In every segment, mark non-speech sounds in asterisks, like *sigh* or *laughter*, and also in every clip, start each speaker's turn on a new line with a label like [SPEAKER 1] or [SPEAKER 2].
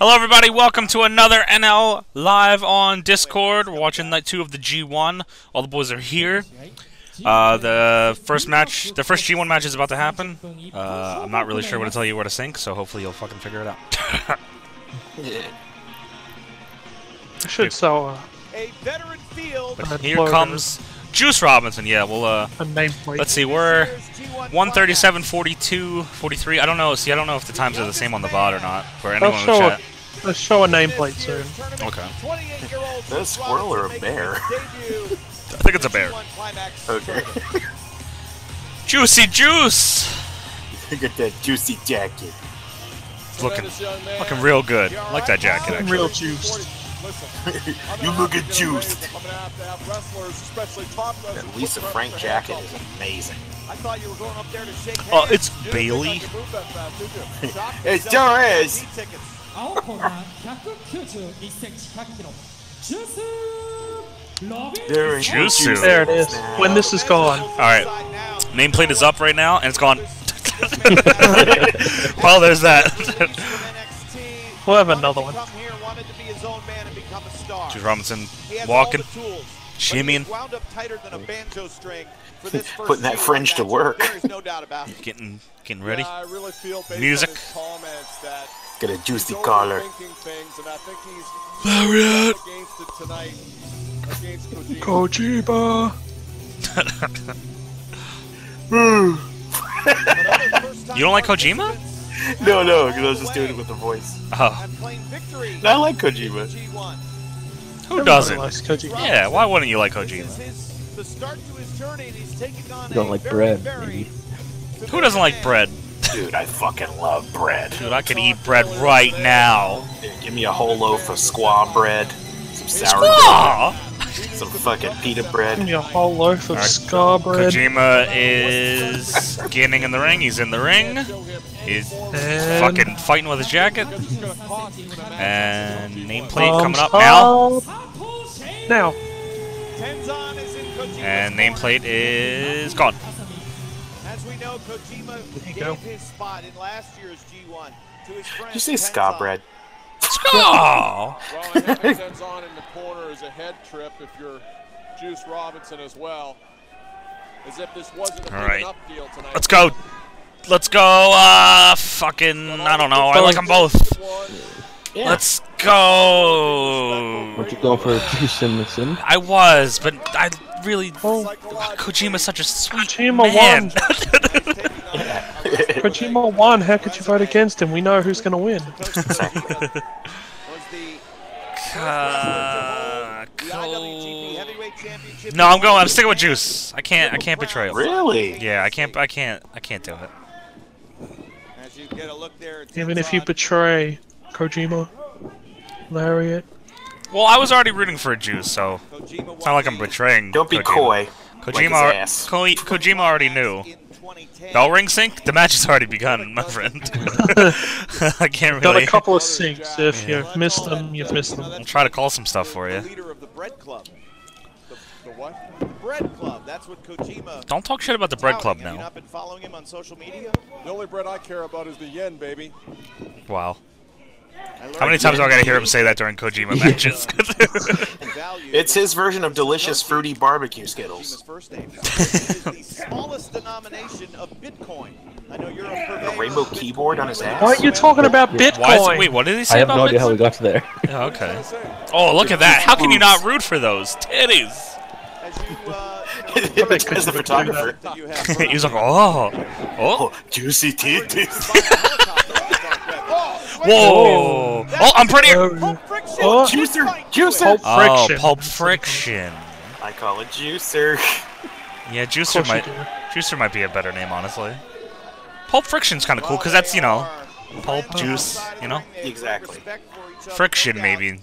[SPEAKER 1] Hello, everybody. Welcome to another NL live on Discord. We're watching night two of the G1. All the boys are here. Uh, the first match, the first G1 match is about to happen. Uh, I'm not really sure what to tell you where to sync, so hopefully you'll fucking figure it out.
[SPEAKER 2] I should sell uh,
[SPEAKER 3] A veteran field.
[SPEAKER 1] But here comes Juice Robinson. Yeah, we'll uh,
[SPEAKER 2] a nameplate.
[SPEAKER 1] let's see. We're
[SPEAKER 3] Here's G1
[SPEAKER 1] 137, 42, 43. I don't know. See, I don't know if the times are the same on the VOD or not for
[SPEAKER 2] They'll
[SPEAKER 1] anyone in the
[SPEAKER 2] show, a,
[SPEAKER 1] chat.
[SPEAKER 2] they'll show a
[SPEAKER 3] This
[SPEAKER 2] nameplate soon.
[SPEAKER 3] year's tournament,
[SPEAKER 1] Okay.
[SPEAKER 3] 28-year-old
[SPEAKER 4] that a
[SPEAKER 3] Brooks
[SPEAKER 4] squirrel or a
[SPEAKER 3] Robinson
[SPEAKER 4] bear?
[SPEAKER 1] *laughs*
[SPEAKER 3] making his debut
[SPEAKER 1] I think it's a bear.
[SPEAKER 3] G1 Climax
[SPEAKER 4] Okay.
[SPEAKER 3] tournament.
[SPEAKER 1] Juicy Juice.
[SPEAKER 4] *laughs* Look at that juicy jacket.
[SPEAKER 1] It's looking
[SPEAKER 3] Tremendous young man.
[SPEAKER 1] looking real good.
[SPEAKER 3] You
[SPEAKER 1] I
[SPEAKER 3] all
[SPEAKER 1] like
[SPEAKER 3] right,
[SPEAKER 1] that jacket.
[SPEAKER 3] Bob?
[SPEAKER 1] Actually.
[SPEAKER 2] Real juiced.
[SPEAKER 3] Listen, I'm gonna
[SPEAKER 4] *laughs* You
[SPEAKER 3] have
[SPEAKER 4] look
[SPEAKER 3] to
[SPEAKER 4] at
[SPEAKER 3] get away with
[SPEAKER 4] juiced.
[SPEAKER 3] it. I'm gonna have to have wrestlers, especially top wrestlers,
[SPEAKER 4] That Lisa
[SPEAKER 3] put
[SPEAKER 4] Frank
[SPEAKER 3] their hands
[SPEAKER 4] jacket
[SPEAKER 3] up.
[SPEAKER 4] is amazing.
[SPEAKER 3] I thought you were going up there to shake hands.
[SPEAKER 1] Oh, it's
[SPEAKER 3] You didn't think
[SPEAKER 1] Bailey.
[SPEAKER 3] I could move that fast, did
[SPEAKER 4] *laughs*
[SPEAKER 3] you? Shock
[SPEAKER 4] It
[SPEAKER 3] yourself.
[SPEAKER 4] sure is.
[SPEAKER 3] Tickets.
[SPEAKER 5] 青コーナー191センチ100キロジュースロビン
[SPEAKER 4] There it is.
[SPEAKER 1] Juicy.
[SPEAKER 2] There it is. When this is gone,
[SPEAKER 3] All
[SPEAKER 1] right. Nameplate is up right now, and it's gone. *laughs* well, there's that.
[SPEAKER 2] *laughs* We'll have another one.
[SPEAKER 1] Juice Robinson walking. shimmying.
[SPEAKER 3] Wound up tighter than a banjo string for
[SPEAKER 4] *laughs*
[SPEAKER 3] this first
[SPEAKER 4] Putting that
[SPEAKER 3] season
[SPEAKER 4] fringe to
[SPEAKER 3] matchup.
[SPEAKER 4] work.
[SPEAKER 3] There is no doubt about it.
[SPEAKER 1] getting getting *laughs* ready.
[SPEAKER 3] Yeah, I really feel based on
[SPEAKER 1] Music.
[SPEAKER 3] his comments that
[SPEAKER 4] Got a juicy
[SPEAKER 3] he's
[SPEAKER 4] collar.
[SPEAKER 3] overthinking things, and I think he's against it tonight against Kojima.
[SPEAKER 4] *laughs*
[SPEAKER 2] Kojiba.
[SPEAKER 1] You don't like Kojima?
[SPEAKER 4] No, no, because I was just doing it with the voice.
[SPEAKER 1] *laughs* Oh,
[SPEAKER 4] And I like Kojima.
[SPEAKER 1] who doesn't?
[SPEAKER 2] Likes Koji.
[SPEAKER 1] Yeah, why wouldn't you like Kojima?
[SPEAKER 3] You
[SPEAKER 6] don't like bread, maybe.
[SPEAKER 1] Who doesn't like bread?
[SPEAKER 4] Dude, I fucking love bread.
[SPEAKER 1] Dude, I could eat bread right now.
[SPEAKER 4] Dude, give me a whole loaf of squaw bread, some sour
[SPEAKER 1] Aw!
[SPEAKER 4] bread, some fucking pita bread.
[SPEAKER 2] A whole loaf of
[SPEAKER 1] Alright.
[SPEAKER 2] ska bread.
[SPEAKER 1] Kojima is getting in the ring. He's in the ring. He's
[SPEAKER 2] And
[SPEAKER 1] fucking fighting with his jacket. And nameplate
[SPEAKER 2] thumbs
[SPEAKER 1] coming up now.
[SPEAKER 2] up. Now,
[SPEAKER 1] And nameplate is gone.
[SPEAKER 3] As we know, Kojima
[SPEAKER 2] There you
[SPEAKER 3] gave
[SPEAKER 2] go.
[SPEAKER 3] his spot in last year's G1 to his friend.
[SPEAKER 4] Did you say ska
[SPEAKER 3] Tenzan.
[SPEAKER 4] bread?
[SPEAKER 1] Aw!
[SPEAKER 7] Well,
[SPEAKER 6] *laughs*
[SPEAKER 7] and having Tenzon in the corner is a head trip if you're Juice Robinson as well. As if this wasn't a
[SPEAKER 1] All
[SPEAKER 7] big
[SPEAKER 1] right.
[SPEAKER 7] enough deal tonight.
[SPEAKER 1] Let's go. Let's go. Uh, fucking. I don't know. I like them both.
[SPEAKER 7] One,
[SPEAKER 4] Yeah.
[SPEAKER 1] Let's go.
[SPEAKER 6] Weren't you going for juice in the sim?
[SPEAKER 1] I was, but I really. Kojima's such a sweet
[SPEAKER 2] Kojima
[SPEAKER 1] man.
[SPEAKER 2] won.
[SPEAKER 1] *laughs*
[SPEAKER 2] Kojima won. How could you vote against him? We know who's going to win.
[SPEAKER 1] *laughs*
[SPEAKER 3] Was the
[SPEAKER 1] Uh,
[SPEAKER 3] the IWGP
[SPEAKER 1] Ko-
[SPEAKER 3] Heavyweight Championship.
[SPEAKER 1] no, I'm going. I'm sticking with Juice. I can't. I can't betray him.
[SPEAKER 4] Really?
[SPEAKER 1] Yeah, I can't. I can't. I can't do it.
[SPEAKER 3] As you get a look there, at
[SPEAKER 2] Even if you
[SPEAKER 3] Tenzan.
[SPEAKER 2] betray Kojima, Lariat.
[SPEAKER 1] Well, I was already rooting for a Juice, so
[SPEAKER 3] Kojima
[SPEAKER 1] it's not like I'm
[SPEAKER 3] won the
[SPEAKER 1] betraying.
[SPEAKER 4] Don't be
[SPEAKER 1] Kojima.
[SPEAKER 4] coy.
[SPEAKER 1] Kojima.
[SPEAKER 4] Like his ass.
[SPEAKER 1] Ko- Kojima already knew.
[SPEAKER 3] in 2010.
[SPEAKER 1] Bell ring sync? The match has already begun, my friend. *laughs* I can't
[SPEAKER 2] Got
[SPEAKER 1] really.
[SPEAKER 2] a couple of sinks. If
[SPEAKER 1] Yeah.
[SPEAKER 2] you've missed them, you've missed them.
[SPEAKER 1] I'll try to call some stuff for
[SPEAKER 3] The
[SPEAKER 1] you.
[SPEAKER 3] leader of the Bread Club. The, the what? The Bread Club. That's what Kojima.
[SPEAKER 1] Don't talk shit about the Bread Club
[SPEAKER 3] Have you
[SPEAKER 1] now.
[SPEAKER 3] not been following him on social media?
[SPEAKER 7] the only bread I care about is the yen, baby.
[SPEAKER 1] Wow.
[SPEAKER 3] I
[SPEAKER 1] How many
[SPEAKER 3] learned
[SPEAKER 1] times do I gotta hear him say that during Kojima matches? *laughs*
[SPEAKER 3] the value
[SPEAKER 4] It's
[SPEAKER 3] of
[SPEAKER 4] his version of delicious fruity barbecue
[SPEAKER 3] Kojima's
[SPEAKER 4] Skittles.
[SPEAKER 3] first name. This is the smallest denomination of Bitcoin. I know you're a purveyor
[SPEAKER 4] A rainbow
[SPEAKER 3] of Bitcoin.
[SPEAKER 4] keyboard on his ass?
[SPEAKER 2] Why are
[SPEAKER 4] *laughs*
[SPEAKER 2] you talking about Bitcoin?
[SPEAKER 1] Why is it, wait, what did he say
[SPEAKER 6] I have
[SPEAKER 1] about
[SPEAKER 6] no idea
[SPEAKER 1] Bitcoin?
[SPEAKER 6] how we got to there.
[SPEAKER 1] Yeah, okay.
[SPEAKER 7] That's it.
[SPEAKER 1] Oh, look at that. How can you not root for those? Titties.
[SPEAKER 3] As you, uh, you
[SPEAKER 4] *laughs*
[SPEAKER 3] know,
[SPEAKER 4] As the photographer.
[SPEAKER 3] that you
[SPEAKER 1] *laughs*
[SPEAKER 3] have.
[SPEAKER 1] *laughs* He's like, oh. Oh.
[SPEAKER 4] *laughs* Oh, juicy titties.
[SPEAKER 1] Whoa. Oh, I'm pretty.
[SPEAKER 2] Oh,
[SPEAKER 3] Oh,
[SPEAKER 4] Juicer! Juicer!
[SPEAKER 1] Oh,
[SPEAKER 2] friction.
[SPEAKER 1] Pulp Friction.
[SPEAKER 4] I call it juicer.
[SPEAKER 1] Yeah, Juicer
[SPEAKER 2] course you
[SPEAKER 1] might.
[SPEAKER 2] do.
[SPEAKER 1] Juicer might be a better name, honestly. Pulp Friction's kind of cool, because that's, you know, pulp
[SPEAKER 3] Uh-huh.
[SPEAKER 1] juice, you know?
[SPEAKER 4] Exactly.
[SPEAKER 1] friction maybe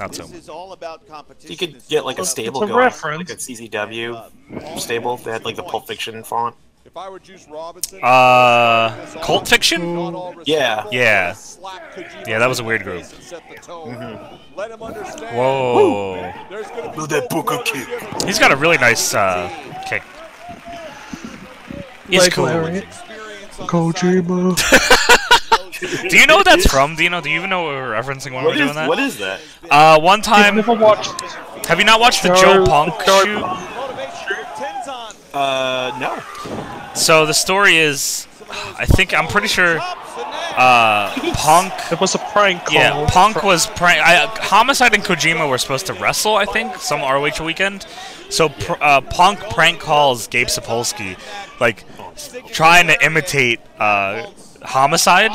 [SPEAKER 1] not so
[SPEAKER 3] This is all about competition.
[SPEAKER 4] You could get like a
[SPEAKER 3] It's all
[SPEAKER 4] stable
[SPEAKER 2] It's a
[SPEAKER 4] going,
[SPEAKER 2] reference.
[SPEAKER 4] like a CZW stable that had like the Pulp Fiction font.
[SPEAKER 7] If I were Juice Robinson,
[SPEAKER 1] uh cult fiction
[SPEAKER 7] not all
[SPEAKER 4] Yeah.
[SPEAKER 7] respectful,
[SPEAKER 1] Yeah.
[SPEAKER 7] slap Kojima
[SPEAKER 1] Yeah, that was a
[SPEAKER 7] in
[SPEAKER 1] weird
[SPEAKER 7] the
[SPEAKER 1] group. Mm-hmm.
[SPEAKER 7] face and Set the tone. Let him understand.
[SPEAKER 1] whoa
[SPEAKER 7] There's gonna be
[SPEAKER 4] Look at that
[SPEAKER 7] no
[SPEAKER 4] Booker
[SPEAKER 7] quarters
[SPEAKER 4] kick.
[SPEAKER 7] given.
[SPEAKER 1] he's got a really nice uh kick he's
[SPEAKER 2] Like
[SPEAKER 1] cool
[SPEAKER 2] Lariat.
[SPEAKER 3] experience on the side
[SPEAKER 2] Kojima.
[SPEAKER 3] of those
[SPEAKER 1] Do you know what that's from? Do you know? Do you even know what we're referencing when
[SPEAKER 4] What
[SPEAKER 1] we're
[SPEAKER 4] is,
[SPEAKER 1] doing that?
[SPEAKER 4] what is that?
[SPEAKER 1] uh, one
[SPEAKER 2] *laughs*
[SPEAKER 1] time,
[SPEAKER 2] Never watched.
[SPEAKER 1] have you not watched the Joe
[SPEAKER 2] Joe-
[SPEAKER 1] Punk
[SPEAKER 2] Joe
[SPEAKER 1] shoot?
[SPEAKER 4] Uh, no.
[SPEAKER 1] So the story is, I think I'm pretty sure, uh, Punk.
[SPEAKER 2] It was a prank call.
[SPEAKER 1] Yeah, Punk was prank. I, Homicide and Kojima were supposed to wrestle, I think, some ROH weekend. So pr- uh, Punk prank calls Gabe Sapolsky, like trying to imitate uh, Homicide,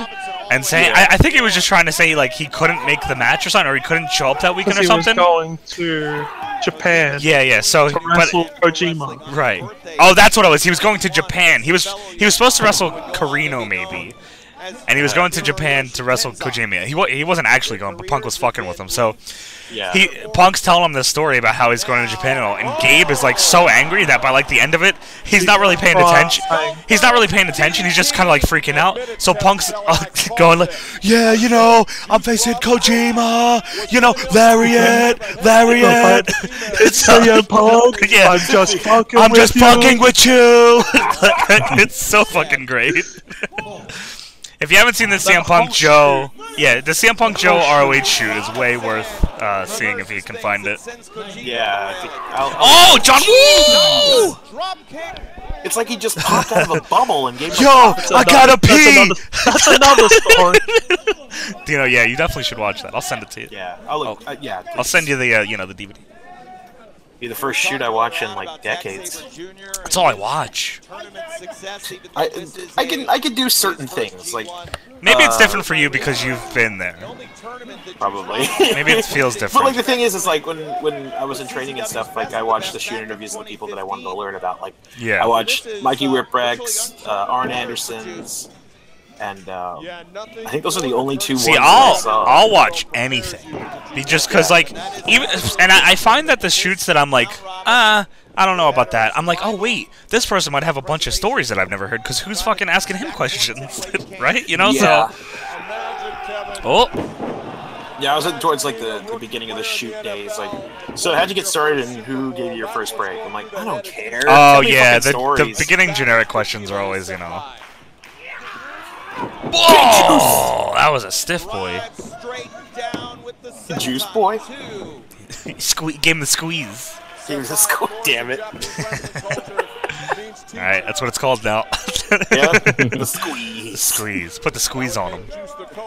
[SPEAKER 1] and saying I, I think he was just trying to say like he couldn't make the match or something, or he couldn't show up that
[SPEAKER 2] because
[SPEAKER 1] weekend or
[SPEAKER 2] he was
[SPEAKER 1] something.
[SPEAKER 2] going to Japan
[SPEAKER 1] Yeah, yeah. So,
[SPEAKER 2] to
[SPEAKER 1] but
[SPEAKER 2] wrestle Kojima.
[SPEAKER 1] Right. Oh, that's what it was. He was going to Japan. He was he was supposed to wrestle Carino maybe, and he was going to Japan to wrestle Kojima. He wa- he wasn't actually going, but Punk was fucking with him. So
[SPEAKER 4] Yeah.
[SPEAKER 1] he Punk's telling him this story about how he's going to Japan and all, and Gabe is like so angry that by like the end of it, he's not really paying attention. He's not really paying attention. He's just kind of like freaking out. So Punk's *laughs* uh, going like, "Yeah, you know, I'm facing Kojima. You know, Lariat, Lariat." *laughs* it's uh,
[SPEAKER 2] See ya, Punk.
[SPEAKER 1] *laughs* Yeah.
[SPEAKER 2] I'm just fucking.
[SPEAKER 1] I'm
[SPEAKER 2] with
[SPEAKER 1] just
[SPEAKER 2] you.
[SPEAKER 1] fucking with you. *laughs* it's so fucking great. *laughs* if you haven't seen the CM Punk Joe, yeah, the CM Punk Joe ROH shoot is way worth uh, seeing if you can find it.
[SPEAKER 4] yeah. I think-
[SPEAKER 3] uh,
[SPEAKER 4] I'll-
[SPEAKER 1] Oh, John Woo!
[SPEAKER 4] It's like he just popped out *laughs* of a bubble and gave him a-
[SPEAKER 1] Yo, I
[SPEAKER 2] That's
[SPEAKER 1] gotta
[SPEAKER 2] another-
[SPEAKER 1] pee. *laughs*
[SPEAKER 2] That's another, that's another story.
[SPEAKER 1] You know, yeah, you definitely should watch that. I'll send it to you.
[SPEAKER 4] Yeah. I'll look. Uh, yeah.
[SPEAKER 1] I'll send you the, uh, you know, the DVD.
[SPEAKER 4] Be the first shoot I watch in like decades.
[SPEAKER 1] That's all I watch.
[SPEAKER 4] I I can I can do certain things like
[SPEAKER 1] Maybe it's
[SPEAKER 4] Uh,
[SPEAKER 1] different for you because you've been there.
[SPEAKER 4] *laughs* probably.
[SPEAKER 1] Maybe it feels
[SPEAKER 4] But like
[SPEAKER 1] different.
[SPEAKER 4] the thing is, is like when when I was in training and stuff, like I watched the shoot interviews of the people that I wanted to learn about. Like
[SPEAKER 1] Yeah.
[SPEAKER 4] I watched Mikey Whipwreck's, uh, Arn Anderson's, and uh, I think those are the only two.
[SPEAKER 1] See,
[SPEAKER 4] ones that I
[SPEAKER 1] I'll
[SPEAKER 4] saw.
[SPEAKER 1] I'll watch anything, Be- just because like even and I, I find that the shoots that I'm like, uh, I don't know about that. I'm like, oh wait, this person might have a bunch of stories that I've never heard because who's fucking asking him questions, *laughs* right? You know,
[SPEAKER 4] Yeah.
[SPEAKER 1] so oh
[SPEAKER 4] Yeah, I was at, towards like the, the beginning of the shoot days. Like, so how'd you get started and who gave you your first break? I'm like, I don't care.
[SPEAKER 1] oh
[SPEAKER 4] Tell me
[SPEAKER 1] yeah, the,
[SPEAKER 4] fucking
[SPEAKER 1] the
[SPEAKER 4] stories. *laughs*
[SPEAKER 1] beginning generic questions are always you know. *laughs* Whoa, that was a stiff boy.
[SPEAKER 4] Juice boy.
[SPEAKER 1] Sque- gave him the squeeze.
[SPEAKER 4] He was *laughs* just going,
[SPEAKER 1] *laughs*
[SPEAKER 4] Damn it.
[SPEAKER 1] All right, that's what it's called now. *laughs*
[SPEAKER 4] Yeah. the squeeze.
[SPEAKER 1] squeeze. Put the squeeze on him,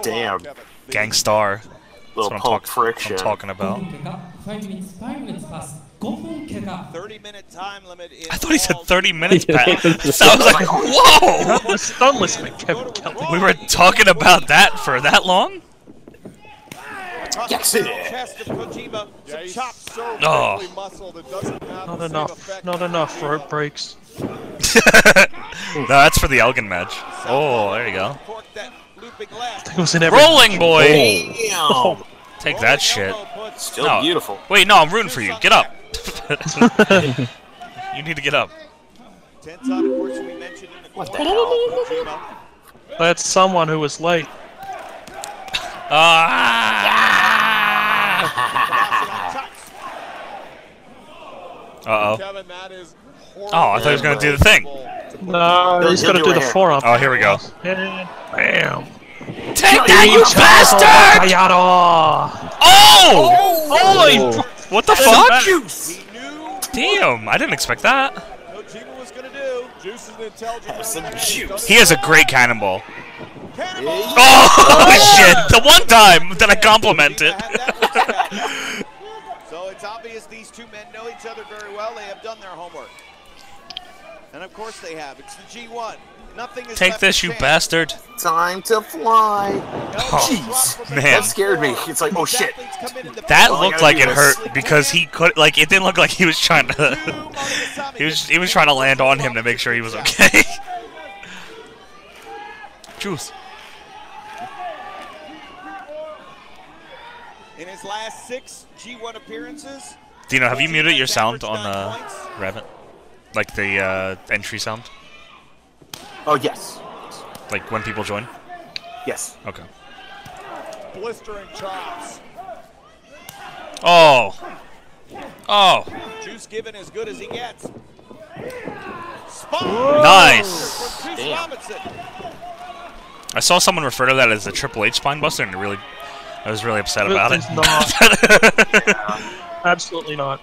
[SPEAKER 4] Damn.
[SPEAKER 1] gangstar. That's
[SPEAKER 4] Little
[SPEAKER 1] what I'm,
[SPEAKER 4] punk
[SPEAKER 1] talk-
[SPEAKER 4] friction.
[SPEAKER 1] I'm talking about.
[SPEAKER 8] 5分経過 Five minutes, five minutes pass. 5分経過
[SPEAKER 1] *laughs* I thought he said 30 minutes, Pat. so I was like, whoa!
[SPEAKER 2] Let's- Don't listen to Kevin Kelly.
[SPEAKER 1] We were talking about that for that long? *laughs*
[SPEAKER 4] Yes, it is.
[SPEAKER 1] Oh.
[SPEAKER 2] Not enough. Not enough rope breaks.
[SPEAKER 1] No, that's for the Elgin match. Oh, there you go.
[SPEAKER 2] I think it was in every.
[SPEAKER 1] Rolling, boy!
[SPEAKER 4] Damn.
[SPEAKER 1] Take that shit.
[SPEAKER 4] Still
[SPEAKER 1] Oh, No.
[SPEAKER 4] beautiful.
[SPEAKER 1] Wait, no, I'm rooting for you. Get up. *laughs* you need to get up.
[SPEAKER 4] What the hell?
[SPEAKER 2] That's someone who was late.
[SPEAKER 1] Uh, Ah! Uh oh.
[SPEAKER 5] Kevin, that is
[SPEAKER 1] Oh, I thought he was gonna do the thing.
[SPEAKER 2] No, he's
[SPEAKER 4] He'll
[SPEAKER 2] got to
[SPEAKER 4] do
[SPEAKER 2] do
[SPEAKER 4] it
[SPEAKER 2] the
[SPEAKER 4] here.
[SPEAKER 2] forearm.
[SPEAKER 1] Oh, here we go.
[SPEAKER 2] Yeah. Bam.
[SPEAKER 1] Take that, you bastard!
[SPEAKER 2] Kayada.
[SPEAKER 1] Oh!
[SPEAKER 9] Oh.
[SPEAKER 1] What the fuck? Damn, I didn't expect that.
[SPEAKER 5] Kojima was gonna do. Juice is an intelligent.
[SPEAKER 4] Have some juice.
[SPEAKER 1] He has a great cannonball.
[SPEAKER 4] Yeah.
[SPEAKER 1] Oh, *laughs* shit! The one time that I complimented. *laughs*
[SPEAKER 5] So it's obvious these two men know each other very well. They have done their homework. And of course they have. It's the G1. Nothing is
[SPEAKER 1] Take
[SPEAKER 5] left to
[SPEAKER 1] this, you
[SPEAKER 5] chance.
[SPEAKER 1] bastard!
[SPEAKER 4] Time to fly.
[SPEAKER 5] No
[SPEAKER 1] Oh,
[SPEAKER 5] drop from the
[SPEAKER 1] man.
[SPEAKER 4] That scared me. It's like, oh shit.
[SPEAKER 5] athletes come in in the
[SPEAKER 1] That
[SPEAKER 4] Oh, I
[SPEAKER 1] looked
[SPEAKER 4] gotta
[SPEAKER 1] like
[SPEAKER 4] do
[SPEAKER 1] it
[SPEAKER 4] this.
[SPEAKER 1] hurt because he could, like, it didn't look like he was trying to. *laughs* he was he was trying to land on him to make sure he was okay. *laughs* Juice.
[SPEAKER 5] In his last six G1 appearances,
[SPEAKER 1] Dino, have you muted your sound on uh, Revit? Like the uh, entry sound,
[SPEAKER 4] Oh, yes.
[SPEAKER 1] like when people join.
[SPEAKER 4] Yes.
[SPEAKER 1] Okay.
[SPEAKER 5] blistering chops.
[SPEAKER 1] Oh. Oh.
[SPEAKER 5] Juice given as good as he gets. Spot
[SPEAKER 1] Nice.
[SPEAKER 5] from Juice
[SPEAKER 4] Damn.
[SPEAKER 5] Robinson.
[SPEAKER 1] I saw someone refer to that as a Triple H spine buster, and it really, I was really upset about it.
[SPEAKER 2] It's not. Absolutely not.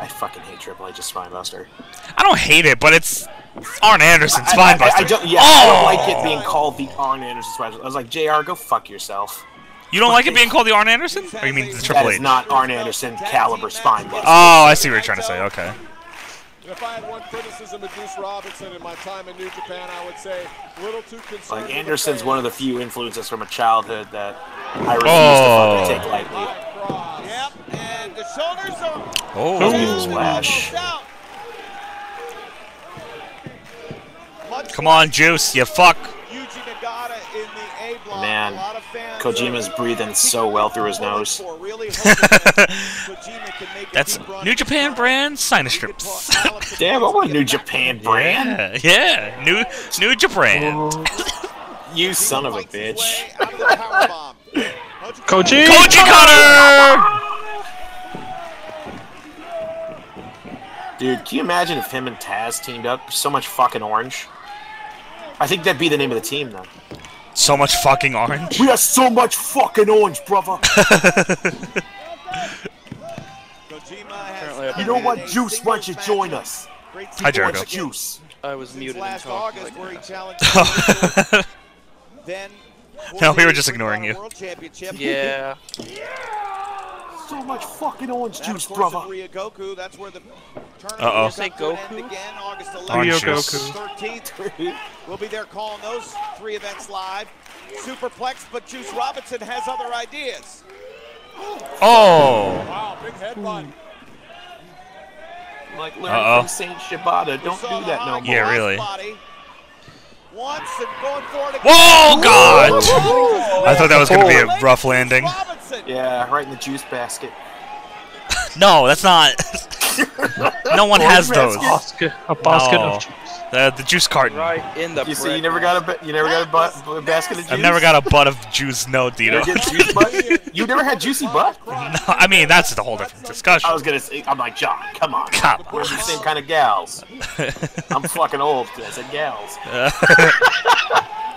[SPEAKER 4] I fucking hate Triple H as Spinebuster.
[SPEAKER 1] *laughs* I don't hate it, but it's it's Arn Anderson
[SPEAKER 4] I,
[SPEAKER 1] spine
[SPEAKER 4] I, I
[SPEAKER 1] buster.
[SPEAKER 4] don't, yeah,
[SPEAKER 1] oh,
[SPEAKER 4] I don't like it being called the Arn Anderson Spinebuster. I was like, JR, go fuck yourself.
[SPEAKER 1] you don't like it being called the Arn Anderson? Or you mean the
[SPEAKER 4] That
[SPEAKER 1] Triple
[SPEAKER 4] is
[SPEAKER 1] H?
[SPEAKER 4] not Arn Anderson caliber Spinebuster.
[SPEAKER 1] Oh, I see what you're trying to say. Okay.
[SPEAKER 3] And if I had one criticism of Juice Robinson in my time in New Japan, I would say a little too concerned.
[SPEAKER 4] Like
[SPEAKER 3] with the
[SPEAKER 4] Anderson's
[SPEAKER 3] fans.
[SPEAKER 4] one of the few influences from a childhood that I refuse
[SPEAKER 1] Oh.
[SPEAKER 4] to fucking take lightly.
[SPEAKER 3] Cross.
[SPEAKER 10] Yep, and the shoulders are
[SPEAKER 1] Oh.
[SPEAKER 4] Splash.
[SPEAKER 10] out.
[SPEAKER 3] Much
[SPEAKER 1] Come on, Juice, you fuck.
[SPEAKER 3] Yuji Nagata in the A block.
[SPEAKER 4] Man,
[SPEAKER 3] a lot of fans
[SPEAKER 4] Kojima's
[SPEAKER 3] are-
[SPEAKER 4] breathing so well through his nose.
[SPEAKER 3] For really hoping that
[SPEAKER 4] *laughs*
[SPEAKER 3] Kojima can make a
[SPEAKER 1] That's
[SPEAKER 3] deep run
[SPEAKER 1] New
[SPEAKER 3] and
[SPEAKER 1] Japan
[SPEAKER 3] return.
[SPEAKER 1] brand sinus
[SPEAKER 3] We could
[SPEAKER 1] strips.
[SPEAKER 3] talk
[SPEAKER 1] *laughs*
[SPEAKER 3] Alex
[SPEAKER 4] Damn, I
[SPEAKER 3] Adonis
[SPEAKER 4] want
[SPEAKER 3] to
[SPEAKER 4] New
[SPEAKER 3] get back in
[SPEAKER 4] Japan
[SPEAKER 3] the
[SPEAKER 4] *laughs* brand.
[SPEAKER 1] Yeah, yeah. New New Japan.
[SPEAKER 4] You
[SPEAKER 3] ring.
[SPEAKER 4] son of a
[SPEAKER 3] Fights his
[SPEAKER 4] bitch.
[SPEAKER 3] way out of the
[SPEAKER 4] *laughs*
[SPEAKER 3] powerbomb.
[SPEAKER 2] Koji!
[SPEAKER 1] Koji Cutter.
[SPEAKER 4] Dude, can you imagine if him and Taz teamed up? So much fucking orange. I think that'd be the name of the team, though.
[SPEAKER 1] So much fucking orange. *laughs*
[SPEAKER 4] We got so much fucking orange, brother.
[SPEAKER 3] Kojima has
[SPEAKER 6] Apparently,
[SPEAKER 4] You know
[SPEAKER 3] had
[SPEAKER 4] what?
[SPEAKER 3] a
[SPEAKER 4] Juice, why don't you
[SPEAKER 3] singles
[SPEAKER 4] join
[SPEAKER 3] matchup.
[SPEAKER 4] us?
[SPEAKER 3] Great
[SPEAKER 1] Hi,
[SPEAKER 3] sequence
[SPEAKER 1] Jericho.
[SPEAKER 3] against
[SPEAKER 4] Juice.
[SPEAKER 6] I was
[SPEAKER 3] Since
[SPEAKER 6] muted and
[SPEAKER 3] last
[SPEAKER 6] talking
[SPEAKER 3] August, where
[SPEAKER 1] *laughs*
[SPEAKER 6] like
[SPEAKER 3] he
[SPEAKER 6] that.
[SPEAKER 3] challenged
[SPEAKER 1] Oh.
[SPEAKER 3] Kojima, then
[SPEAKER 1] No, we were just
[SPEAKER 3] Bring
[SPEAKER 1] ignoring
[SPEAKER 3] on a
[SPEAKER 1] you.
[SPEAKER 3] World Championship.
[SPEAKER 6] *laughs* Yeah,
[SPEAKER 4] So much fucking orange
[SPEAKER 3] That,
[SPEAKER 4] juice,
[SPEAKER 3] of course,
[SPEAKER 4] brother.
[SPEAKER 3] is Ria Goku. That's where the tournament
[SPEAKER 1] Uh-oh.
[SPEAKER 3] will come to an
[SPEAKER 6] Say
[SPEAKER 3] end
[SPEAKER 6] Goku?
[SPEAKER 3] again, August
[SPEAKER 1] Orange
[SPEAKER 2] Rio
[SPEAKER 3] 11th,
[SPEAKER 1] juice.
[SPEAKER 2] Goku.
[SPEAKER 3] 13th. We'll be there calling those three events live. Superplex, but Juice Robinson has other ideas.
[SPEAKER 1] Oh.
[SPEAKER 3] Wow, big head bun.
[SPEAKER 4] Like, learn
[SPEAKER 1] Uh-oh.
[SPEAKER 4] from Saint Shibata. Don't do that no more.
[SPEAKER 1] Yeah, really.
[SPEAKER 3] Body. Once and going for it again.
[SPEAKER 1] Whoa, God. I thought that was gonna be a rough landing.
[SPEAKER 3] Robinson.
[SPEAKER 4] Yeah, right in the juice basket.
[SPEAKER 1] No, that's not. *laughs* no one has those.
[SPEAKER 2] Basket, a basket
[SPEAKER 1] No.
[SPEAKER 2] of chips.
[SPEAKER 1] The, the juice carton.
[SPEAKER 6] right in the.
[SPEAKER 4] You see, you
[SPEAKER 6] bread
[SPEAKER 4] never
[SPEAKER 6] basket.
[SPEAKER 4] got a ba- you never got a bu- bu- basket of juice.
[SPEAKER 1] I've never got a butt of juice, no, Dino.
[SPEAKER 4] You get juice butt? You never had juicy butt?
[SPEAKER 1] *laughs* No, I mean, that's a whole different discussion.
[SPEAKER 4] I was gonna say, I'm like, John, come on.
[SPEAKER 1] Come
[SPEAKER 4] We're the same kind
[SPEAKER 1] *laughs*
[SPEAKER 4] of gals. I'm fucking old. I said gals.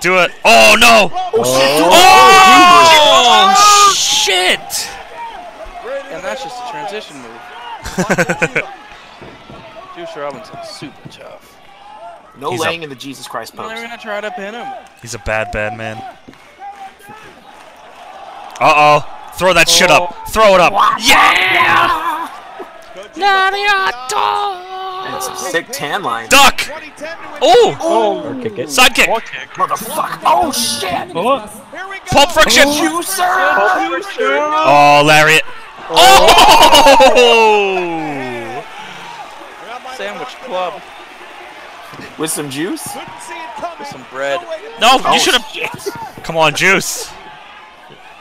[SPEAKER 1] Do it. Oh, no. Oh,
[SPEAKER 4] *laughs*
[SPEAKER 1] shit.
[SPEAKER 6] And that's just a transition move. Juice Robinson's super tough.
[SPEAKER 4] No
[SPEAKER 1] He's
[SPEAKER 4] laying
[SPEAKER 1] up.
[SPEAKER 4] in the Jesus Christ
[SPEAKER 6] And they're
[SPEAKER 4] pose.
[SPEAKER 6] gonna try to pin him.
[SPEAKER 1] He's a bad, bad man. Uh oh. Throw that shit up. Throw it up. Yeah!
[SPEAKER 4] And some sick tan line.
[SPEAKER 1] Duck!
[SPEAKER 3] 2010 to win.
[SPEAKER 1] Oh!
[SPEAKER 2] Oh,
[SPEAKER 11] Kick it.
[SPEAKER 1] Sidekick!
[SPEAKER 2] kick.
[SPEAKER 4] Motherfucker. Oh shit!
[SPEAKER 2] Oh,
[SPEAKER 3] Here we go.
[SPEAKER 1] Pulp friction!
[SPEAKER 4] You sir.
[SPEAKER 1] Oh, Lariat. Oh!
[SPEAKER 6] Sandwich club.
[SPEAKER 4] With some juice.
[SPEAKER 3] Couldn't see it coming.
[SPEAKER 6] Some bread.
[SPEAKER 3] No way to-
[SPEAKER 1] No,
[SPEAKER 4] Oh,
[SPEAKER 1] you should have.
[SPEAKER 4] shit.
[SPEAKER 1] Come on, Juice.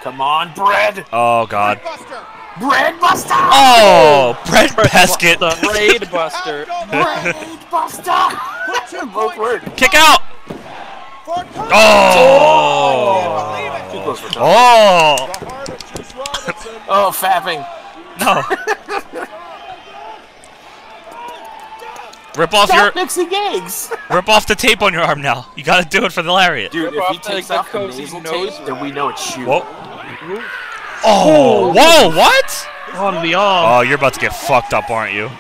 [SPEAKER 4] Come on, bread.
[SPEAKER 1] Oh, God.
[SPEAKER 3] Buster.
[SPEAKER 4] Bread buster.
[SPEAKER 1] Oh! Bread basket.
[SPEAKER 6] Raid *laughs* Buster.
[SPEAKER 3] Out, go,
[SPEAKER 1] *laughs*
[SPEAKER 4] Bread buster. Both work.
[SPEAKER 1] Kick out!
[SPEAKER 3] for Cody.
[SPEAKER 1] Oh!
[SPEAKER 4] Too close for time.
[SPEAKER 1] Oh!
[SPEAKER 3] The heart of Juice Robinson.
[SPEAKER 4] Oh, fapping. *laughs*
[SPEAKER 1] No. Rip off your
[SPEAKER 4] Stop mixing eggs.
[SPEAKER 1] rip off the tape on your arm now. You gotta do it for the lariat.
[SPEAKER 4] Dude,
[SPEAKER 6] Rip
[SPEAKER 4] if
[SPEAKER 6] off
[SPEAKER 4] he
[SPEAKER 6] that
[SPEAKER 4] takes
[SPEAKER 6] like
[SPEAKER 4] off the
[SPEAKER 6] Cozy's
[SPEAKER 4] nasal
[SPEAKER 6] nose
[SPEAKER 4] tape, then we know it's shoot.
[SPEAKER 1] Whoa. Oh, whoa, what?
[SPEAKER 2] on the arm.
[SPEAKER 1] Oh, you're about to get fucked up, aren't you?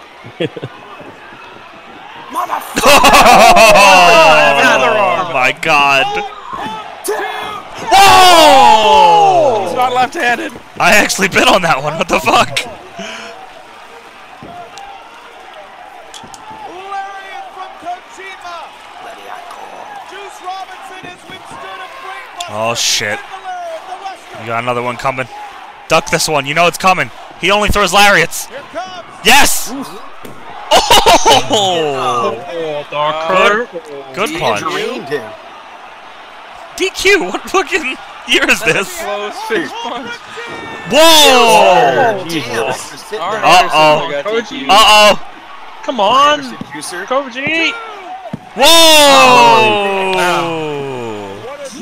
[SPEAKER 1] Oh my god.
[SPEAKER 6] He's
[SPEAKER 1] Whoa!
[SPEAKER 6] not left-handed.
[SPEAKER 1] I actually bit on that one. What the fuck?
[SPEAKER 3] Lariat from Kojima. Juice Robinson has withstood a great buster.
[SPEAKER 1] Oh, shit.
[SPEAKER 3] And the lariat, the Western.
[SPEAKER 1] You got another one coming. Duck this one. You know it's coming. He only throws lariats.
[SPEAKER 3] Here comes.
[SPEAKER 1] Yes! Oh!
[SPEAKER 2] Oh,
[SPEAKER 1] Uh,
[SPEAKER 2] dark curve.
[SPEAKER 1] Good punch.
[SPEAKER 4] Drained him.
[SPEAKER 1] DQ, what fucking year is this?
[SPEAKER 6] Close fish punch.
[SPEAKER 1] Whoa!
[SPEAKER 4] Oh, Jesus.
[SPEAKER 6] Arn
[SPEAKER 1] Uh-oh.
[SPEAKER 6] Anderson got DQ'd.
[SPEAKER 1] Uh oh!
[SPEAKER 2] Come on,
[SPEAKER 4] Juicer.
[SPEAKER 2] Koji.
[SPEAKER 1] Whoa!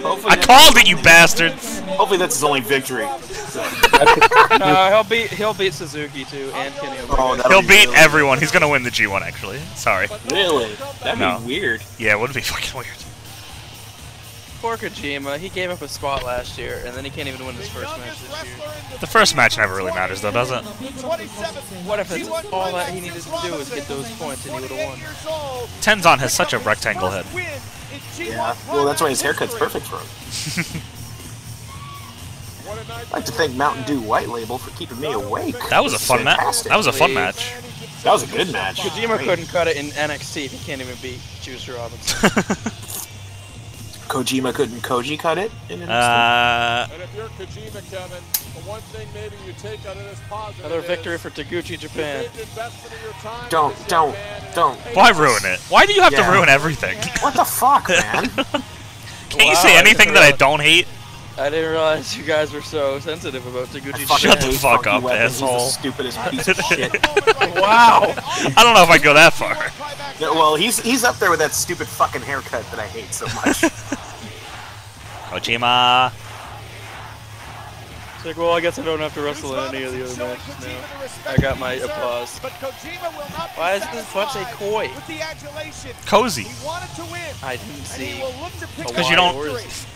[SPEAKER 4] Hopefully
[SPEAKER 1] I
[SPEAKER 4] that-
[SPEAKER 1] called it, you bastards!
[SPEAKER 4] Hopefully that's his only victory.
[SPEAKER 6] No, he'll beat he'll beat Suzuki too and Kenny Omega.
[SPEAKER 4] Oh, that'll
[SPEAKER 1] He'll
[SPEAKER 4] be
[SPEAKER 1] beat
[SPEAKER 4] really-
[SPEAKER 1] everyone. He's gonna win the G1, actually. Sorry.
[SPEAKER 4] Really? That'd
[SPEAKER 1] No.
[SPEAKER 4] be weird.
[SPEAKER 1] Yeah, it would be fucking weird.
[SPEAKER 6] poor Kojima. He gave up a spot last year, and then he can't even win his first match this year.
[SPEAKER 1] The first match never really matters, though, does it?
[SPEAKER 6] What if it's all that he needed to do was get those points and he would have won?
[SPEAKER 1] Tenzon has such a rectangle head.
[SPEAKER 4] Yeah. Well, that's why his haircut's perfect for him. I'd like to thank Mountain Dew White Label for keeping me awake.
[SPEAKER 1] That was a fun match.
[SPEAKER 4] Fantastic.
[SPEAKER 1] That was a fun match.
[SPEAKER 4] That was a good match.
[SPEAKER 6] Kojima
[SPEAKER 4] Great.
[SPEAKER 6] couldn't cut it in NXT. He can't even beat Juice Robinson.
[SPEAKER 4] Kojima couldn't Koji cut it. in an
[SPEAKER 1] Uh,
[SPEAKER 5] And if you're Kojima, Kevin, the one thing maybe you take out of this positive
[SPEAKER 6] *laughs* Another
[SPEAKER 5] is
[SPEAKER 6] victory for Taguchi Japan.
[SPEAKER 5] you've invested in your time with
[SPEAKER 4] Don't,
[SPEAKER 5] this young
[SPEAKER 4] don't,
[SPEAKER 5] man, and
[SPEAKER 4] don't.
[SPEAKER 1] why ruin it? Why do you have
[SPEAKER 4] Yeah.
[SPEAKER 1] to ruin everything? *laughs*
[SPEAKER 4] What the fuck, man?
[SPEAKER 1] Can't you
[SPEAKER 6] Wow,
[SPEAKER 1] say
[SPEAKER 6] I
[SPEAKER 1] anything
[SPEAKER 6] didn't
[SPEAKER 1] that I
[SPEAKER 6] realize-
[SPEAKER 1] don't hate?
[SPEAKER 6] I didn't realize you guys were so sensitive about Taguchi
[SPEAKER 4] Fucking
[SPEAKER 1] Shut the
[SPEAKER 6] Japan.
[SPEAKER 4] Dave
[SPEAKER 1] fuck
[SPEAKER 4] fucking
[SPEAKER 1] up,
[SPEAKER 4] Weapons is
[SPEAKER 1] asshole.
[SPEAKER 4] the stupidest
[SPEAKER 1] *laughs*
[SPEAKER 4] piece of shit.
[SPEAKER 6] Wow!
[SPEAKER 1] I don't know if I'd go that far.
[SPEAKER 4] No, well, he's he's up there with that stupid fucking haircut that I hate so much.
[SPEAKER 1] Kojima.
[SPEAKER 6] It's like, well, I guess I don't have to wrestle in any of the other matches now. I got my applause.
[SPEAKER 12] But Kojima will not be
[SPEAKER 6] Why is this such a
[SPEAKER 12] satisfied
[SPEAKER 6] coy?
[SPEAKER 12] With the adulation.
[SPEAKER 1] Cozy.
[SPEAKER 12] He wanted to win.
[SPEAKER 6] I didn't
[SPEAKER 12] And he
[SPEAKER 6] see.
[SPEAKER 12] will look to pick
[SPEAKER 6] Because
[SPEAKER 1] Because
[SPEAKER 12] up
[SPEAKER 1] you
[SPEAKER 6] Why,
[SPEAKER 1] don't.
[SPEAKER 6] or is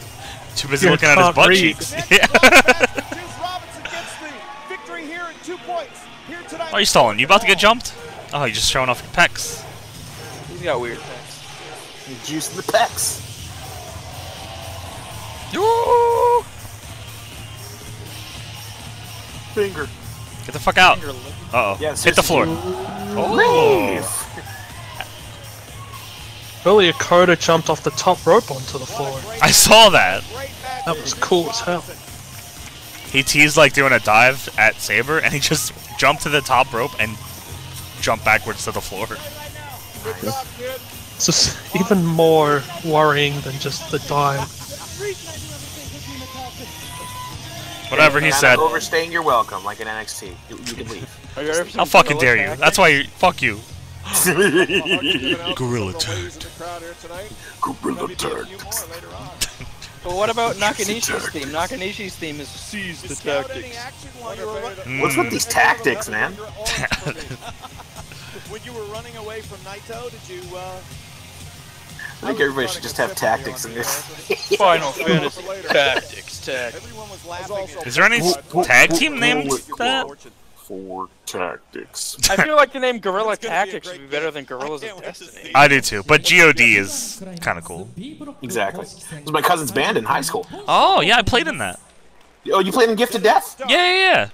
[SPEAKER 1] Too busy
[SPEAKER 2] You're
[SPEAKER 1] looking at his butt
[SPEAKER 2] concrete.
[SPEAKER 6] *laughs*
[SPEAKER 1] cheeks. *laughs*
[SPEAKER 12] Next
[SPEAKER 1] Yeah.
[SPEAKER 12] long pass to Juice Robinson gets the victory here in two points. Here tonight.
[SPEAKER 1] Are you Oh, stalling? You about to get jumped? Oh, you're just showing off your pecs.
[SPEAKER 6] He's got weird things.
[SPEAKER 4] Juice the pecs. Finger.
[SPEAKER 1] Get the fuck out. Uh oh.
[SPEAKER 4] Yeah,
[SPEAKER 1] Hit the floor. Oh.
[SPEAKER 4] Leave.
[SPEAKER 2] Billy Dakota jumped off the top rope onto the floor.
[SPEAKER 1] I saw that.
[SPEAKER 2] That was cool as hell.
[SPEAKER 1] He teased like doing a dive at Saber, and he just jumped to the top rope and jumped backwards to the floor.
[SPEAKER 2] It's just even more worrying than just the dive.
[SPEAKER 1] Whatever he
[SPEAKER 4] Kinda
[SPEAKER 1] said.
[SPEAKER 4] Overstaying your welcome, like in NXT. You, you
[SPEAKER 1] *laughs*
[SPEAKER 4] can leave.
[SPEAKER 6] Are you ever
[SPEAKER 1] How fucking dare you? That's why you. Fuck you. *laughs*
[SPEAKER 5] Gorilla turned.
[SPEAKER 4] Gorilla turd.
[SPEAKER 1] *laughs*
[SPEAKER 6] But what *laughs* about Nakanishi's theme? Nakanishi's theme is seize the tactics.
[SPEAKER 4] What's with these tactics, man?
[SPEAKER 12] *laughs* when you were running away from Naito, did you?
[SPEAKER 1] *laughs*
[SPEAKER 12] Uh,
[SPEAKER 4] I think everybody should just have tactics in this.
[SPEAKER 6] Final *laughs* Fantasy tactics, tactics.
[SPEAKER 12] everyone was laughing. At
[SPEAKER 1] Is there any s- tag team named that?
[SPEAKER 4] Four tactics.
[SPEAKER 6] I feel like the name Gorilla
[SPEAKER 12] It's gonna be a
[SPEAKER 6] Tactics
[SPEAKER 12] great
[SPEAKER 6] would be better than Gorillas
[SPEAKER 12] I
[SPEAKER 6] of
[SPEAKER 12] can't wait to
[SPEAKER 6] Destiny.
[SPEAKER 12] see.
[SPEAKER 1] I do too, but God is kind of cool.
[SPEAKER 4] Exactly. It was my cousin's band in high school.
[SPEAKER 1] Oh yeah, I played in that.
[SPEAKER 4] Oh, you played in Gift *laughs* to Death?
[SPEAKER 1] Yeah, yeah, yeah.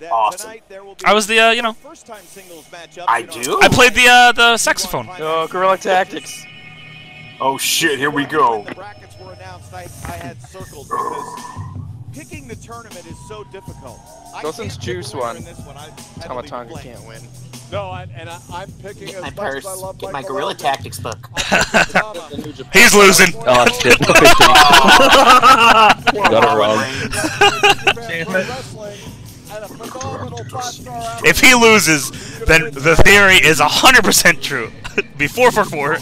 [SPEAKER 12] that
[SPEAKER 4] Awesome.
[SPEAKER 12] Tonight, there will be
[SPEAKER 1] I was the uh, you know,
[SPEAKER 12] first time singles matchup.
[SPEAKER 4] I
[SPEAKER 12] in our-
[SPEAKER 4] do?
[SPEAKER 1] I played the uh, the saxophone.
[SPEAKER 6] No, Gorilla Tactics.
[SPEAKER 4] Oh shit, here we go.
[SPEAKER 12] When the brackets were announced, I, I had circled because picking the tournament is so difficult. I
[SPEAKER 6] Well, since
[SPEAKER 12] can't pick a
[SPEAKER 6] Juice
[SPEAKER 12] winner
[SPEAKER 6] won,
[SPEAKER 12] in this one. I- I believe
[SPEAKER 6] Tamatanga
[SPEAKER 12] blank.
[SPEAKER 6] can't win.
[SPEAKER 5] No, I, and I, I'm picking
[SPEAKER 4] Get
[SPEAKER 5] as
[SPEAKER 4] my
[SPEAKER 5] much as
[SPEAKER 4] purse.
[SPEAKER 5] I love
[SPEAKER 4] Get my
[SPEAKER 5] Michael
[SPEAKER 4] Gorilla
[SPEAKER 5] Elgin.
[SPEAKER 4] Tactics
[SPEAKER 1] *laughs*
[SPEAKER 4] book. *laughs*
[SPEAKER 1] He's losing.
[SPEAKER 9] Oh shit. Got it wrong.
[SPEAKER 1] If he loses, then the theory is 100% true. *laughs* Before for four.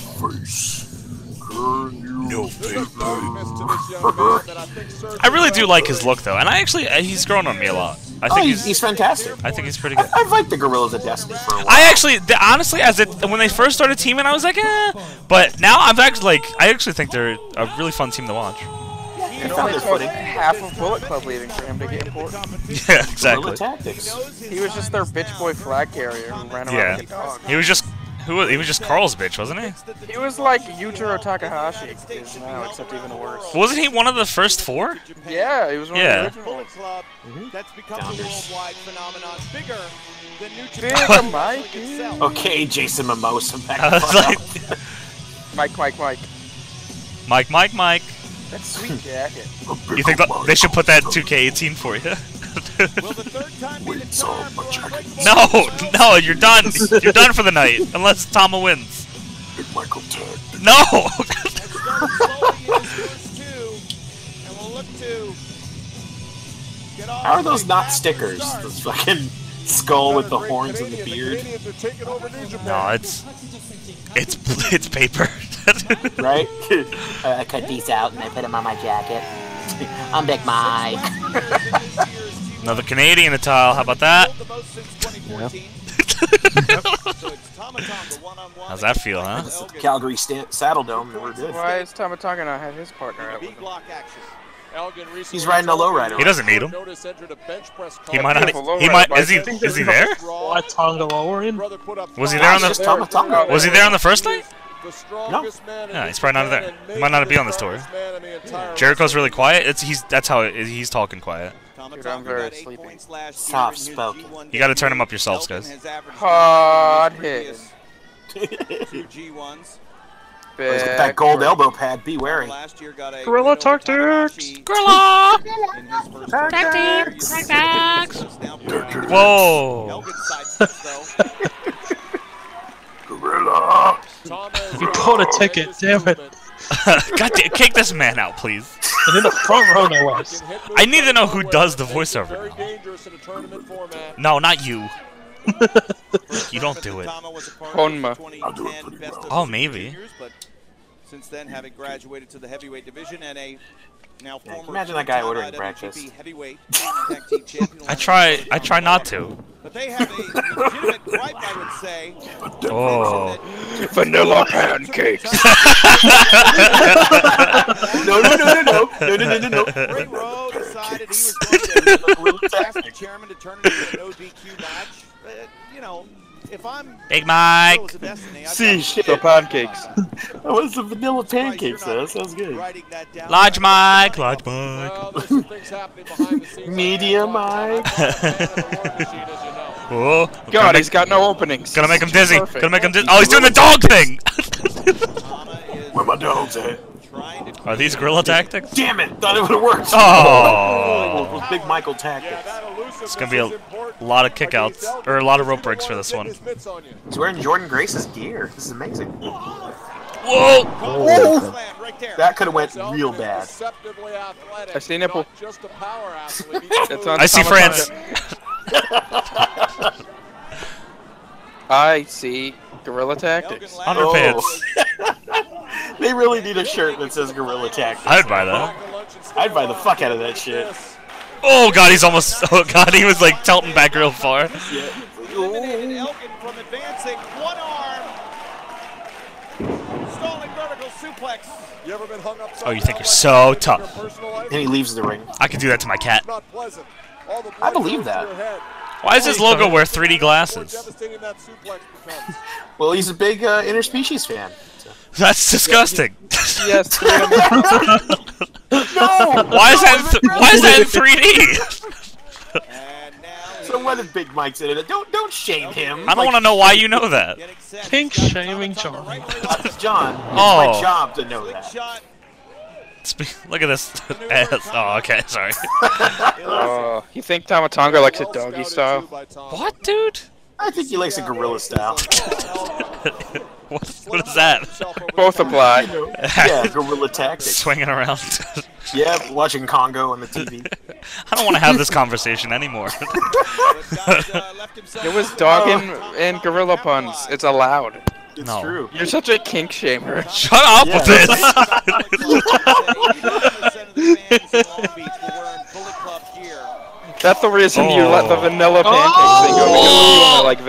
[SPEAKER 1] I really do like his look though, and I actually uh, he's grown on me a lot. I
[SPEAKER 4] Oh,
[SPEAKER 1] think
[SPEAKER 4] he's,
[SPEAKER 1] he's,
[SPEAKER 4] he's fantastic.
[SPEAKER 1] I think he's pretty good.
[SPEAKER 4] I've liked the Gorillas of Destiny for a while.
[SPEAKER 1] I actually, th- honestly, as it when they first started teaming, I was like, eh. But now I'm actually like, I actually think they're a really fun team to watch.
[SPEAKER 4] I found their footing.
[SPEAKER 6] half of Bullet Club leaving for him to get important.
[SPEAKER 1] *laughs* Yeah, exactly.
[SPEAKER 4] Guerrilla Tactics.
[SPEAKER 6] He was just their bitch boy flag carrier who ran around
[SPEAKER 1] Yeah.
[SPEAKER 6] like a dog.
[SPEAKER 1] He was just who? was- He was just Carl's bitch, wasn't he?
[SPEAKER 6] He was like Yujiro Takahashi is now, except even worse.
[SPEAKER 1] Wasn't he one of the first four? *laughs*
[SPEAKER 6] Yeah, he was one
[SPEAKER 1] Yeah.
[SPEAKER 6] of the original
[SPEAKER 12] Bullet
[SPEAKER 6] ones.
[SPEAKER 12] Club,
[SPEAKER 1] Mm-hmm.
[SPEAKER 12] that's become a
[SPEAKER 4] Downers.
[SPEAKER 12] worldwide phenomenon, bigger than New
[SPEAKER 6] Bigger,
[SPEAKER 12] Japan.
[SPEAKER 6] Mike.
[SPEAKER 12] itself.
[SPEAKER 4] Okay, Jason Mimosa back
[SPEAKER 1] I
[SPEAKER 4] the
[SPEAKER 1] was
[SPEAKER 4] fuck
[SPEAKER 1] like,
[SPEAKER 4] up.
[SPEAKER 6] Mike, Mike, Mike.
[SPEAKER 1] Mike, Mike, Mike. *laughs*
[SPEAKER 6] That sweet jacket.
[SPEAKER 1] You think that, they should put that 2K18 for you? *laughs*
[SPEAKER 12] Will the third time be the
[SPEAKER 4] It's all
[SPEAKER 12] charm for
[SPEAKER 4] much
[SPEAKER 12] Unbreakable
[SPEAKER 1] no, no, you're done. You're done for the night, unless Tama wins.
[SPEAKER 4] Michael Tag.
[SPEAKER 1] No.
[SPEAKER 4] How are those not stickers? Those fucking skull with the horns and the beard,
[SPEAKER 1] no, it's it's it's *laughs* paper.
[SPEAKER 4] right? *laughs* Uh, I I cut these out and I put them on my jacket. *laughs* I'm Big Mike.
[SPEAKER 12] *laughs*
[SPEAKER 4] *laughs*
[SPEAKER 1] Another Canadian attire. How about that?
[SPEAKER 9] Yeah.
[SPEAKER 1] How's that feel, huh?
[SPEAKER 4] That's the Calgary sta- Saddle Dome never did.
[SPEAKER 6] Why is Tamatanga not have his partner out with him?
[SPEAKER 5] Elgin recently
[SPEAKER 4] He's riding a lowrider.
[SPEAKER 1] He doesn't need him.
[SPEAKER 5] Notice entered a bench press
[SPEAKER 1] He
[SPEAKER 5] call.
[SPEAKER 1] might not. e-
[SPEAKER 6] Beautiful
[SPEAKER 1] He
[SPEAKER 6] lowrider
[SPEAKER 1] might.
[SPEAKER 6] bike.
[SPEAKER 1] Is he?
[SPEAKER 6] I think
[SPEAKER 1] Is he there?
[SPEAKER 5] Draw.
[SPEAKER 2] Why Tonga lower in?
[SPEAKER 5] Brother put up
[SPEAKER 1] Was he
[SPEAKER 5] five.
[SPEAKER 1] there on the-
[SPEAKER 4] It's just Tama Tonga.
[SPEAKER 1] Was he there on the first night?
[SPEAKER 5] The strongest man in
[SPEAKER 1] Yeah,
[SPEAKER 5] the
[SPEAKER 1] he's probably not
[SPEAKER 5] Japan
[SPEAKER 1] there.
[SPEAKER 5] and
[SPEAKER 1] He
[SPEAKER 5] may
[SPEAKER 1] might not be on
[SPEAKER 5] the
[SPEAKER 1] this tour.
[SPEAKER 5] strongest man in the entire
[SPEAKER 1] Jericho's really quiet. It's he's. That's how it, he's talking quiet.
[SPEAKER 6] Dude, I'm very sleepy.
[SPEAKER 4] Soft spoken.
[SPEAKER 1] You gotta turn him up yourselves, guys.
[SPEAKER 6] Hard hit.
[SPEAKER 3] Two G1s.
[SPEAKER 4] He's got that gold elbow pad. Be wary.
[SPEAKER 3] Last year got a
[SPEAKER 2] Gorilla
[SPEAKER 3] win over
[SPEAKER 2] tactics.
[SPEAKER 3] Tanahashi
[SPEAKER 1] Gorilla.
[SPEAKER 3] in his first tournament.
[SPEAKER 1] Tactics. Tactics.
[SPEAKER 3] This is now Elgin
[SPEAKER 1] Whoa. *laughs*
[SPEAKER 3] sidesteps, though.
[SPEAKER 4] Gorilla.
[SPEAKER 2] He bought a ticket, damn it.
[SPEAKER 1] God damn, kick this man out, please.
[SPEAKER 2] And in the front row, no less.
[SPEAKER 1] I need to know who does the voiceover
[SPEAKER 5] Very
[SPEAKER 1] now.
[SPEAKER 5] dangerous in a tournament format.
[SPEAKER 1] No, not you. You don't do it.
[SPEAKER 3] Tama was a part
[SPEAKER 6] Honma.
[SPEAKER 3] of the 2010 best of
[SPEAKER 1] Oh, maybe.
[SPEAKER 3] juniors, but since then having graduated to the heavyweight division and a now
[SPEAKER 4] Yeah,
[SPEAKER 3] former
[SPEAKER 4] imagine that guy
[SPEAKER 3] two-time
[SPEAKER 4] ordering
[SPEAKER 3] IWGP
[SPEAKER 4] breakfast.
[SPEAKER 3] heavyweight tag team champion
[SPEAKER 1] I try. I try not to.
[SPEAKER 3] But they have a legitimate gripe, I would say.
[SPEAKER 1] Oh.
[SPEAKER 6] Vanilla pancakes. *laughs*
[SPEAKER 4] No, no, no, no, no, no, no,
[SPEAKER 1] *laughs*
[SPEAKER 4] no, no, no.
[SPEAKER 3] Ray Rowe decided he was going to ask the chairman to turn it into an ODQ match. Uh, you know, if I'm
[SPEAKER 1] Big Mike.
[SPEAKER 3] Heroes of
[SPEAKER 1] *laughs*
[SPEAKER 3] Destiny, I've
[SPEAKER 4] See,
[SPEAKER 3] got
[SPEAKER 4] shit.
[SPEAKER 6] So pancakes.
[SPEAKER 4] That was the vanilla *laughs* pancakes,
[SPEAKER 3] You're
[SPEAKER 4] though.
[SPEAKER 3] not
[SPEAKER 4] That sounds good.
[SPEAKER 3] writing that down.
[SPEAKER 1] Lodge Mike. Lodge Mike.
[SPEAKER 5] Well, there's some things happening behind the scenes.
[SPEAKER 4] Media
[SPEAKER 5] I'm
[SPEAKER 4] mic.
[SPEAKER 5] not a fan of the war machine, as you know.
[SPEAKER 1] Oh. gonna
[SPEAKER 6] God,
[SPEAKER 1] make-
[SPEAKER 6] he's got no openings.
[SPEAKER 1] Gonna make him
[SPEAKER 6] This is
[SPEAKER 1] dizzy.
[SPEAKER 6] perfect.
[SPEAKER 1] Gonna make him dizzy. Oh, he's doing the dog thing.
[SPEAKER 3] Tama is
[SPEAKER 4] Where my dogs at?
[SPEAKER 3] trying to
[SPEAKER 1] *laughs* Are these gorilla tactics?
[SPEAKER 4] Damn it! Thought it would have worked.
[SPEAKER 1] Oh.
[SPEAKER 4] *laughs* Those Big Michael tactics.
[SPEAKER 5] Yeah, that elusiveness
[SPEAKER 1] It's gonna be a
[SPEAKER 5] is important
[SPEAKER 1] lot of
[SPEAKER 5] against
[SPEAKER 1] kickouts
[SPEAKER 5] Elgin.
[SPEAKER 1] or a lot of rope
[SPEAKER 5] He's gonna
[SPEAKER 1] breaks for
[SPEAKER 5] wanna
[SPEAKER 1] this
[SPEAKER 5] get
[SPEAKER 1] one.
[SPEAKER 5] his mitts on you.
[SPEAKER 4] He's wearing Jordan Grace's gear. This is amazing.
[SPEAKER 1] Whoa!
[SPEAKER 4] Whoa!
[SPEAKER 3] slam right there.
[SPEAKER 4] Oh. That could have went
[SPEAKER 5] Elgin
[SPEAKER 4] real
[SPEAKER 5] is
[SPEAKER 4] bad.
[SPEAKER 5] deceptively athletic,
[SPEAKER 6] I see nipple.
[SPEAKER 5] not just a power athlete. He
[SPEAKER 6] That's
[SPEAKER 5] moves
[SPEAKER 6] on
[SPEAKER 1] I see
[SPEAKER 6] Tamatanga.
[SPEAKER 1] France.
[SPEAKER 6] *laughs* I see guerrilla tactics.
[SPEAKER 1] Underpants.
[SPEAKER 4] Oh. *laughs* They really need a shirt that says Gorilla Tactics.
[SPEAKER 1] I'd buy that.
[SPEAKER 5] back to lunch and
[SPEAKER 4] I'd buy the
[SPEAKER 5] still
[SPEAKER 4] fuck
[SPEAKER 5] out
[SPEAKER 4] out of that shit.
[SPEAKER 5] this.
[SPEAKER 1] Oh god, he's almost. *laughs* Oh god, he was like tilting back real far.
[SPEAKER 3] Eliminated Elgin from advancing. One arm. Stalling vertical suplex.
[SPEAKER 5] You ever been hung upside
[SPEAKER 1] Oh, you
[SPEAKER 5] down
[SPEAKER 1] think you're
[SPEAKER 5] like
[SPEAKER 1] so
[SPEAKER 5] that in your
[SPEAKER 1] tough.
[SPEAKER 5] personal life?
[SPEAKER 4] And he leaves the ring.
[SPEAKER 1] I could do that to my cat.
[SPEAKER 5] Not pleasant. All the
[SPEAKER 4] I
[SPEAKER 5] blood
[SPEAKER 4] believe
[SPEAKER 5] goes to
[SPEAKER 4] that.
[SPEAKER 5] your head.
[SPEAKER 1] Why does his logo wear 3D
[SPEAKER 5] More
[SPEAKER 1] glasses?
[SPEAKER 5] devastating that suplex becomes.
[SPEAKER 4] Well, he's a big uh, interspecies fan. So.
[SPEAKER 1] That's disgusting. *laughs*
[SPEAKER 6] Yes, three of them.
[SPEAKER 4] No!
[SPEAKER 1] Why is that? in Th- why is that in 3D?
[SPEAKER 3] And now
[SPEAKER 4] so what if Big Mike's in it? Don't don't shame him.
[SPEAKER 1] I don't want to know why you know that.
[SPEAKER 3] getting set.
[SPEAKER 2] Pink
[SPEAKER 3] He's got
[SPEAKER 2] shaming
[SPEAKER 3] Tama Tonga right
[SPEAKER 2] John.
[SPEAKER 3] where he
[SPEAKER 4] *laughs*
[SPEAKER 3] wants
[SPEAKER 4] to uh, John. It's
[SPEAKER 1] Oh.
[SPEAKER 4] my job to know
[SPEAKER 3] it.
[SPEAKER 4] that.
[SPEAKER 3] Shot.
[SPEAKER 1] Spe- Look at this *laughs* ass. Oh, okay, sorry.
[SPEAKER 6] *laughs*
[SPEAKER 1] *laughs*
[SPEAKER 6] Oh, you think Tamatanga likes it doggy style?
[SPEAKER 1] What, dude?
[SPEAKER 4] I think he likes a gorilla
[SPEAKER 1] *laughs*
[SPEAKER 4] style.
[SPEAKER 1] What? What is that?
[SPEAKER 6] Both apply.
[SPEAKER 4] yeah, gorilla tactics.
[SPEAKER 1] Swinging around. *laughs*
[SPEAKER 4] Yeah, watching Congo on the TV.
[SPEAKER 1] I don't want to have
[SPEAKER 6] *laughs*
[SPEAKER 1] this conversation anymore. *laughs*
[SPEAKER 3] uh,
[SPEAKER 5] *laughs*
[SPEAKER 6] It was dog
[SPEAKER 2] Oh.
[SPEAKER 6] and, and gorilla puns. It's allowed.
[SPEAKER 4] It's
[SPEAKER 1] No.
[SPEAKER 4] true.
[SPEAKER 6] You're such a kink shamer. *laughs*
[SPEAKER 1] Shut up with
[SPEAKER 4] Yeah.
[SPEAKER 1] this.
[SPEAKER 6] That's the reason you let the vanilla
[SPEAKER 2] Oh.
[SPEAKER 6] pancakes thing go because you only like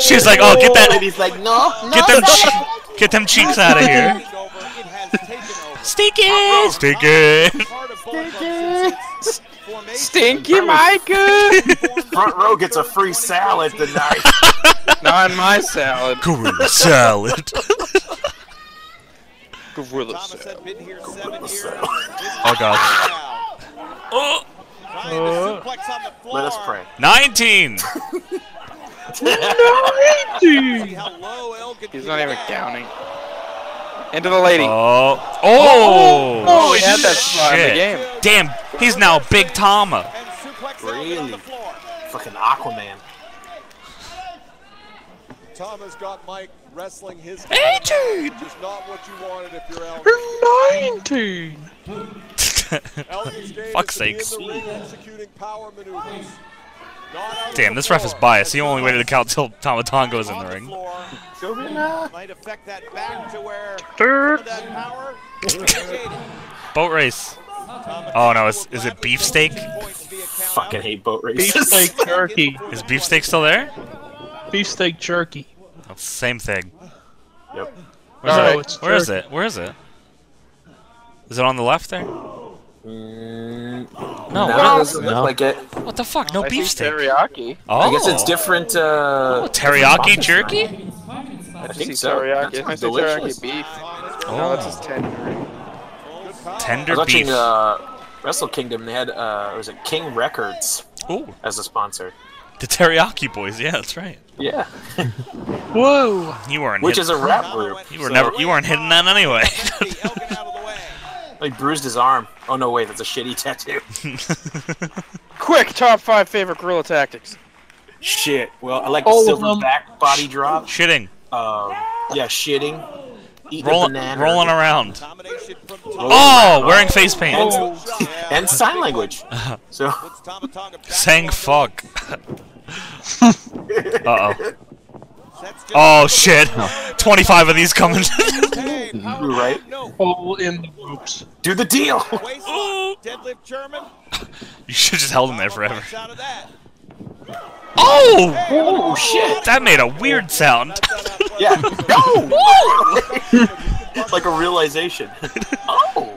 [SPEAKER 1] *laughs* She's like, oh, get
[SPEAKER 4] And
[SPEAKER 1] that,
[SPEAKER 4] he's like, no, no.
[SPEAKER 1] get them, che- get them cheeks out of here. Stink it! Stink it! *laughs*
[SPEAKER 6] Stinky Micah!
[SPEAKER 2] *laughs*
[SPEAKER 4] Front row gets a free salad tonight.
[SPEAKER 6] Not in my salad.
[SPEAKER 1] Gorilla salad. Oh
[SPEAKER 6] Gorilla
[SPEAKER 3] Thomas
[SPEAKER 6] salad.
[SPEAKER 3] had been here seven years.
[SPEAKER 1] Oh god. Oh,
[SPEAKER 3] Trying to suplex on the floor.
[SPEAKER 4] Let us pray.
[SPEAKER 6] *laughs*
[SPEAKER 1] 19!
[SPEAKER 3] See how low Elgin
[SPEAKER 6] He's
[SPEAKER 3] can
[SPEAKER 6] not even
[SPEAKER 3] get.
[SPEAKER 6] counting. Into the lady.
[SPEAKER 1] Oh. Oh!
[SPEAKER 6] Oh, he had that spot in
[SPEAKER 1] shit.
[SPEAKER 6] the game.
[SPEAKER 1] Damn, he's now Big Tama. *laughs*
[SPEAKER 3] And suplex Elgin on the
[SPEAKER 4] Really?
[SPEAKER 3] floor.
[SPEAKER 4] Fucking Aquaman.
[SPEAKER 5] Tom has got Mike wrestling his.
[SPEAKER 1] Eighteen!
[SPEAKER 5] Which is not what you wanted if you're Elgin.
[SPEAKER 2] 19!
[SPEAKER 5] Elgin's game
[SPEAKER 1] Fuck's
[SPEAKER 5] is to be in
[SPEAKER 1] sakes.
[SPEAKER 5] the ring executing power maneuvers. Not on
[SPEAKER 1] Damn,
[SPEAKER 5] the
[SPEAKER 1] this ref is
[SPEAKER 5] floor.
[SPEAKER 1] biased. He only waited to count till Tamatongo's in the
[SPEAKER 3] On the
[SPEAKER 1] ring.
[SPEAKER 3] floor.
[SPEAKER 4] Gorilla.
[SPEAKER 3] Might affect that back to where
[SPEAKER 2] Dirt!
[SPEAKER 3] that power is negated.
[SPEAKER 1] Boat race. Oh no, is, is it beefsteak?
[SPEAKER 3] Points via count out.
[SPEAKER 4] Fucking hate boat races.
[SPEAKER 2] Beefsteak jerky.
[SPEAKER 1] Is beefsteak still there?
[SPEAKER 2] Beefsteak jerky.
[SPEAKER 1] It's the Oh, same thing.
[SPEAKER 4] Yep.
[SPEAKER 1] Where's
[SPEAKER 2] No,
[SPEAKER 1] it?
[SPEAKER 2] it's
[SPEAKER 1] Where is
[SPEAKER 2] jerk.
[SPEAKER 1] it? Where is it? Is it on the left there? No.
[SPEAKER 4] No, it
[SPEAKER 1] What,
[SPEAKER 4] doesn't
[SPEAKER 9] No.
[SPEAKER 4] look like it.
[SPEAKER 1] what the fuck? No
[SPEAKER 6] I
[SPEAKER 1] beef
[SPEAKER 6] think
[SPEAKER 1] steak.
[SPEAKER 6] Teriyaki.
[SPEAKER 1] Oh.
[SPEAKER 4] I guess it's different. Uh,
[SPEAKER 1] Teriyaki jerky?
[SPEAKER 4] I
[SPEAKER 6] I see
[SPEAKER 4] think so. That
[SPEAKER 6] teriyaki. I
[SPEAKER 4] sounds
[SPEAKER 6] see
[SPEAKER 4] delicious.
[SPEAKER 6] teriyaki beef. No, it's
[SPEAKER 1] Oh.
[SPEAKER 6] just tender.
[SPEAKER 4] I was
[SPEAKER 1] Tender beef.
[SPEAKER 4] watching uh, Wrestle Kingdom. They had uh, was it King Records
[SPEAKER 1] Ooh,
[SPEAKER 4] as a sponsor.
[SPEAKER 1] the teriyaki boys. Yeah, that's right.
[SPEAKER 4] Yeah,
[SPEAKER 2] Whoa!
[SPEAKER 1] You weren't.
[SPEAKER 4] *laughs* which
[SPEAKER 1] hid-
[SPEAKER 4] is a rap group.
[SPEAKER 1] you were
[SPEAKER 4] so-
[SPEAKER 1] never. You weren't hitting that
[SPEAKER 4] *laughs*
[SPEAKER 1] anyway. *laughs*
[SPEAKER 4] He bruised his arm. Oh no, wait, that's a shitty tattoo.
[SPEAKER 6] Quick, top five favorite gorilla tactics.
[SPEAKER 4] Shit. Well, I like the
[SPEAKER 9] All of
[SPEAKER 4] silver
[SPEAKER 9] them.
[SPEAKER 4] back body drop.
[SPEAKER 1] Shitting,
[SPEAKER 4] Um, yeah, shitting. Eating a
[SPEAKER 1] rolling,
[SPEAKER 4] banana.
[SPEAKER 1] rolling around.
[SPEAKER 12] Combination from
[SPEAKER 1] Oh, wearing face paint.
[SPEAKER 4] *laughs* And sign language.
[SPEAKER 1] *laughs*
[SPEAKER 4] So
[SPEAKER 1] Saying fuck. uh oh. Oh shit. 25 of these coming. *laughs*
[SPEAKER 4] you right.
[SPEAKER 2] All in the ropes.
[SPEAKER 4] Do the deal. *laughs*
[SPEAKER 1] Ooh.
[SPEAKER 12] Deadlift German.
[SPEAKER 1] you should just held them there forever.
[SPEAKER 12] Pops Out of that.
[SPEAKER 1] Oh!
[SPEAKER 4] Oh shit.
[SPEAKER 1] That made a weird sound.
[SPEAKER 4] *laughs* Yeah. No. like a
[SPEAKER 1] *laughs*
[SPEAKER 4] realization. oh.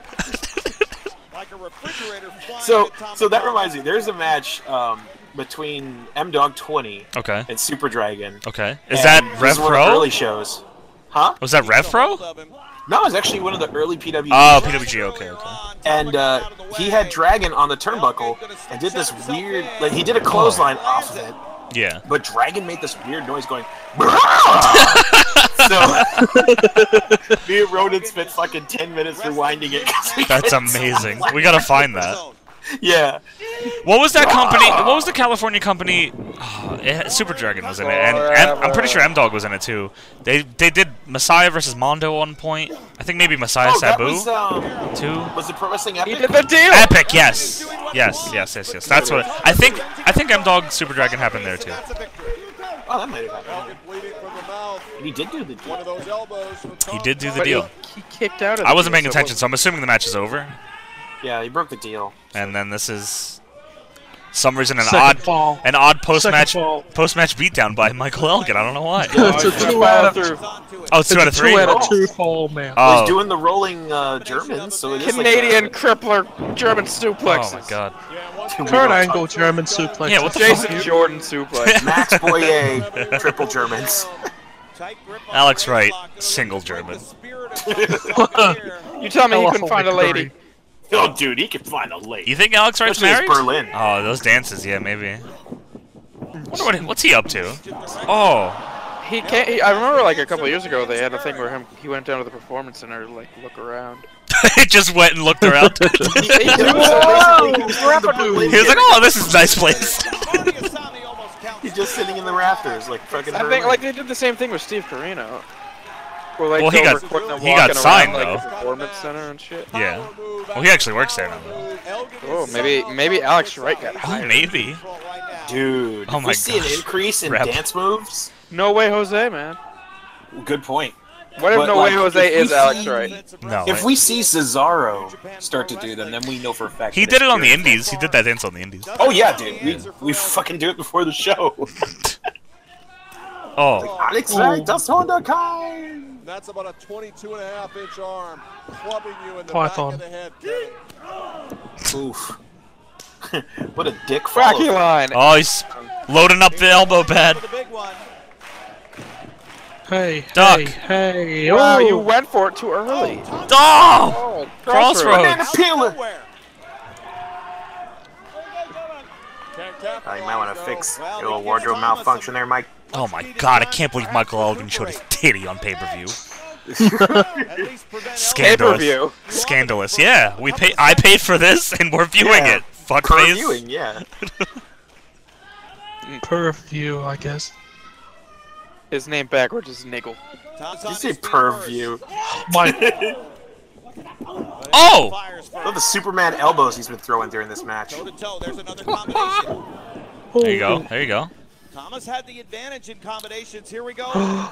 [SPEAKER 12] Like a refrigerator flying
[SPEAKER 4] So
[SPEAKER 12] at Tommy
[SPEAKER 4] so that
[SPEAKER 12] Boy.
[SPEAKER 4] reminds me. There's a match um, between M Dog 20
[SPEAKER 1] Okay.
[SPEAKER 4] and Super Dragon.
[SPEAKER 1] Okay. Is
[SPEAKER 4] And
[SPEAKER 1] that
[SPEAKER 4] this
[SPEAKER 1] Rev
[SPEAKER 4] is one of the
[SPEAKER 1] Pro?
[SPEAKER 4] early shows. Huh?
[SPEAKER 1] Was that Rev Pro?
[SPEAKER 12] Hold of him.
[SPEAKER 4] No, it's actually one of the early PW.
[SPEAKER 1] Oh, PWG. Okay, okay.
[SPEAKER 4] and uh, he had Dragon on the turnbuckle and did this weird, like he did a clothesline off of it,
[SPEAKER 1] Yeah.
[SPEAKER 4] but Dragon made this weird noise going. "Brah!" *laughs* so *laughs* me and Ronan spent fucking ten minutes rewinding it. *laughs* 'cause we
[SPEAKER 1] That's
[SPEAKER 4] couldn't
[SPEAKER 1] amazing.
[SPEAKER 4] stop
[SPEAKER 1] We gotta find that.
[SPEAKER 4] laughing. Yeah,
[SPEAKER 1] What was that company? What was the California company? Ah, it had- Super Dragon was in it, and, and I'm pretty sure M Dog was in it too. They they did Messiah versus Mondo one point. I think maybe Messiah
[SPEAKER 4] oh, that
[SPEAKER 1] Sabu
[SPEAKER 4] was um,
[SPEAKER 1] too.
[SPEAKER 4] was the pro wrestling
[SPEAKER 6] He
[SPEAKER 4] epic.
[SPEAKER 6] did the deal.
[SPEAKER 1] Epic, yes, yes, yes, yes, yes. That's what I think. I think M Dog Super Dragon happened there too.
[SPEAKER 12] That's a victory.
[SPEAKER 4] Oh, that might have happened.
[SPEAKER 12] Elgin bleeding from the mouth.
[SPEAKER 4] And he did do the
[SPEAKER 12] One of
[SPEAKER 4] deal.
[SPEAKER 12] those elbows. From
[SPEAKER 1] He did do the
[SPEAKER 6] But he-
[SPEAKER 1] deal.
[SPEAKER 6] He, kicked out of.
[SPEAKER 1] I
[SPEAKER 6] the
[SPEAKER 1] wasn't
[SPEAKER 6] deal,
[SPEAKER 1] paying
[SPEAKER 6] so it
[SPEAKER 1] attention, so I'm assuming the match is over.
[SPEAKER 4] Yeah, he broke the deal.
[SPEAKER 1] And then this is some reason an
[SPEAKER 2] Second
[SPEAKER 1] odd
[SPEAKER 2] fall.
[SPEAKER 1] an odd post match
[SPEAKER 2] Second fall.
[SPEAKER 1] post match beatdown by Michael Elgin. I don't know why.
[SPEAKER 2] it's a two out of
[SPEAKER 6] wasn't-
[SPEAKER 1] Oh, it's two out
[SPEAKER 2] it's a
[SPEAKER 1] of three.
[SPEAKER 2] two out of two fall man.
[SPEAKER 4] Well, he's
[SPEAKER 1] Oh,
[SPEAKER 4] doing the rolling uh, German, so it is
[SPEAKER 6] Canadian
[SPEAKER 4] Like
[SPEAKER 6] crippler German suplex.
[SPEAKER 1] oh my god.
[SPEAKER 4] a,
[SPEAKER 2] Kurt Angle German suplex.
[SPEAKER 1] Oh. Yeah, what the fuck?
[SPEAKER 6] Jason Jordan *laughs* suplex.
[SPEAKER 4] Max Boyer,
[SPEAKER 6] *laughs*
[SPEAKER 4] triple Germans.
[SPEAKER 1] Alex Wright, single German.
[SPEAKER 6] You tell me you can find a
[SPEAKER 2] Hellhole
[SPEAKER 6] lady.
[SPEAKER 4] Oh, dude, he can find a lady.
[SPEAKER 1] You think Alex Wright's
[SPEAKER 4] Especially
[SPEAKER 1] married?
[SPEAKER 4] it's Berlin.
[SPEAKER 1] Oh, those dances. Yeah, maybe. Wonder what, what's he up to? Oh, *laughs*
[SPEAKER 6] He can't. He, I remember like a couple years ago they had a thing where him he went down to the performance center to like look around.
[SPEAKER 1] it just went and looked around. he
[SPEAKER 6] *laughs* He- he-
[SPEAKER 1] was like, "Oh, this is a nice place."
[SPEAKER 4] *laughs*
[SPEAKER 1] *laughs*
[SPEAKER 4] He's just sitting in the rafters, like fucking.
[SPEAKER 6] I think like they did the same thing with Steve Carino. Where, like,
[SPEAKER 1] Well, he
[SPEAKER 6] they
[SPEAKER 1] got-
[SPEAKER 6] were putting him
[SPEAKER 1] he got
[SPEAKER 6] walking around,
[SPEAKER 1] signed,
[SPEAKER 6] like,
[SPEAKER 1] though.
[SPEAKER 6] the performance center and shit.
[SPEAKER 1] yeah. Well, he actually works there now. though.
[SPEAKER 6] Oh, maybe maybe Alex Wright got
[SPEAKER 1] Oh,
[SPEAKER 6] hired.
[SPEAKER 1] maybe.
[SPEAKER 4] dude.
[SPEAKER 1] Oh
[SPEAKER 4] if
[SPEAKER 1] my
[SPEAKER 4] we see an
[SPEAKER 1] gosh.
[SPEAKER 4] increase in
[SPEAKER 1] Rep.
[SPEAKER 4] dance moves.
[SPEAKER 6] No way, Jose, man.
[SPEAKER 4] Good point.
[SPEAKER 6] What if
[SPEAKER 4] But,
[SPEAKER 6] No
[SPEAKER 4] like,
[SPEAKER 6] Way
[SPEAKER 4] if
[SPEAKER 6] Jose
[SPEAKER 4] we
[SPEAKER 6] is Alex
[SPEAKER 4] see-
[SPEAKER 6] Wright?
[SPEAKER 1] No.
[SPEAKER 4] If we see Cesaro start to do them, then we know for a fact.
[SPEAKER 1] he
[SPEAKER 4] that
[SPEAKER 1] did it
[SPEAKER 4] it's
[SPEAKER 1] on the
[SPEAKER 4] serious.
[SPEAKER 1] Indies. He did that dance on the Indies.
[SPEAKER 4] Oh yeah, dude. We we fucking do it before the show.
[SPEAKER 1] Oh,
[SPEAKER 4] *laughs* Alex Wright, that's Honda Kai.
[SPEAKER 12] That's about a 22 and a half inch arm clubbing you in the
[SPEAKER 2] Python.
[SPEAKER 12] back of the head. Kevin.
[SPEAKER 4] Oof. *laughs* what a dick
[SPEAKER 6] Rocky
[SPEAKER 4] follow.
[SPEAKER 6] line.
[SPEAKER 1] oh, he's loading up the elbow pad.
[SPEAKER 12] For the big one.
[SPEAKER 2] Hey,
[SPEAKER 1] Duck.
[SPEAKER 2] hey, hey!
[SPEAKER 6] Wow,
[SPEAKER 2] oh,
[SPEAKER 6] you went for it too early.
[SPEAKER 1] Oh,
[SPEAKER 6] Oh,
[SPEAKER 1] Crossroads.
[SPEAKER 4] Banana peeler.
[SPEAKER 12] Nowhere. Can't
[SPEAKER 4] Uh,
[SPEAKER 12] capitalize,
[SPEAKER 4] you might want to
[SPEAKER 12] though.
[SPEAKER 4] fix
[SPEAKER 12] Well,
[SPEAKER 4] your
[SPEAKER 12] they
[SPEAKER 4] little
[SPEAKER 12] give
[SPEAKER 4] wardrobe
[SPEAKER 12] Thomas a
[SPEAKER 4] malfunction there, Mike.
[SPEAKER 1] Oh my god, I can't believe Michael Elgin showed his titty on pay per view.
[SPEAKER 12] At least prevent
[SPEAKER 6] Pay per
[SPEAKER 1] Scandalous.
[SPEAKER 6] view.
[SPEAKER 1] Scandalous. Yeah, we pay. I paid for this, and we're viewing
[SPEAKER 4] Yeah.
[SPEAKER 1] it. Fuck
[SPEAKER 4] Per
[SPEAKER 1] face.
[SPEAKER 4] viewing, yeah.
[SPEAKER 2] Purview, I guess.
[SPEAKER 6] His name backwards is Niggle.
[SPEAKER 12] El- Thomas
[SPEAKER 4] You
[SPEAKER 12] on
[SPEAKER 4] say
[SPEAKER 12] his feet
[SPEAKER 4] per
[SPEAKER 12] first.
[SPEAKER 4] view.
[SPEAKER 2] My
[SPEAKER 1] Oh,
[SPEAKER 12] Fires
[SPEAKER 4] Look at
[SPEAKER 12] first.
[SPEAKER 4] the Superman elbows he's been throwing during this match.
[SPEAKER 12] Toe to toe, there's
[SPEAKER 4] *laughs*
[SPEAKER 12] another combination.
[SPEAKER 1] there you go. There you go.
[SPEAKER 12] Thomas had the advantage in combinations. Here we
[SPEAKER 4] *gasps*
[SPEAKER 12] go.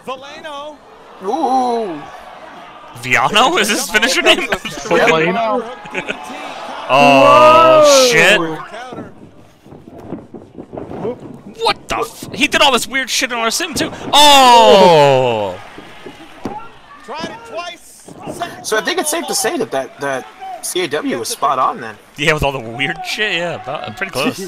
[SPEAKER 12] Valeno.
[SPEAKER 4] Ooh.
[SPEAKER 1] Viano is his finisher name. *laughs*
[SPEAKER 2] Valeno.
[SPEAKER 12] Hook DDT.
[SPEAKER 1] oh shit!
[SPEAKER 12] Counter.
[SPEAKER 1] What the f- He did all this weird shit on our sim, too. Oh!
[SPEAKER 3] Tried it twice.
[SPEAKER 4] So I think it's safe to say that that, that CAW was spot on then.
[SPEAKER 1] Yeah, with all the weird shit, yeah. About, pretty close.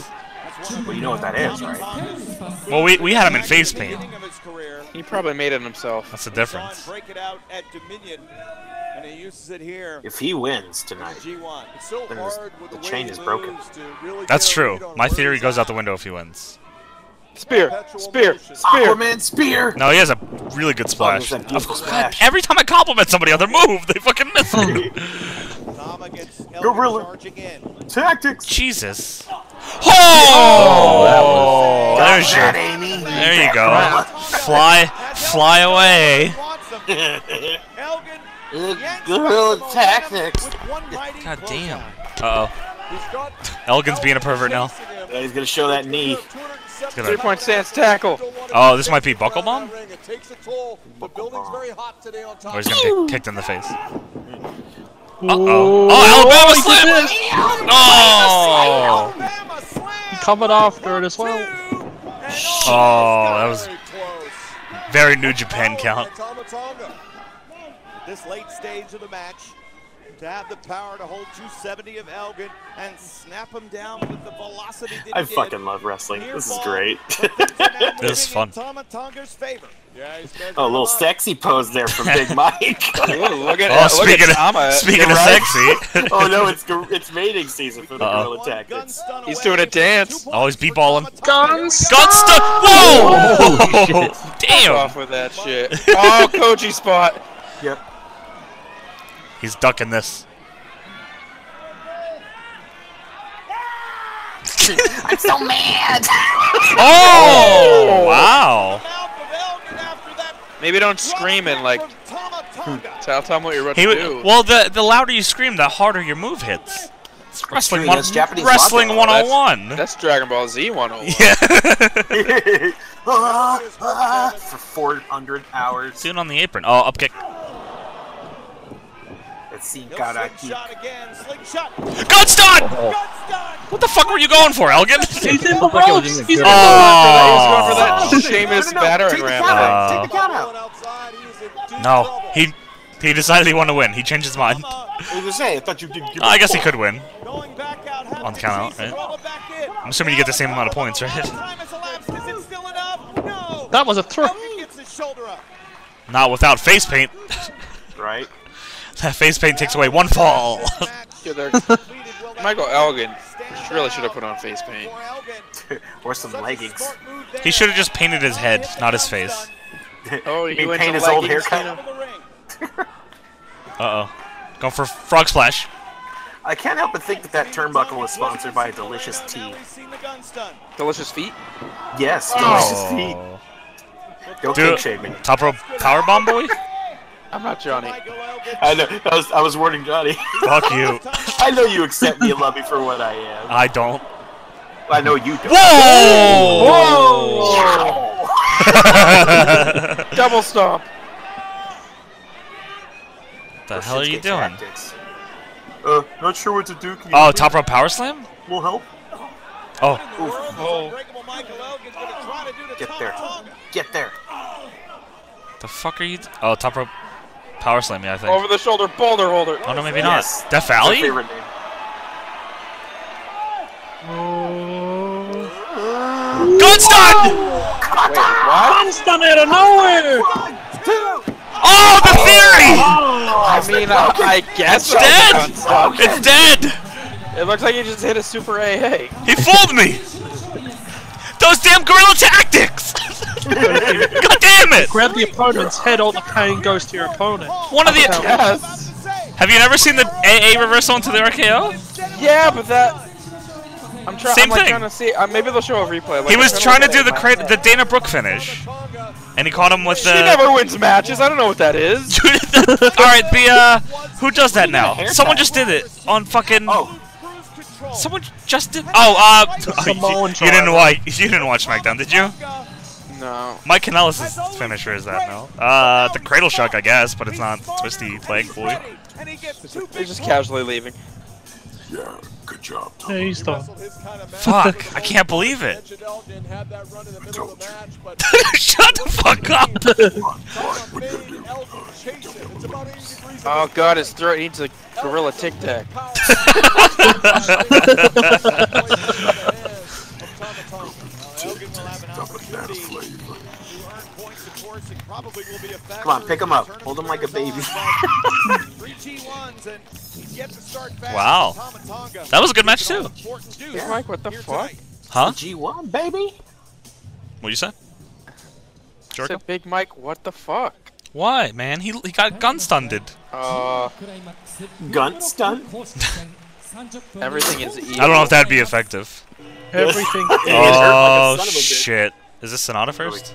[SPEAKER 4] Well, you know what that is, right?
[SPEAKER 1] well, we, we had him in face paint.
[SPEAKER 3] Beginning of his career,
[SPEAKER 6] He probably made it himself.
[SPEAKER 1] That's the
[SPEAKER 3] Don
[SPEAKER 1] difference.
[SPEAKER 3] break it out at Dominion, and he uses it here.
[SPEAKER 4] If he wins tonight,
[SPEAKER 3] G1. It's so
[SPEAKER 4] Then this-
[SPEAKER 3] hard with
[SPEAKER 4] the
[SPEAKER 3] way
[SPEAKER 4] chain
[SPEAKER 3] he
[SPEAKER 4] is broken.
[SPEAKER 3] moves to really
[SPEAKER 1] That's
[SPEAKER 3] get a
[SPEAKER 1] true.
[SPEAKER 3] read on
[SPEAKER 1] My
[SPEAKER 3] where
[SPEAKER 1] theory
[SPEAKER 3] he's
[SPEAKER 1] goes out
[SPEAKER 3] at.
[SPEAKER 1] the window if he wins.
[SPEAKER 6] Spear, spear, spear.
[SPEAKER 4] Aquaman spear.
[SPEAKER 1] No, he has a really good splash.
[SPEAKER 4] there's that
[SPEAKER 1] Of
[SPEAKER 4] beautiful
[SPEAKER 1] course, God,
[SPEAKER 4] splash.
[SPEAKER 1] every time I compliment somebody on their move, they fucking miss it.
[SPEAKER 3] Tama gets Elgin
[SPEAKER 4] Gorilla.
[SPEAKER 3] charging in.
[SPEAKER 4] Tactics.
[SPEAKER 1] Jesus. Oh!
[SPEAKER 4] Got
[SPEAKER 1] There's
[SPEAKER 4] that,
[SPEAKER 1] your.
[SPEAKER 4] Amy.
[SPEAKER 1] There you go. Fly, fly away.
[SPEAKER 3] Wants him. Elgin yanks him
[SPEAKER 4] Gorilla
[SPEAKER 3] momentum
[SPEAKER 4] tactics.
[SPEAKER 3] With one mighty
[SPEAKER 1] God
[SPEAKER 3] close
[SPEAKER 1] damn.
[SPEAKER 3] eye.
[SPEAKER 1] Uh oh.
[SPEAKER 3] He's got
[SPEAKER 1] Elgin's being a pervert now.
[SPEAKER 3] chasing him.
[SPEAKER 4] Yeah, he's gonna show that knee.
[SPEAKER 1] gonna-
[SPEAKER 6] Three point stance tackle.
[SPEAKER 1] Oh, this might be Buckle Bomb?
[SPEAKER 3] It takes a toll. The building's very hot today on top.
[SPEAKER 1] Or Oh, he's gonna get kicked in the face. Uh oh. Oh, Alabama slam! Oh!
[SPEAKER 3] Alabama slam.
[SPEAKER 2] Coming after it as well.
[SPEAKER 1] Oh, that was very New Japan count.
[SPEAKER 3] At Oh, This late stage of the match, to have the power to hold 270 of Elgin and snap him down with the velocity that he
[SPEAKER 4] I
[SPEAKER 3] did.
[SPEAKER 4] fucking love wrestling. This is great. *laughs*
[SPEAKER 1] This is fun.
[SPEAKER 3] Tama Tonga's favor. Yeah, he's
[SPEAKER 4] oh, a little sexy pose there
[SPEAKER 1] *laughs*
[SPEAKER 4] from Big Mike.
[SPEAKER 6] Ooh, look at,
[SPEAKER 1] Oh,
[SPEAKER 6] look
[SPEAKER 1] speaking
[SPEAKER 6] at Tama.
[SPEAKER 1] of, *laughs* speaking of
[SPEAKER 4] right?
[SPEAKER 6] *laughs*
[SPEAKER 1] sexy.
[SPEAKER 4] oh no, it's gor- it's mating season for the
[SPEAKER 1] Uh-oh.
[SPEAKER 4] gorilla tactics.
[SPEAKER 6] He's doing a dance.
[SPEAKER 1] Oh, he's beatballing.
[SPEAKER 3] Guns.
[SPEAKER 1] Gunsta! Whoa!
[SPEAKER 9] Holy
[SPEAKER 1] Damn!
[SPEAKER 6] off with that shit. Oh, Koji spot.
[SPEAKER 4] Yep.
[SPEAKER 1] He's ducking this.
[SPEAKER 4] I'm so mad. *laughs*
[SPEAKER 1] Oh! Wow!
[SPEAKER 6] Maybe don't scream
[SPEAKER 3] *laughs*
[SPEAKER 6] and like Hmm. tell tell 'em what you're about
[SPEAKER 1] He
[SPEAKER 6] to
[SPEAKER 1] would,
[SPEAKER 6] do.
[SPEAKER 1] well, the the louder you scream, the harder your move hits. It's wrestling
[SPEAKER 4] true,
[SPEAKER 1] one,
[SPEAKER 4] that's Japanese
[SPEAKER 1] wrestling
[SPEAKER 4] logic.
[SPEAKER 1] one
[SPEAKER 6] That's-
[SPEAKER 1] on one.
[SPEAKER 6] That's Dragon Ball Z 101.
[SPEAKER 1] *laughs*
[SPEAKER 6] *laughs*
[SPEAKER 1] Yeah. *laughs*
[SPEAKER 4] Ah, ah, *laughs* for 400 hours.
[SPEAKER 1] Soon on the apron. Oh, up kick.
[SPEAKER 4] Let's see, gotta keep.
[SPEAKER 3] again. Slingshot.
[SPEAKER 1] Gunstun!
[SPEAKER 3] Oh. Gunstun.
[SPEAKER 1] What the fuck were you going for,
[SPEAKER 6] *laughs*
[SPEAKER 1] Elgin?
[SPEAKER 9] He's in the ropes. He's in the
[SPEAKER 1] Oh.
[SPEAKER 6] He's going for that Sheamus battering
[SPEAKER 4] Take the
[SPEAKER 6] ram.
[SPEAKER 4] count out,
[SPEAKER 1] Oh.
[SPEAKER 4] Take the count out.
[SPEAKER 1] No, he he decided he wanted to win. He changed his mind.
[SPEAKER 4] I was gonna say, I thought you didn't give
[SPEAKER 1] Oh, I guess he could win.
[SPEAKER 3] Going back out,
[SPEAKER 1] On
[SPEAKER 3] on
[SPEAKER 1] the count out,
[SPEAKER 3] count out,
[SPEAKER 1] right?
[SPEAKER 3] right?
[SPEAKER 1] I'm assuming you get the same amount of points, right?
[SPEAKER 3] Time has elapsed. Is it still enough? No.
[SPEAKER 2] That was a throw.
[SPEAKER 3] Elgin gets his shoulder up.
[SPEAKER 1] Not without face paint.
[SPEAKER 4] *laughs*
[SPEAKER 1] *laughs*
[SPEAKER 4] Right? *laughs*
[SPEAKER 1] that face paint takes away one fall. *laughs*
[SPEAKER 6] Yeah, they're- Michael Elgin really should have put on face paint.
[SPEAKER 4] Or some leggings.
[SPEAKER 1] he should have just painted his head, not his face.
[SPEAKER 6] Oh,
[SPEAKER 4] You
[SPEAKER 6] he
[SPEAKER 4] mean
[SPEAKER 6] went
[SPEAKER 4] paint
[SPEAKER 6] to
[SPEAKER 4] his old
[SPEAKER 6] leggings,
[SPEAKER 4] haircut?
[SPEAKER 6] you know?
[SPEAKER 1] Uh oh. Going for frog splash.
[SPEAKER 4] I can't help but think that that turnbuckle was sponsored by a delicious tea.
[SPEAKER 6] Delicious feet.
[SPEAKER 4] Yes, delicious
[SPEAKER 1] Oh.
[SPEAKER 4] tea. Go
[SPEAKER 1] Do
[SPEAKER 4] King
[SPEAKER 1] it.
[SPEAKER 4] shaming.
[SPEAKER 1] Top rope power bomb boy.
[SPEAKER 6] I'm not Johnny.
[SPEAKER 4] *laughs* I know. I was, I was warning Johnny. *laughs*
[SPEAKER 1] Fuck you.
[SPEAKER 4] I know you accept me and love me for what I am.
[SPEAKER 1] I don't.
[SPEAKER 4] I know you do.
[SPEAKER 1] Oh! Whoa!
[SPEAKER 6] Double stomp.
[SPEAKER 1] the hell are you doing?
[SPEAKER 4] Tactics. Uh, not sure what to do. Can you
[SPEAKER 1] Oh, top rope power slam?
[SPEAKER 4] will help?
[SPEAKER 1] Oh,
[SPEAKER 4] Get there. Get there.
[SPEAKER 1] the fuck are you? d- oh, top rope power slam. Yeah, I think.
[SPEAKER 6] Over the shoulder boulder holder.
[SPEAKER 1] Oh no, maybe
[SPEAKER 4] Yes.
[SPEAKER 1] not. Death
[SPEAKER 4] My
[SPEAKER 1] Valley.
[SPEAKER 4] favorite name.
[SPEAKER 1] Gunstun!
[SPEAKER 6] Wait, what?
[SPEAKER 9] Done out of nowhere.
[SPEAKER 1] Oh, the theory!
[SPEAKER 6] I mean, I, I guess it's
[SPEAKER 1] Dead!
[SPEAKER 6] stomp.
[SPEAKER 1] It's dead.
[SPEAKER 6] It looks like he just hit a super AA.
[SPEAKER 1] He fooled me. Those damn guerrilla tactics. *laughs* God damn it!
[SPEAKER 2] Grab the opponent's head, all the pain goes to your opponent.
[SPEAKER 1] One of the.
[SPEAKER 6] *laughs* Yes.
[SPEAKER 1] Have you never seen the AA reversal into the RKO?
[SPEAKER 6] Yeah, but that. I'm trying.
[SPEAKER 1] Same
[SPEAKER 6] I'm like
[SPEAKER 1] thing.
[SPEAKER 6] trying to see. Uh, maybe they'll show a replay. Like,
[SPEAKER 1] He
[SPEAKER 6] I'm
[SPEAKER 1] was trying to
[SPEAKER 6] look
[SPEAKER 1] do
[SPEAKER 6] at
[SPEAKER 1] the
[SPEAKER 6] it *laughs*
[SPEAKER 1] cra- uh,
[SPEAKER 6] myself.
[SPEAKER 1] the Dana Brooke finish, and he caught him with the. *laughs*
[SPEAKER 6] She never wins matches. I don't know what that is.
[SPEAKER 1] All right, the uh, who does that now? Someone just did it on fucking.
[SPEAKER 4] Oh,
[SPEAKER 1] Someone just did. Oh, uh, *laughs* you,
[SPEAKER 2] Samoan
[SPEAKER 1] you didn't watch. You didn't watch SmackDown, did you?
[SPEAKER 6] No.
[SPEAKER 1] Mike Kanellis' finisher is that now? Uh, the cradle shock, I guess, but it's not twisty leg boy.
[SPEAKER 6] They're just casually leaving.
[SPEAKER 4] yeah. Good job, Tom.
[SPEAKER 2] Yeah, he's done.
[SPEAKER 1] Fuck, I can't believe it.
[SPEAKER 4] told you.
[SPEAKER 1] *laughs* Shut the fuck up!
[SPEAKER 6] Oh god, his throat needs a gorilla tic tac.
[SPEAKER 4] Come on, pick him up. Hold him like a baby.
[SPEAKER 1] Wow. That was a good match too.
[SPEAKER 6] Mike, what the fuck?
[SPEAKER 1] *laughs* Huh?
[SPEAKER 4] G1, baby.
[SPEAKER 1] What you say?
[SPEAKER 6] It's a
[SPEAKER 1] Jericho?
[SPEAKER 6] big Mike, what the fuck?
[SPEAKER 1] Why, man? He he got gun stunned.
[SPEAKER 6] Uh,
[SPEAKER 8] クライマックス
[SPEAKER 4] Gun stun?
[SPEAKER 8] 公式戦30分
[SPEAKER 6] everything is easy.
[SPEAKER 1] I don't know if that'd be effective. *laughs*
[SPEAKER 2] Everything.
[SPEAKER 1] Oh
[SPEAKER 4] like a son of a bitch.
[SPEAKER 1] shit! Is this Sonata first?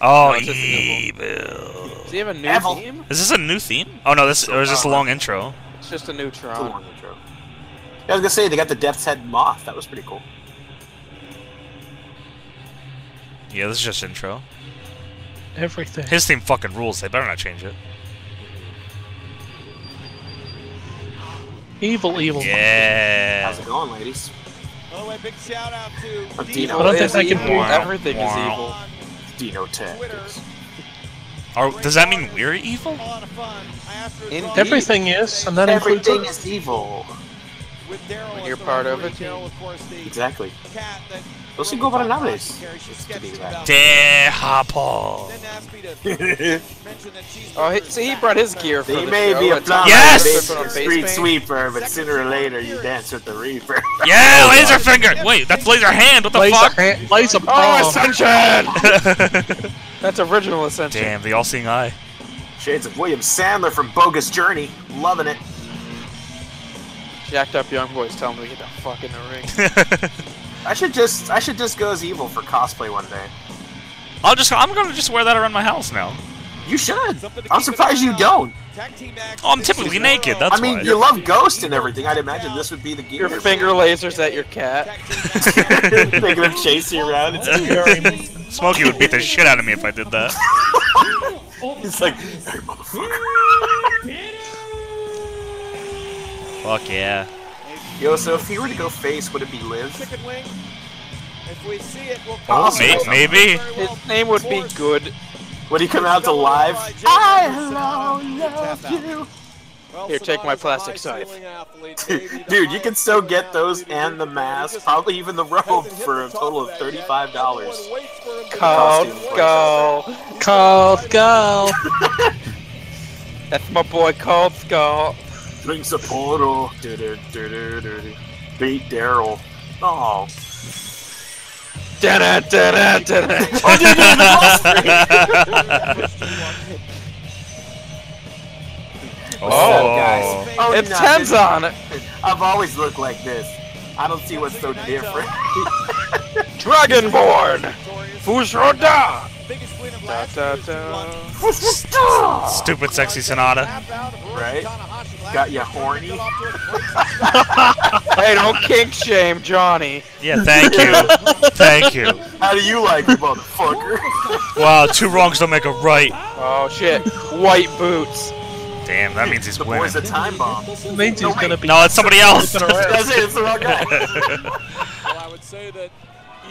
[SPEAKER 1] Oh,
[SPEAKER 6] No, it's just
[SPEAKER 1] evil.
[SPEAKER 6] Does he have a new
[SPEAKER 4] Apple.
[SPEAKER 6] team?
[SPEAKER 1] Is this a new theme? Oh no, this or is this a long intro?
[SPEAKER 6] It's just a new
[SPEAKER 4] It's a
[SPEAKER 6] Tron.
[SPEAKER 4] long intro. Yeah, I was gonna say they got the Death's Head moth. That was pretty cool.
[SPEAKER 1] Yeah, this is just intro.
[SPEAKER 2] Everything.
[SPEAKER 1] His theme fucking rules. They better not change it.
[SPEAKER 2] Evil, evil.
[SPEAKER 1] Yeah.
[SPEAKER 4] How's it going, ladies?
[SPEAKER 3] Oh, a big shout out to
[SPEAKER 4] I'm
[SPEAKER 2] I
[SPEAKER 4] Dino.
[SPEAKER 2] don't think
[SPEAKER 6] It's
[SPEAKER 2] I can
[SPEAKER 6] evil.
[SPEAKER 2] do that.
[SPEAKER 6] Everything is
[SPEAKER 1] Wow.
[SPEAKER 6] evil.
[SPEAKER 4] Dino Tactics.
[SPEAKER 1] Are, Oh, does that mean we're evil?
[SPEAKER 3] A lot of fun. I asked her
[SPEAKER 6] Indeed.
[SPEAKER 2] Everything is, and that includes
[SPEAKER 4] Everything is evil.
[SPEAKER 3] with Daryl
[SPEAKER 6] When
[SPEAKER 3] as
[SPEAKER 6] you're
[SPEAKER 3] the
[SPEAKER 6] part of
[SPEAKER 3] referee.
[SPEAKER 6] a team.
[SPEAKER 3] Daryl, of course, the
[SPEAKER 4] Exactly.
[SPEAKER 3] cat that.
[SPEAKER 4] Those things go about it nowadays.
[SPEAKER 3] Carrie, she's
[SPEAKER 4] To be
[SPEAKER 3] skeptical
[SPEAKER 4] exact.
[SPEAKER 3] about-
[SPEAKER 1] De Paul.
[SPEAKER 3] Then asked me to mention that she's.
[SPEAKER 6] Oh, he, see, he brought his gear for
[SPEAKER 4] They
[SPEAKER 6] the
[SPEAKER 4] may
[SPEAKER 6] show.
[SPEAKER 4] be a
[SPEAKER 6] It's
[SPEAKER 4] plumber,
[SPEAKER 6] not
[SPEAKER 1] Yes!
[SPEAKER 6] like
[SPEAKER 4] yes!
[SPEAKER 6] they're put on
[SPEAKER 4] street
[SPEAKER 6] base paint.
[SPEAKER 4] sweeper, but sooner or later you dance with the reaper.
[SPEAKER 1] *laughs*
[SPEAKER 4] *laughs*
[SPEAKER 1] Yeah, laser finger. Wait, that's Oh, laser hand. What the
[SPEAKER 2] laser,
[SPEAKER 1] fuck?
[SPEAKER 2] hand, laser
[SPEAKER 6] Oh,
[SPEAKER 2] bomb.
[SPEAKER 6] Ascension! That's original
[SPEAKER 1] *laughs*
[SPEAKER 6] Ascension.
[SPEAKER 1] Damn, the all-seeing eye.
[SPEAKER 4] Shades of William Sandler from Bogus Journey. Loving it.
[SPEAKER 6] Jacked up young boys tell him to get the fuck in the ring.
[SPEAKER 4] I should just I should just go as evil for cosplay one day.
[SPEAKER 1] I'll just I'm gonna just wear that around my house *laughs* now.
[SPEAKER 4] You should.
[SPEAKER 3] Something to
[SPEAKER 4] I'm
[SPEAKER 3] keep
[SPEAKER 4] surprised
[SPEAKER 3] an eye
[SPEAKER 4] you
[SPEAKER 3] on.
[SPEAKER 4] don't.
[SPEAKER 3] Tag team action.
[SPEAKER 1] Oh, I'm
[SPEAKER 3] This
[SPEAKER 1] typically
[SPEAKER 3] is
[SPEAKER 1] naked,
[SPEAKER 3] Daryl.
[SPEAKER 1] that's-
[SPEAKER 4] I mean,
[SPEAKER 1] why.
[SPEAKER 4] you love Ghost and everything. I'd imagine this would be the gear. *laughs*
[SPEAKER 6] Your finger lasers at your cat.
[SPEAKER 3] Tag team action.
[SPEAKER 4] Thinking of chasing you around.
[SPEAKER 1] *laughs*
[SPEAKER 4] It's *laughs*
[SPEAKER 1] Smokey would beat the shit out of me if I did that.
[SPEAKER 4] like, hey, motherfucker.
[SPEAKER 1] Fuck yeah.
[SPEAKER 4] Yo, so if he were to go face, would it be Liv?
[SPEAKER 3] Chicken wing. If we see it, we'll
[SPEAKER 1] Oh,
[SPEAKER 3] call
[SPEAKER 4] Also-
[SPEAKER 1] may-
[SPEAKER 3] it. Very
[SPEAKER 1] maybe.
[SPEAKER 3] well.
[SPEAKER 6] His name would be Good.
[SPEAKER 4] Would he come out to live?
[SPEAKER 3] uh,
[SPEAKER 4] I love you.
[SPEAKER 3] Well,
[SPEAKER 6] Here, take my
[SPEAKER 3] Sonata's a
[SPEAKER 6] plastic
[SPEAKER 3] high-ceiling
[SPEAKER 6] scythe.
[SPEAKER 4] *laughs*
[SPEAKER 3] athlete, baby, the
[SPEAKER 4] Dude, you can
[SPEAKER 3] highest
[SPEAKER 4] still
[SPEAKER 3] ceiling
[SPEAKER 4] get those
[SPEAKER 3] athlete in
[SPEAKER 4] and the
[SPEAKER 3] history.
[SPEAKER 4] mask,
[SPEAKER 3] Just
[SPEAKER 4] probably even the robe,
[SPEAKER 3] hasn't hit
[SPEAKER 4] for a
[SPEAKER 3] the top
[SPEAKER 4] total of
[SPEAKER 3] that yet.
[SPEAKER 4] thirty-five dollars.
[SPEAKER 3] Everyone waits for him to
[SPEAKER 6] Called
[SPEAKER 3] go.
[SPEAKER 6] Skull.
[SPEAKER 2] Called girl.
[SPEAKER 6] *laughs* That's my boy Called
[SPEAKER 4] *laughs*
[SPEAKER 6] Skull.
[SPEAKER 4] Drink Sapporo. Du-du-du-du-du-du. Beat Daryl. Oh.
[SPEAKER 6] Da-da, da-da, da-da.
[SPEAKER 1] *laughs*
[SPEAKER 4] *laughs*
[SPEAKER 1] Oh.
[SPEAKER 4] Oh,
[SPEAKER 6] It's
[SPEAKER 4] no, this-
[SPEAKER 6] Tenzon!
[SPEAKER 4] I've always looked like this. I don't see what's so different.
[SPEAKER 6] Dragonborn!
[SPEAKER 4] Oh.
[SPEAKER 6] Fusroda!
[SPEAKER 3] Biggest win of
[SPEAKER 6] Da,
[SPEAKER 3] last
[SPEAKER 6] da,
[SPEAKER 3] year's G1.
[SPEAKER 6] da.
[SPEAKER 1] Stupid sexy Sonata.
[SPEAKER 3] Tap out of Hiroshi
[SPEAKER 4] Right?
[SPEAKER 3] Tanahashi last
[SPEAKER 4] Got
[SPEAKER 3] year.
[SPEAKER 4] you horny.
[SPEAKER 3] Off to a great
[SPEAKER 4] *laughs*
[SPEAKER 6] Hey, don't kink shame Johnny.
[SPEAKER 1] Yeah, thank you. Thank you.
[SPEAKER 4] *laughs* How do you like, it, motherfucker?
[SPEAKER 1] Wow, two wrongs don't make a right.
[SPEAKER 6] Oh shit, white boots.
[SPEAKER 1] Damn, that means he's
[SPEAKER 4] the boy's a
[SPEAKER 1] winning.
[SPEAKER 4] time bomb.
[SPEAKER 2] Means he's gonna be
[SPEAKER 1] No, it's *laughs* somebody else.
[SPEAKER 2] flipping around.
[SPEAKER 4] That's it. It's the wrong guy.
[SPEAKER 1] *laughs*
[SPEAKER 5] Well, I would say that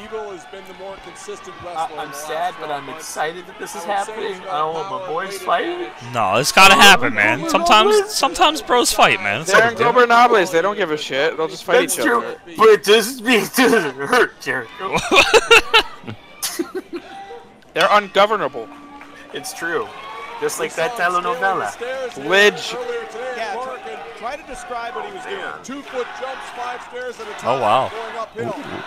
[SPEAKER 5] Evil has been the more consistent
[SPEAKER 4] I-
[SPEAKER 5] wrestler. in
[SPEAKER 4] I'm
[SPEAKER 5] the
[SPEAKER 4] sad,
[SPEAKER 5] last
[SPEAKER 4] but
[SPEAKER 5] 12
[SPEAKER 4] I'm
[SPEAKER 5] months.
[SPEAKER 4] excited that this is
[SPEAKER 5] I would say
[SPEAKER 4] happening.
[SPEAKER 5] he's got
[SPEAKER 4] I don't want
[SPEAKER 5] power
[SPEAKER 4] my
[SPEAKER 5] and
[SPEAKER 4] boys
[SPEAKER 5] weight
[SPEAKER 4] fighting.
[SPEAKER 5] advantage.
[SPEAKER 1] No, it's gotta happen, man. Sometimes, sometimes bros fight, man. It's
[SPEAKER 6] They're
[SPEAKER 1] not a
[SPEAKER 6] in
[SPEAKER 1] big deal.
[SPEAKER 6] Gobernables, they don't give a shit. They'll just fight
[SPEAKER 4] That's
[SPEAKER 6] each
[SPEAKER 4] true,
[SPEAKER 6] other.
[SPEAKER 4] but it doesn't mean it doesn't *laughs* hurt,
[SPEAKER 6] *laughs*
[SPEAKER 4] Jericho.
[SPEAKER 6] They're ungovernable.
[SPEAKER 4] It's true. Just like that
[SPEAKER 5] Down the
[SPEAKER 4] telenovela.
[SPEAKER 5] stairs here
[SPEAKER 6] Lidge.
[SPEAKER 5] earlier today at
[SPEAKER 3] Yeah, try-
[SPEAKER 5] Park, and
[SPEAKER 3] Try to describe
[SPEAKER 4] Oh,
[SPEAKER 3] what he was doing.
[SPEAKER 5] Two foot jumps, five stairs at a time.
[SPEAKER 1] Oh, wow.
[SPEAKER 5] Going uphill.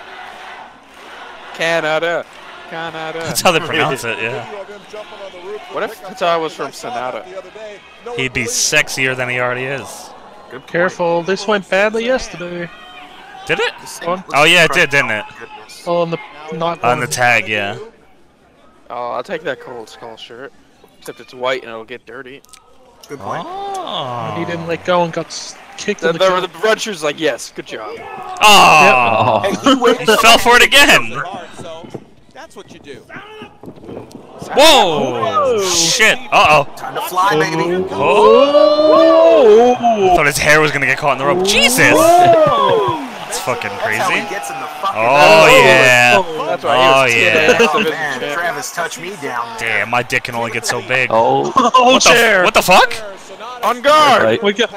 [SPEAKER 6] Canada.
[SPEAKER 4] *laughs*
[SPEAKER 6] Canada.
[SPEAKER 1] That's how *laughs* they pronounce it. Yeah.
[SPEAKER 5] Video of him jumping on the roof.
[SPEAKER 6] What if Tatar was from Sonata?
[SPEAKER 1] He'd be sexier than he already is.
[SPEAKER 4] Good point.
[SPEAKER 2] Careful, this went badly yesterday.
[SPEAKER 1] Did it?
[SPEAKER 4] This thing looks
[SPEAKER 1] Oh, yeah, it did,
[SPEAKER 4] incredible.
[SPEAKER 1] didn't
[SPEAKER 4] Goodness.
[SPEAKER 2] Oh, on the not
[SPEAKER 1] On the tag, yeah.
[SPEAKER 6] Oh, I'll take that cold skull shirt. Except it's white and it'll get dirty.
[SPEAKER 4] Good point.
[SPEAKER 2] He
[SPEAKER 1] Oh.
[SPEAKER 2] didn't let go and got s- kicked
[SPEAKER 6] The,
[SPEAKER 2] in
[SPEAKER 6] the,
[SPEAKER 2] the
[SPEAKER 6] the,
[SPEAKER 2] gut.
[SPEAKER 6] red shoe's like, yes, good job.
[SPEAKER 1] Oh.
[SPEAKER 4] Hey, you wait.
[SPEAKER 1] He fell for it again.
[SPEAKER 3] Hard, so that's what you do.
[SPEAKER 6] It's
[SPEAKER 1] *laughs* Whoa! Shit. Uh oh.
[SPEAKER 4] Time to fly, baby.
[SPEAKER 1] Oh! Thought his hair was gonna get caught in the rope. Jesus! That's fucking
[SPEAKER 4] That's how
[SPEAKER 1] crazy.
[SPEAKER 4] he gets in the fucking.
[SPEAKER 1] Oh yeah.
[SPEAKER 6] That's
[SPEAKER 1] Oh yeah.
[SPEAKER 4] Oh, *laughs* man, Travis touched me down. there.
[SPEAKER 1] Damn, my dick can only get so big.
[SPEAKER 9] Oh,
[SPEAKER 2] Oh,
[SPEAKER 1] What the,
[SPEAKER 2] chair.
[SPEAKER 1] what the fuck?
[SPEAKER 2] On guard.
[SPEAKER 9] Right.
[SPEAKER 2] We got.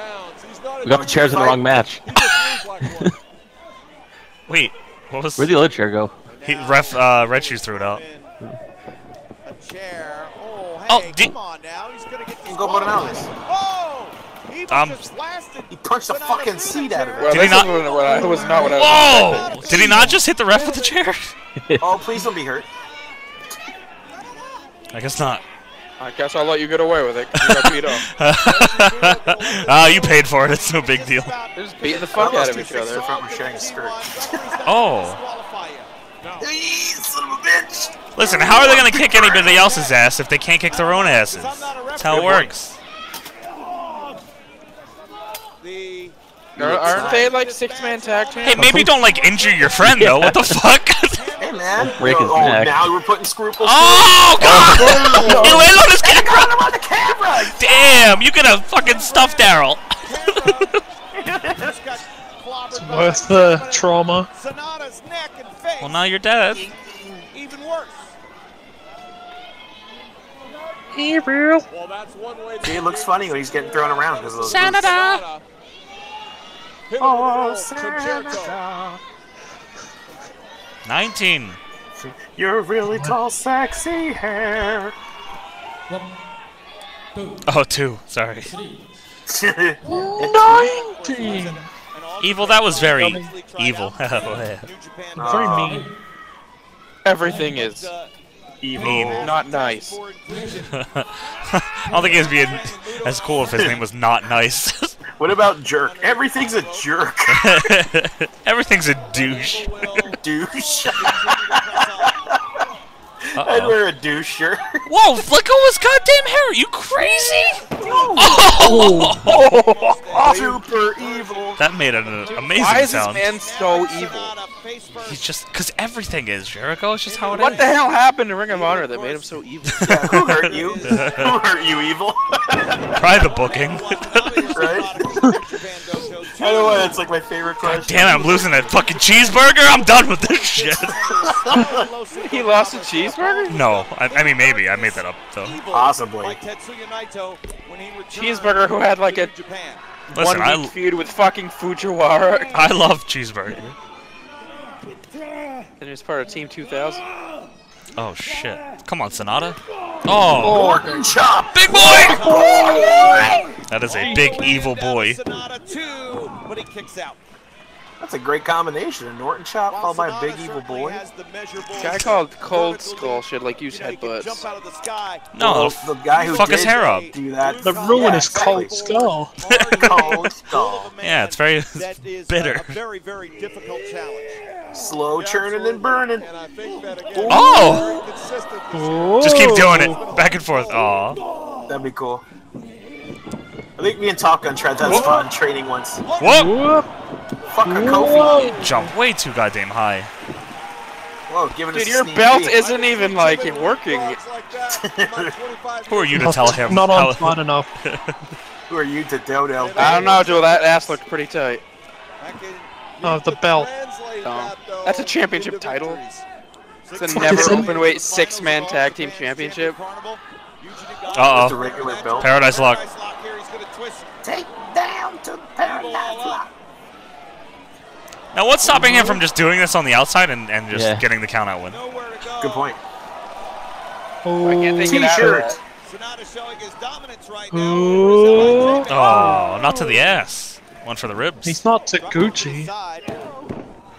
[SPEAKER 9] we got the chairs in the wrong match. *laughs*
[SPEAKER 1] *laughs* Wait, what was
[SPEAKER 9] Where'd the other chair go?
[SPEAKER 1] he, ref? Uh, Red Shoes threw it out.
[SPEAKER 3] A chair. Oh, hey,
[SPEAKER 1] Oh, di-
[SPEAKER 3] come on now. He's gonna get
[SPEAKER 4] Go Bernales.
[SPEAKER 3] Oh! He was
[SPEAKER 1] Um,
[SPEAKER 3] just blasted.
[SPEAKER 4] He punched the
[SPEAKER 3] Went out
[SPEAKER 4] fucking
[SPEAKER 3] of
[SPEAKER 4] seat
[SPEAKER 3] the
[SPEAKER 4] out of
[SPEAKER 6] Well,
[SPEAKER 1] Did
[SPEAKER 4] it.
[SPEAKER 1] he
[SPEAKER 6] this
[SPEAKER 1] not-
[SPEAKER 6] wasn't what I, that was not what I was
[SPEAKER 1] Whoa! Did he not just hit the ref with the chair? *laughs*
[SPEAKER 4] Oh, please don't be hurt.
[SPEAKER 1] I guess not.
[SPEAKER 6] I guess I'll let you get away with it 'cause you got beat *laughs* up.
[SPEAKER 1] *laughs* Ah, you paid for it. It's no big deal.
[SPEAKER 6] They're just beating the fuck out of each
[SPEAKER 4] I
[SPEAKER 6] other.
[SPEAKER 4] thought we're sharing a skirt. *laughs*
[SPEAKER 1] Oh.
[SPEAKER 4] Eee, son of a bitch!
[SPEAKER 1] Listen, how are they gonna kick anybody else's ass if they can't kick their own asses? That's how it works.
[SPEAKER 2] *laughs*
[SPEAKER 3] The
[SPEAKER 6] Are- Aren't they like six man tag team?
[SPEAKER 1] Hey, maybe don't like injure your friend though. What the fuck? *laughs*
[SPEAKER 4] Hey, man.
[SPEAKER 9] Break his
[SPEAKER 4] oh,
[SPEAKER 9] neck.
[SPEAKER 4] now we're putting scruples.
[SPEAKER 1] oh
[SPEAKER 4] *laughs*
[SPEAKER 1] god! You landed on his
[SPEAKER 4] Got
[SPEAKER 1] camera.
[SPEAKER 4] him on the camera!
[SPEAKER 1] Damn, you could have fucking stuffed Daryl.
[SPEAKER 3] just got clobbered by
[SPEAKER 2] Where's the trauma?
[SPEAKER 3] Sonata's neck and face.
[SPEAKER 1] Well, now you're dead.
[SPEAKER 3] Even worse.
[SPEAKER 5] Well, that's one way.
[SPEAKER 4] See, it looks funny when he's getting thrown around because of those boots.
[SPEAKER 5] Sonata. Oh, Sonata.
[SPEAKER 1] 19.
[SPEAKER 4] You're really tall, sexy hair.
[SPEAKER 8] One, two,
[SPEAKER 1] Oh, two. Sorry.
[SPEAKER 8] three.
[SPEAKER 2] Nineteen.
[SPEAKER 1] Evil. That was very evil. *laughs* Oh,
[SPEAKER 3] New Japan
[SPEAKER 2] Very
[SPEAKER 4] Uh,
[SPEAKER 2] mean.
[SPEAKER 6] Everything is
[SPEAKER 1] Mean.
[SPEAKER 6] not nice.
[SPEAKER 1] *laughs* I don't think it would be as cool if his name was not nice. *laughs*
[SPEAKER 4] What about jerk? Everything's a jerk, *laughs*
[SPEAKER 1] Everything's a douche.
[SPEAKER 4] douche. *laughs* I'd
[SPEAKER 1] Uh-oh.
[SPEAKER 4] wear a douche
[SPEAKER 1] *laughs*
[SPEAKER 4] shirt.
[SPEAKER 1] Whoa, let go of his goddamn hair. Are you
[SPEAKER 6] *laughs*
[SPEAKER 1] crazy? Oh!
[SPEAKER 4] Super evil.
[SPEAKER 1] That made an uh, amazing
[SPEAKER 6] Why is this
[SPEAKER 1] sound.
[SPEAKER 6] man so evil?
[SPEAKER 1] He's just because everything is Jericho. It's just how it is.
[SPEAKER 6] What the hell happened to Ring of Honor that made him so evil?
[SPEAKER 4] Yeah, who
[SPEAKER 1] *laughs*
[SPEAKER 4] hurt you? who hurt you, evil? *laughs*
[SPEAKER 1] Try the booking. *laughs*
[SPEAKER 4] right? I
[SPEAKER 3] I
[SPEAKER 4] don't know why that's like my favorite question.
[SPEAKER 1] Damn, I'm losing that fucking cheeseburger. I'm done with this shit.
[SPEAKER 6] *laughs* he lost a cheeseburger?
[SPEAKER 1] No, I, I mean maybe I made that up though.
[SPEAKER 4] Possibly.
[SPEAKER 3] Like Tetsuya Naito when he returned
[SPEAKER 6] Cheeseburger who had like
[SPEAKER 3] to
[SPEAKER 6] a
[SPEAKER 3] New Japan.
[SPEAKER 1] Listen,
[SPEAKER 6] one week
[SPEAKER 1] I
[SPEAKER 6] feud with fucking Fujiwara,
[SPEAKER 1] I love cheeseburger.
[SPEAKER 6] and he was part of Team 2000.
[SPEAKER 1] Oh shit! Come on, Sonata. Oh,
[SPEAKER 4] Morton chop.
[SPEAKER 1] big boy. That is a big evil boy.
[SPEAKER 3] Sonata two, but he kicks out.
[SPEAKER 4] That's a great combination. Norton chop
[SPEAKER 3] While
[SPEAKER 1] Oh,
[SPEAKER 4] followed by a
[SPEAKER 3] Sonata
[SPEAKER 4] big evil
[SPEAKER 3] certainly
[SPEAKER 4] boy. *laughs*
[SPEAKER 3] has the measurable-
[SPEAKER 6] Guy called Cold
[SPEAKER 3] vertical
[SPEAKER 6] Skull should like use
[SPEAKER 3] leap, you know, he can Jump
[SPEAKER 6] headbutts.
[SPEAKER 3] out of the sky.
[SPEAKER 1] No,
[SPEAKER 4] the guy who
[SPEAKER 1] fuck his
[SPEAKER 4] did
[SPEAKER 1] hair up.
[SPEAKER 4] do that.
[SPEAKER 2] The
[SPEAKER 4] Yeah,
[SPEAKER 2] ruinous
[SPEAKER 4] exactly.
[SPEAKER 2] cold skull.
[SPEAKER 4] *laughs*
[SPEAKER 3] *laughs*
[SPEAKER 4] Cold skull.
[SPEAKER 1] yeah, it's very
[SPEAKER 3] That is
[SPEAKER 1] bitter.
[SPEAKER 3] uh, A,
[SPEAKER 6] *laughs*
[SPEAKER 3] a very, very difficult challenge.
[SPEAKER 4] Slow churning and burning.
[SPEAKER 5] And I think that again.
[SPEAKER 1] Oh!
[SPEAKER 5] very consistent this
[SPEAKER 1] Just keep doing it, back and forth. Aw.
[SPEAKER 4] That'd be cool. I think me and Top Gun tried that spot in training once.
[SPEAKER 1] Whoa!
[SPEAKER 2] Whoop.
[SPEAKER 4] Fuck a Kofi.
[SPEAKER 1] Jump way too goddamn high.
[SPEAKER 4] Whoa, giving us
[SPEAKER 6] Dude,
[SPEAKER 4] a
[SPEAKER 6] your
[SPEAKER 4] sneak
[SPEAKER 6] belt
[SPEAKER 4] peek.
[SPEAKER 6] isn't even like working.
[SPEAKER 5] It's like
[SPEAKER 6] *laughs*
[SPEAKER 5] that. Like 25
[SPEAKER 1] Who are you to tell him?
[SPEAKER 2] Not
[SPEAKER 1] how-
[SPEAKER 2] on fun enough.
[SPEAKER 4] Who are you to dodo?
[SPEAKER 6] I don't know, Joel. That ass looked pretty tight.
[SPEAKER 5] That can-
[SPEAKER 2] Oh, the belt.
[SPEAKER 5] translate
[SPEAKER 6] No.
[SPEAKER 5] that, though,
[SPEAKER 6] That's a championship
[SPEAKER 5] into
[SPEAKER 6] title.
[SPEAKER 5] victories.
[SPEAKER 6] It's a
[SPEAKER 2] Fuck,
[SPEAKER 6] never
[SPEAKER 2] it's in-
[SPEAKER 6] open weight six man tag team championship.
[SPEAKER 1] Uh-oh.
[SPEAKER 4] Just a regular belt.
[SPEAKER 1] Paradise lock.
[SPEAKER 4] Take down to paradise.
[SPEAKER 1] Now, what's stopping him from just doing this on the outside and, and just
[SPEAKER 9] Yeah.
[SPEAKER 1] getting the count out win?
[SPEAKER 4] Good point.
[SPEAKER 6] I can't
[SPEAKER 2] Oh,
[SPEAKER 6] think it out of
[SPEAKER 4] T-shirt.
[SPEAKER 6] that.
[SPEAKER 3] Sonata showing his dominance right
[SPEAKER 2] Ooh.
[SPEAKER 3] now.
[SPEAKER 1] Oh, not to the ass. One for the ribs.
[SPEAKER 2] he's not Taguchi.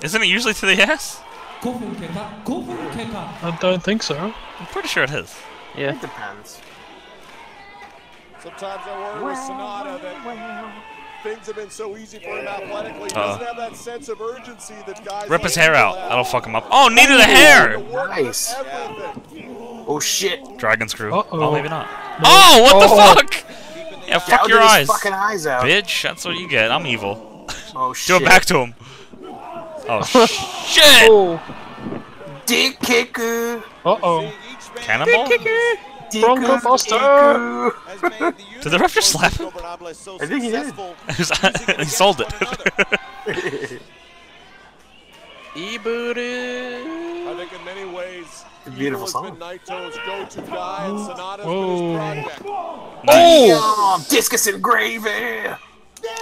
[SPEAKER 1] Isn't it usually to the ass?
[SPEAKER 8] 5分経過5分経過
[SPEAKER 2] I don't think so.
[SPEAKER 1] I'm pretty sure it is.
[SPEAKER 9] Yeah.
[SPEAKER 4] It depends.
[SPEAKER 5] Sometimes I worry with Sonata that things have been so easy for him athletically. He
[SPEAKER 1] Uh-oh.
[SPEAKER 5] doesn't have that sense of urgency that guys.
[SPEAKER 1] Rip his
[SPEAKER 5] like
[SPEAKER 1] hair
[SPEAKER 5] Evil
[SPEAKER 1] out.
[SPEAKER 5] have.
[SPEAKER 1] That'll fuck him up. Oh, knee to the hair!
[SPEAKER 4] Nice.
[SPEAKER 5] Everything.
[SPEAKER 4] Oh shit.
[SPEAKER 1] Dragon screw. Oh,
[SPEAKER 2] Uh-oh.
[SPEAKER 1] maybe not. Oh, what the
[SPEAKER 2] Oh.
[SPEAKER 1] fuck? Yeah, fuck
[SPEAKER 4] Gouging
[SPEAKER 1] your
[SPEAKER 4] his
[SPEAKER 1] eyes.
[SPEAKER 4] Fucking eyes out.
[SPEAKER 1] Bitch, that's what you get. I'm evil.
[SPEAKER 4] Oh shit.
[SPEAKER 1] Do it back to him.
[SPEAKER 2] *laughs*
[SPEAKER 1] Oh, shit!
[SPEAKER 2] Oh.
[SPEAKER 4] Dick kicker.
[SPEAKER 2] Uh oh.
[SPEAKER 3] Each man
[SPEAKER 1] Cannonball?
[SPEAKER 3] Bronco Buster!
[SPEAKER 1] Did the ref just slap him?
[SPEAKER 3] I
[SPEAKER 4] I think he did.
[SPEAKER 1] *laughs* he sold it. *laughs*
[SPEAKER 6] Ibudu.
[SPEAKER 5] I think in many ways,
[SPEAKER 4] Beautiful
[SPEAKER 5] Evil has
[SPEAKER 4] song.
[SPEAKER 5] been Naito's go-to guy, and Sonata's
[SPEAKER 2] Whoa.
[SPEAKER 5] been his project.
[SPEAKER 1] nice.
[SPEAKER 4] Oh, discus and gravy!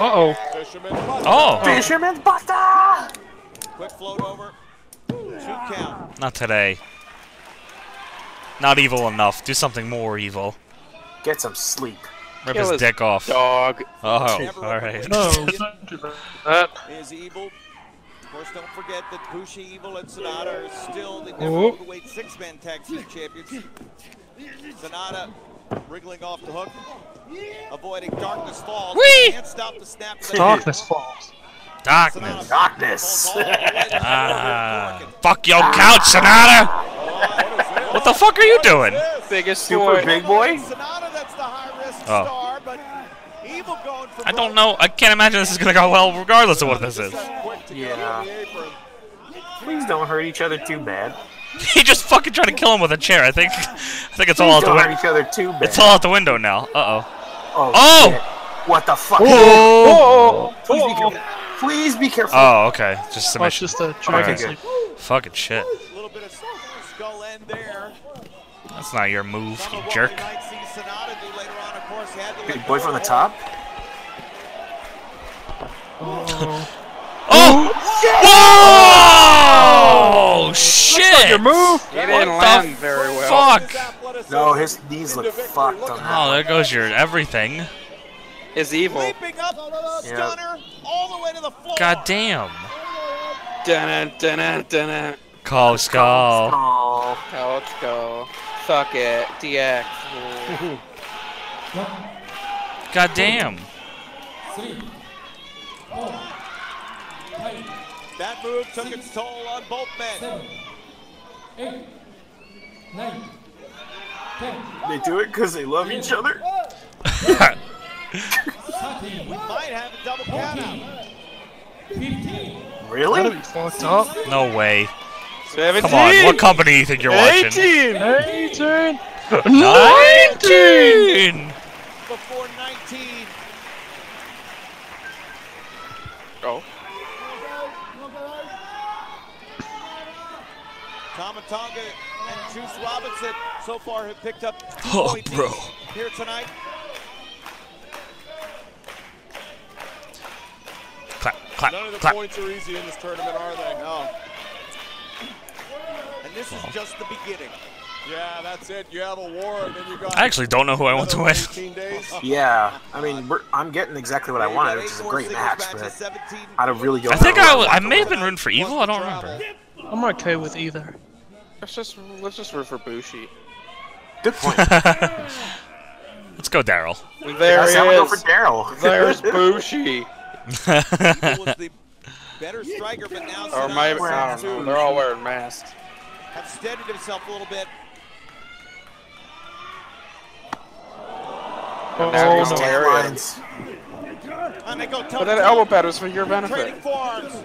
[SPEAKER 2] Uh-oh.
[SPEAKER 5] Fisherman Buster,
[SPEAKER 1] Oh,
[SPEAKER 4] Fisherman's Buster!
[SPEAKER 3] Quick float over. Two count.
[SPEAKER 1] not today. Not evil enough. Do something more evil.
[SPEAKER 4] Get some sleep.
[SPEAKER 1] Rip
[SPEAKER 6] Kill
[SPEAKER 1] his
[SPEAKER 6] his
[SPEAKER 1] dick off. Oh,
[SPEAKER 6] Dog.
[SPEAKER 1] alright.
[SPEAKER 6] *laughs*
[SPEAKER 2] No, don't do that.
[SPEAKER 3] Is evil. Of course, don't forget that Bushi, Evil, and Sonata are still the
[SPEAKER 2] Oh.
[SPEAKER 3] never heavyweight six-man tag team champions. Sonata wriggling off the hook, avoiding Darkness Falls.
[SPEAKER 1] Whee!
[SPEAKER 3] Can't stop the snap.
[SPEAKER 2] Darkness falls.
[SPEAKER 1] Darkness.
[SPEAKER 4] Darkness.
[SPEAKER 1] *laughs* Ah, fuck your couch, Sonata! What the fuck are you doing?
[SPEAKER 6] Biggest
[SPEAKER 4] Super
[SPEAKER 6] sword.
[SPEAKER 4] big boy?
[SPEAKER 3] Sonata, that's the high-risk
[SPEAKER 1] Oh.
[SPEAKER 3] star, but Evil going for
[SPEAKER 1] I don't know. I can't imagine this is gonna go well, regardless of what this is.
[SPEAKER 4] Yeah. Please don't hurt each other too bad.
[SPEAKER 1] *laughs* he just fucking tried to kill him with a chair. I think. I think it's all
[SPEAKER 4] Please
[SPEAKER 1] out the
[SPEAKER 4] don't hurt
[SPEAKER 1] window.
[SPEAKER 4] each other too bad.
[SPEAKER 1] It's all out the window now. Uh oh.
[SPEAKER 4] Oh!
[SPEAKER 1] Oh!
[SPEAKER 4] shit. What the fuck?
[SPEAKER 2] Oh!
[SPEAKER 4] Please be careful. Please be careful.
[SPEAKER 1] Oh, okay. Just
[SPEAKER 2] That's
[SPEAKER 1] submission.
[SPEAKER 2] just a dragon
[SPEAKER 1] Alright.
[SPEAKER 2] sleep.
[SPEAKER 1] Fucking shit.
[SPEAKER 3] a little bit of skull end there.
[SPEAKER 1] That's not your move,
[SPEAKER 3] Some
[SPEAKER 1] you
[SPEAKER 3] of what
[SPEAKER 1] jerk.
[SPEAKER 3] we might see Sonata do later on, of course, had to
[SPEAKER 4] Big
[SPEAKER 3] let
[SPEAKER 4] boy
[SPEAKER 3] go
[SPEAKER 4] from the
[SPEAKER 3] of
[SPEAKER 4] top?
[SPEAKER 1] Oh! Whoa! Shit!
[SPEAKER 6] He didn't
[SPEAKER 1] What the
[SPEAKER 6] land very well.
[SPEAKER 1] Fuck!
[SPEAKER 5] athleticism,
[SPEAKER 4] No, his knees look fucked on that.
[SPEAKER 1] Oh, there goes your everything.
[SPEAKER 6] Is evil.
[SPEAKER 3] Leaping up, stunner, all the way to the floor.
[SPEAKER 1] God damn.
[SPEAKER 6] Dun dun dun
[SPEAKER 1] Call skull.
[SPEAKER 4] Oh.
[SPEAKER 6] Let's go. Fuck it. DX.
[SPEAKER 1] God damn.
[SPEAKER 3] That move took its toll on both men.
[SPEAKER 4] They do it because they love each other?
[SPEAKER 3] Might have a double count out.
[SPEAKER 2] That'll
[SPEAKER 4] Really?
[SPEAKER 2] be fucked up.
[SPEAKER 1] No way.
[SPEAKER 6] 17.
[SPEAKER 1] Come on, what company do you think you're watching?
[SPEAKER 2] 18!
[SPEAKER 1] 19!
[SPEAKER 3] Before 19,
[SPEAKER 6] Oh.
[SPEAKER 3] Tomatonga and Juice Robinson so far have picked up two
[SPEAKER 1] Oh,
[SPEAKER 3] points
[SPEAKER 1] bro.
[SPEAKER 3] each here tonight.
[SPEAKER 1] Clap, clap,
[SPEAKER 5] None of the
[SPEAKER 1] clap.
[SPEAKER 5] points are easy in this tournament, are they? No.
[SPEAKER 3] And this is
[SPEAKER 1] Oh.
[SPEAKER 3] just the beginning.
[SPEAKER 5] Yeah, that's it. You have a war, and then you got
[SPEAKER 1] I actually don't know who I want to
[SPEAKER 5] another
[SPEAKER 1] win.
[SPEAKER 5] 18
[SPEAKER 3] *laughs*
[SPEAKER 5] days.
[SPEAKER 4] Yeah. I I mean, we're, I'm getting exactly what I
[SPEAKER 3] We've
[SPEAKER 4] wanted,
[SPEAKER 3] got
[SPEAKER 4] which
[SPEAKER 3] eight
[SPEAKER 4] is a
[SPEAKER 3] more
[SPEAKER 4] great
[SPEAKER 3] singles
[SPEAKER 4] match,
[SPEAKER 3] matches,
[SPEAKER 4] but
[SPEAKER 3] 17
[SPEAKER 4] I don't really don't
[SPEAKER 1] I think
[SPEAKER 4] know
[SPEAKER 1] I,
[SPEAKER 4] what
[SPEAKER 1] was, I
[SPEAKER 4] want
[SPEAKER 1] may
[SPEAKER 4] to
[SPEAKER 1] have
[SPEAKER 4] win.
[SPEAKER 1] been rooting for evil. I don't remember.
[SPEAKER 2] I'm okay with either.
[SPEAKER 6] Let's just let's just root for Bushi.
[SPEAKER 4] Good
[SPEAKER 1] *laughs*
[SPEAKER 4] point. I
[SPEAKER 1] *laughs* Let's go, Daryl.
[SPEAKER 6] There
[SPEAKER 4] say I'm
[SPEAKER 6] he
[SPEAKER 4] going for
[SPEAKER 1] *laughs*
[SPEAKER 4] *laughs*
[SPEAKER 6] is.
[SPEAKER 4] Daryl.
[SPEAKER 6] There's Bushi.
[SPEAKER 1] Oh!
[SPEAKER 3] Evil was the better striker, but now
[SPEAKER 6] Or maybe I
[SPEAKER 3] Sonata
[SPEAKER 6] don't know. They're all wearing masks.
[SPEAKER 3] have steadied himself a little bit.
[SPEAKER 2] Oh,
[SPEAKER 6] Now
[SPEAKER 4] Those
[SPEAKER 6] he's
[SPEAKER 2] no.
[SPEAKER 4] tan
[SPEAKER 6] area.
[SPEAKER 4] lines.
[SPEAKER 3] And they go
[SPEAKER 6] But
[SPEAKER 3] toe
[SPEAKER 6] that elbow pad was for your benefit.
[SPEAKER 3] Trading forearms.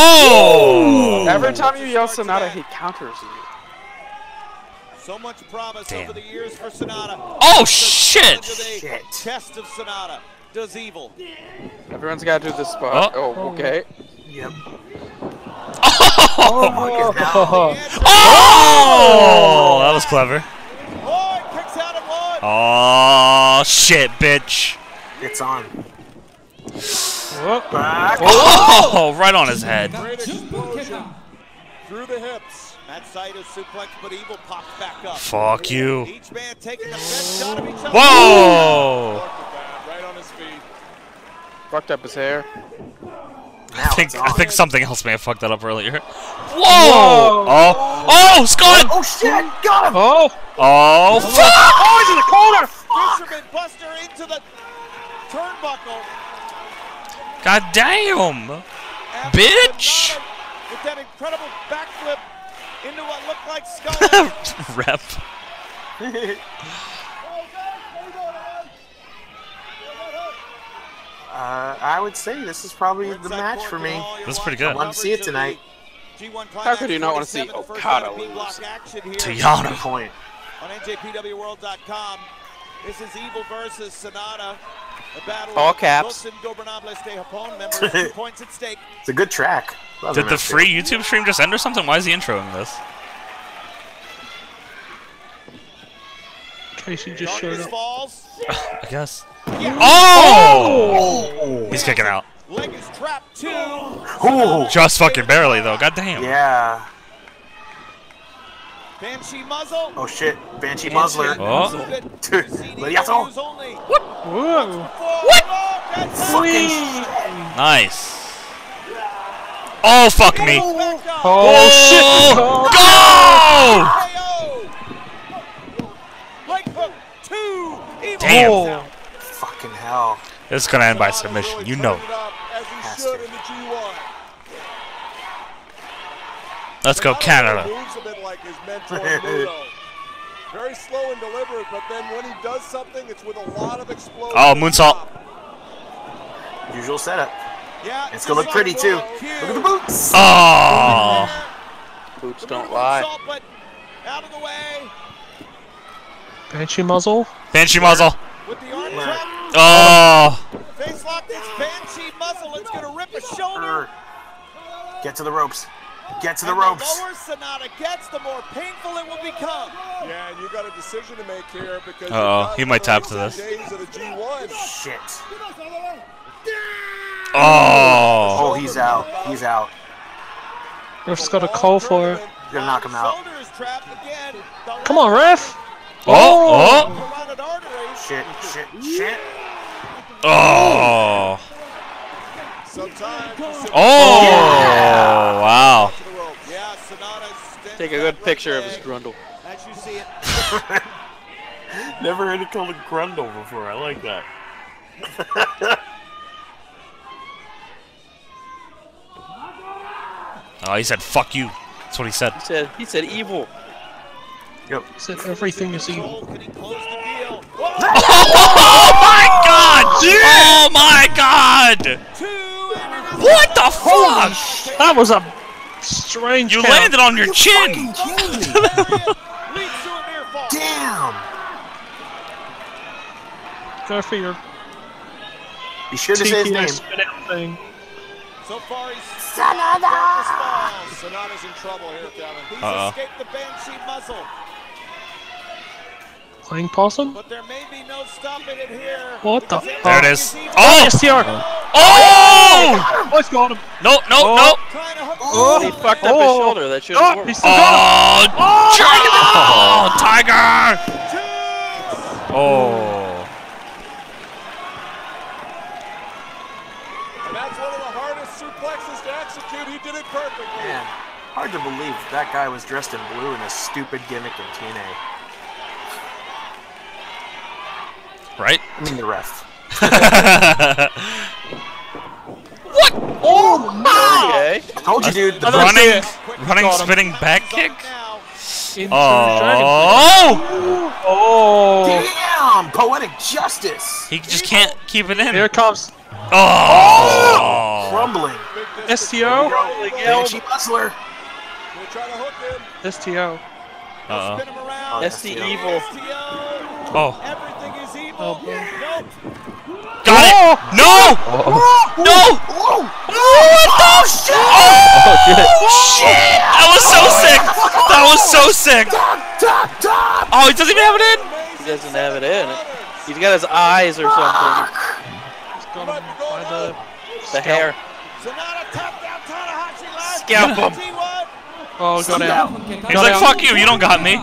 [SPEAKER 1] Oh!
[SPEAKER 6] Every time you yell Sonata, he counters you.
[SPEAKER 3] So much promise
[SPEAKER 1] Damn.
[SPEAKER 3] over the years for Sonata.
[SPEAKER 1] Oh,
[SPEAKER 3] Under
[SPEAKER 1] shit!
[SPEAKER 3] the
[SPEAKER 4] Shit.
[SPEAKER 3] test of Sonata does evil.
[SPEAKER 6] Everyone's got to do this spot.
[SPEAKER 1] Oh.
[SPEAKER 6] Oh, okay.
[SPEAKER 1] *laughs*
[SPEAKER 4] Yep.
[SPEAKER 2] Oh,
[SPEAKER 1] Oh! That was clever.
[SPEAKER 3] Lloyd kicks out of Lloyd.
[SPEAKER 1] Oh, shit, bitch.
[SPEAKER 4] It's on.
[SPEAKER 2] Whoa.
[SPEAKER 4] Back.
[SPEAKER 1] Oh! Right on his head.
[SPEAKER 5] Through the hips.
[SPEAKER 3] That side is suplex, but evil pops back up.
[SPEAKER 1] Fuck you.
[SPEAKER 3] Each man taking a best shot of each other.
[SPEAKER 1] Whoa!
[SPEAKER 5] Look at that, Right on his feet.
[SPEAKER 6] Fucked up his hair.
[SPEAKER 1] I
[SPEAKER 4] Now
[SPEAKER 1] think
[SPEAKER 4] it's
[SPEAKER 1] I
[SPEAKER 4] on.
[SPEAKER 1] think something else may have fucked that up earlier. Whoa! Oh! Oh, Scott!
[SPEAKER 4] Oh shit! Got him!
[SPEAKER 2] Oh!
[SPEAKER 1] Oh! Fuck!
[SPEAKER 3] Fisherman Buster into the turnbuckle.
[SPEAKER 1] God damn! *laughs*
[SPEAKER 3] After
[SPEAKER 1] Bitch.
[SPEAKER 3] Sonata With that incredible backflip into what looked like skull.
[SPEAKER 1] *laughs* Rep.
[SPEAKER 4] I Uh, I would say this is probably the match for me.
[SPEAKER 1] This is pretty good.
[SPEAKER 4] I want to see it tonight.
[SPEAKER 6] How could you not want to see Okada lose?
[SPEAKER 4] Good
[SPEAKER 1] Tiana.
[SPEAKER 4] point.
[SPEAKER 3] on NJPWWorld.com. This is Evil versus Sonata. A battle
[SPEAKER 6] All
[SPEAKER 3] of
[SPEAKER 6] caps.
[SPEAKER 3] Los Ingobernables de Japón members. Two points at stake.
[SPEAKER 4] It's a good track. Love
[SPEAKER 1] Did the
[SPEAKER 4] match,
[SPEAKER 1] free YouTube stream just end or something? Why is he introing this?
[SPEAKER 2] Casey just showed
[SPEAKER 3] Darkness
[SPEAKER 2] up.
[SPEAKER 3] falls.
[SPEAKER 1] I guess. Oh! He's kicking out.
[SPEAKER 3] Leg is trapped too.
[SPEAKER 4] Ooh.
[SPEAKER 1] Just fucking barely though. God damn.
[SPEAKER 4] Yeah.
[SPEAKER 3] Banshee muzzle.
[SPEAKER 4] Oh shit. Banshee Muzzler.
[SPEAKER 1] Oh.
[SPEAKER 4] Dude, Lariato.
[SPEAKER 3] What?
[SPEAKER 2] Whoa!
[SPEAKER 3] What?
[SPEAKER 1] Nice. Oh fuck me.
[SPEAKER 2] Oh shit!
[SPEAKER 1] Oh, Damn.
[SPEAKER 2] Oh,
[SPEAKER 4] Fucking hell.
[SPEAKER 1] go! It's gonna end by submission. You know. it.
[SPEAKER 4] Has
[SPEAKER 5] should
[SPEAKER 4] to.
[SPEAKER 5] in the G1.
[SPEAKER 1] Let's go Canada.
[SPEAKER 5] Moves a bit like his mentor Muto. Very slow and deliberate, but then when he does something, it's with a lot of explosion.
[SPEAKER 1] Oh, moonsault.
[SPEAKER 4] Usual setup.
[SPEAKER 3] Yeah,
[SPEAKER 4] It's gonna look pretty too. Look at the boots.
[SPEAKER 1] Oh.
[SPEAKER 6] Boots don't lie.
[SPEAKER 3] Salt, but out of the way
[SPEAKER 2] Banshee muzzle.
[SPEAKER 1] Banshee muzzle.
[SPEAKER 3] with the arm trap.
[SPEAKER 1] Oh.
[SPEAKER 3] Face lock. It's Banshee muzzle. It's gonna rip a shoulder.
[SPEAKER 4] Er. Get to the ropes. Get to the
[SPEAKER 3] And
[SPEAKER 4] ropes.
[SPEAKER 3] The lower Sonata gets, the more painful it will become.
[SPEAKER 5] Yeah, and you got a decision to make here because.
[SPEAKER 1] Uh-oh,
[SPEAKER 5] you've got
[SPEAKER 1] he might
[SPEAKER 5] the
[SPEAKER 1] tap to
[SPEAKER 5] recent
[SPEAKER 1] this.
[SPEAKER 5] Days of the G1.
[SPEAKER 4] Shit.
[SPEAKER 1] Oh.
[SPEAKER 4] Oh, he's out. He's out.
[SPEAKER 2] Ref's got a call for it.
[SPEAKER 4] You're gonna knock him out.
[SPEAKER 3] Shoulder is trapped again. The
[SPEAKER 2] Come on, ref!
[SPEAKER 1] Oh.
[SPEAKER 3] carotid artery.
[SPEAKER 4] Shit. Shit. Shit.
[SPEAKER 1] Oh. Oh.
[SPEAKER 5] Sometimes
[SPEAKER 1] Oh. Wow.
[SPEAKER 5] to the rope.
[SPEAKER 3] Yeah, Sonata.
[SPEAKER 6] Take a good picture of his grundle.
[SPEAKER 3] As you see it,
[SPEAKER 4] Never heard it called a grundle before. I like that.
[SPEAKER 1] Oh, he said fuck you. That's what he said. *laughs*
[SPEAKER 6] He said, he said evil.
[SPEAKER 2] He said everything is evil.
[SPEAKER 3] can he close the deal?
[SPEAKER 1] Oh my god! Oh my god! What the fuck?
[SPEAKER 2] That was a strange
[SPEAKER 1] You
[SPEAKER 2] count.
[SPEAKER 1] landed on your chin!
[SPEAKER 3] Leads to a near fall.
[SPEAKER 4] Damn.
[SPEAKER 2] Go for your
[SPEAKER 4] Be sure to say his
[SPEAKER 2] TPS
[SPEAKER 4] name.
[SPEAKER 2] spin out thing.
[SPEAKER 3] So far, he's
[SPEAKER 4] Sanada.
[SPEAKER 5] Sonata's in trouble here, Kevin.
[SPEAKER 3] he's
[SPEAKER 1] Uh-oh.
[SPEAKER 3] escaped the banshee muzzle,
[SPEAKER 2] Playing possum?
[SPEAKER 3] but there may be no stopping it here.
[SPEAKER 2] What the
[SPEAKER 1] There
[SPEAKER 2] fuck?
[SPEAKER 1] it is. Oh!
[SPEAKER 2] STR!
[SPEAKER 1] Oh!
[SPEAKER 2] Oh, he's got him!
[SPEAKER 1] No, no, no!
[SPEAKER 3] Trying to hook
[SPEAKER 2] Oh!
[SPEAKER 6] He fucked up his
[SPEAKER 2] Oh.
[SPEAKER 6] shoulder. That should have
[SPEAKER 2] Oh,
[SPEAKER 6] worked.
[SPEAKER 2] he's still got him!
[SPEAKER 1] Oh! Tiger! Oh, Tiger! Oh.
[SPEAKER 5] And that's one of the hardest suplexes to execute. He did it perfectly.
[SPEAKER 4] Man, hard to believe that guy was dressed in blue in a stupid gimmick in TNA.
[SPEAKER 1] Right?
[SPEAKER 4] I mean the ref.
[SPEAKER 6] Okay.
[SPEAKER 4] I told you, dude. The ref-
[SPEAKER 1] running, running, spinning back kick?
[SPEAKER 3] now.
[SPEAKER 2] Into
[SPEAKER 1] Oh!
[SPEAKER 2] Oh!
[SPEAKER 4] Damn, poetic justice.
[SPEAKER 1] He just can't keep it
[SPEAKER 2] Here
[SPEAKER 1] in.
[SPEAKER 2] comes
[SPEAKER 1] Oh!
[SPEAKER 4] Crumbling.
[SPEAKER 2] STO!
[SPEAKER 4] Banshee Bustler.
[SPEAKER 5] They try to hook him.
[SPEAKER 2] STO.
[SPEAKER 1] Uh-oh.
[SPEAKER 3] Spin him around.
[SPEAKER 6] That's the evil.
[SPEAKER 3] STO.
[SPEAKER 1] Oh.
[SPEAKER 3] Everything is evil.
[SPEAKER 2] Oh, boy.
[SPEAKER 3] Nope.
[SPEAKER 1] Got it! No!
[SPEAKER 9] Oh,
[SPEAKER 1] No!
[SPEAKER 4] Oh shit!
[SPEAKER 9] oh shit.
[SPEAKER 1] Shit! That was so sick! That was so sick!
[SPEAKER 4] Top, top.
[SPEAKER 1] Oh, he doesn't even have it in!
[SPEAKER 6] He doesn't have it in. He's got his eyes or something.
[SPEAKER 2] He's got him by the...
[SPEAKER 6] The *laughs* hair.
[SPEAKER 3] Sonata tapped out Tanahashi last.
[SPEAKER 6] Scalp him.
[SPEAKER 3] T1.
[SPEAKER 2] Oh, got out.
[SPEAKER 1] He's like, fuck you, you don't got me.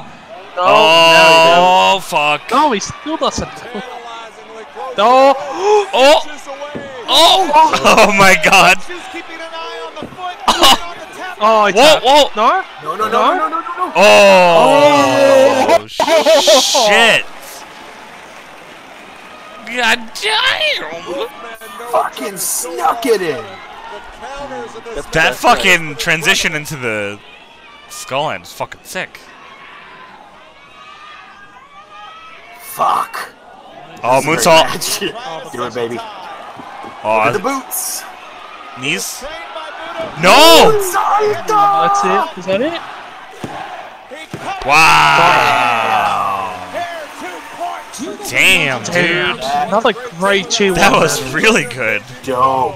[SPEAKER 6] Oh,
[SPEAKER 1] Oh, fuck.
[SPEAKER 2] No, he still doesn't.
[SPEAKER 5] Analyzingly close.
[SPEAKER 2] No!
[SPEAKER 1] Oh!
[SPEAKER 5] Just away.
[SPEAKER 1] Oh! Oh my god.
[SPEAKER 3] She's keeping an eye on the
[SPEAKER 1] *laughs*
[SPEAKER 3] foot. on the tap.
[SPEAKER 2] Oh, he
[SPEAKER 1] Whoa,
[SPEAKER 2] tapped.
[SPEAKER 1] whoa.
[SPEAKER 2] No?
[SPEAKER 4] No, no, no, no, no, no, no.
[SPEAKER 1] Oh! Shit. God damn.
[SPEAKER 4] Fucking snuck it in.
[SPEAKER 5] The counters in this
[SPEAKER 1] That fucking transition into the skull end is fucking sick.
[SPEAKER 4] Fuck.
[SPEAKER 1] Oh, moonsault.
[SPEAKER 4] Shit. Do it, baby.
[SPEAKER 1] Aw,
[SPEAKER 4] The boots.
[SPEAKER 1] knees. No!
[SPEAKER 2] That's it. Is that it?
[SPEAKER 1] Wow! Damn,
[SPEAKER 2] Dude,
[SPEAKER 1] dude.
[SPEAKER 2] another great two.
[SPEAKER 1] That was really good. *laughs*
[SPEAKER 4] Dope.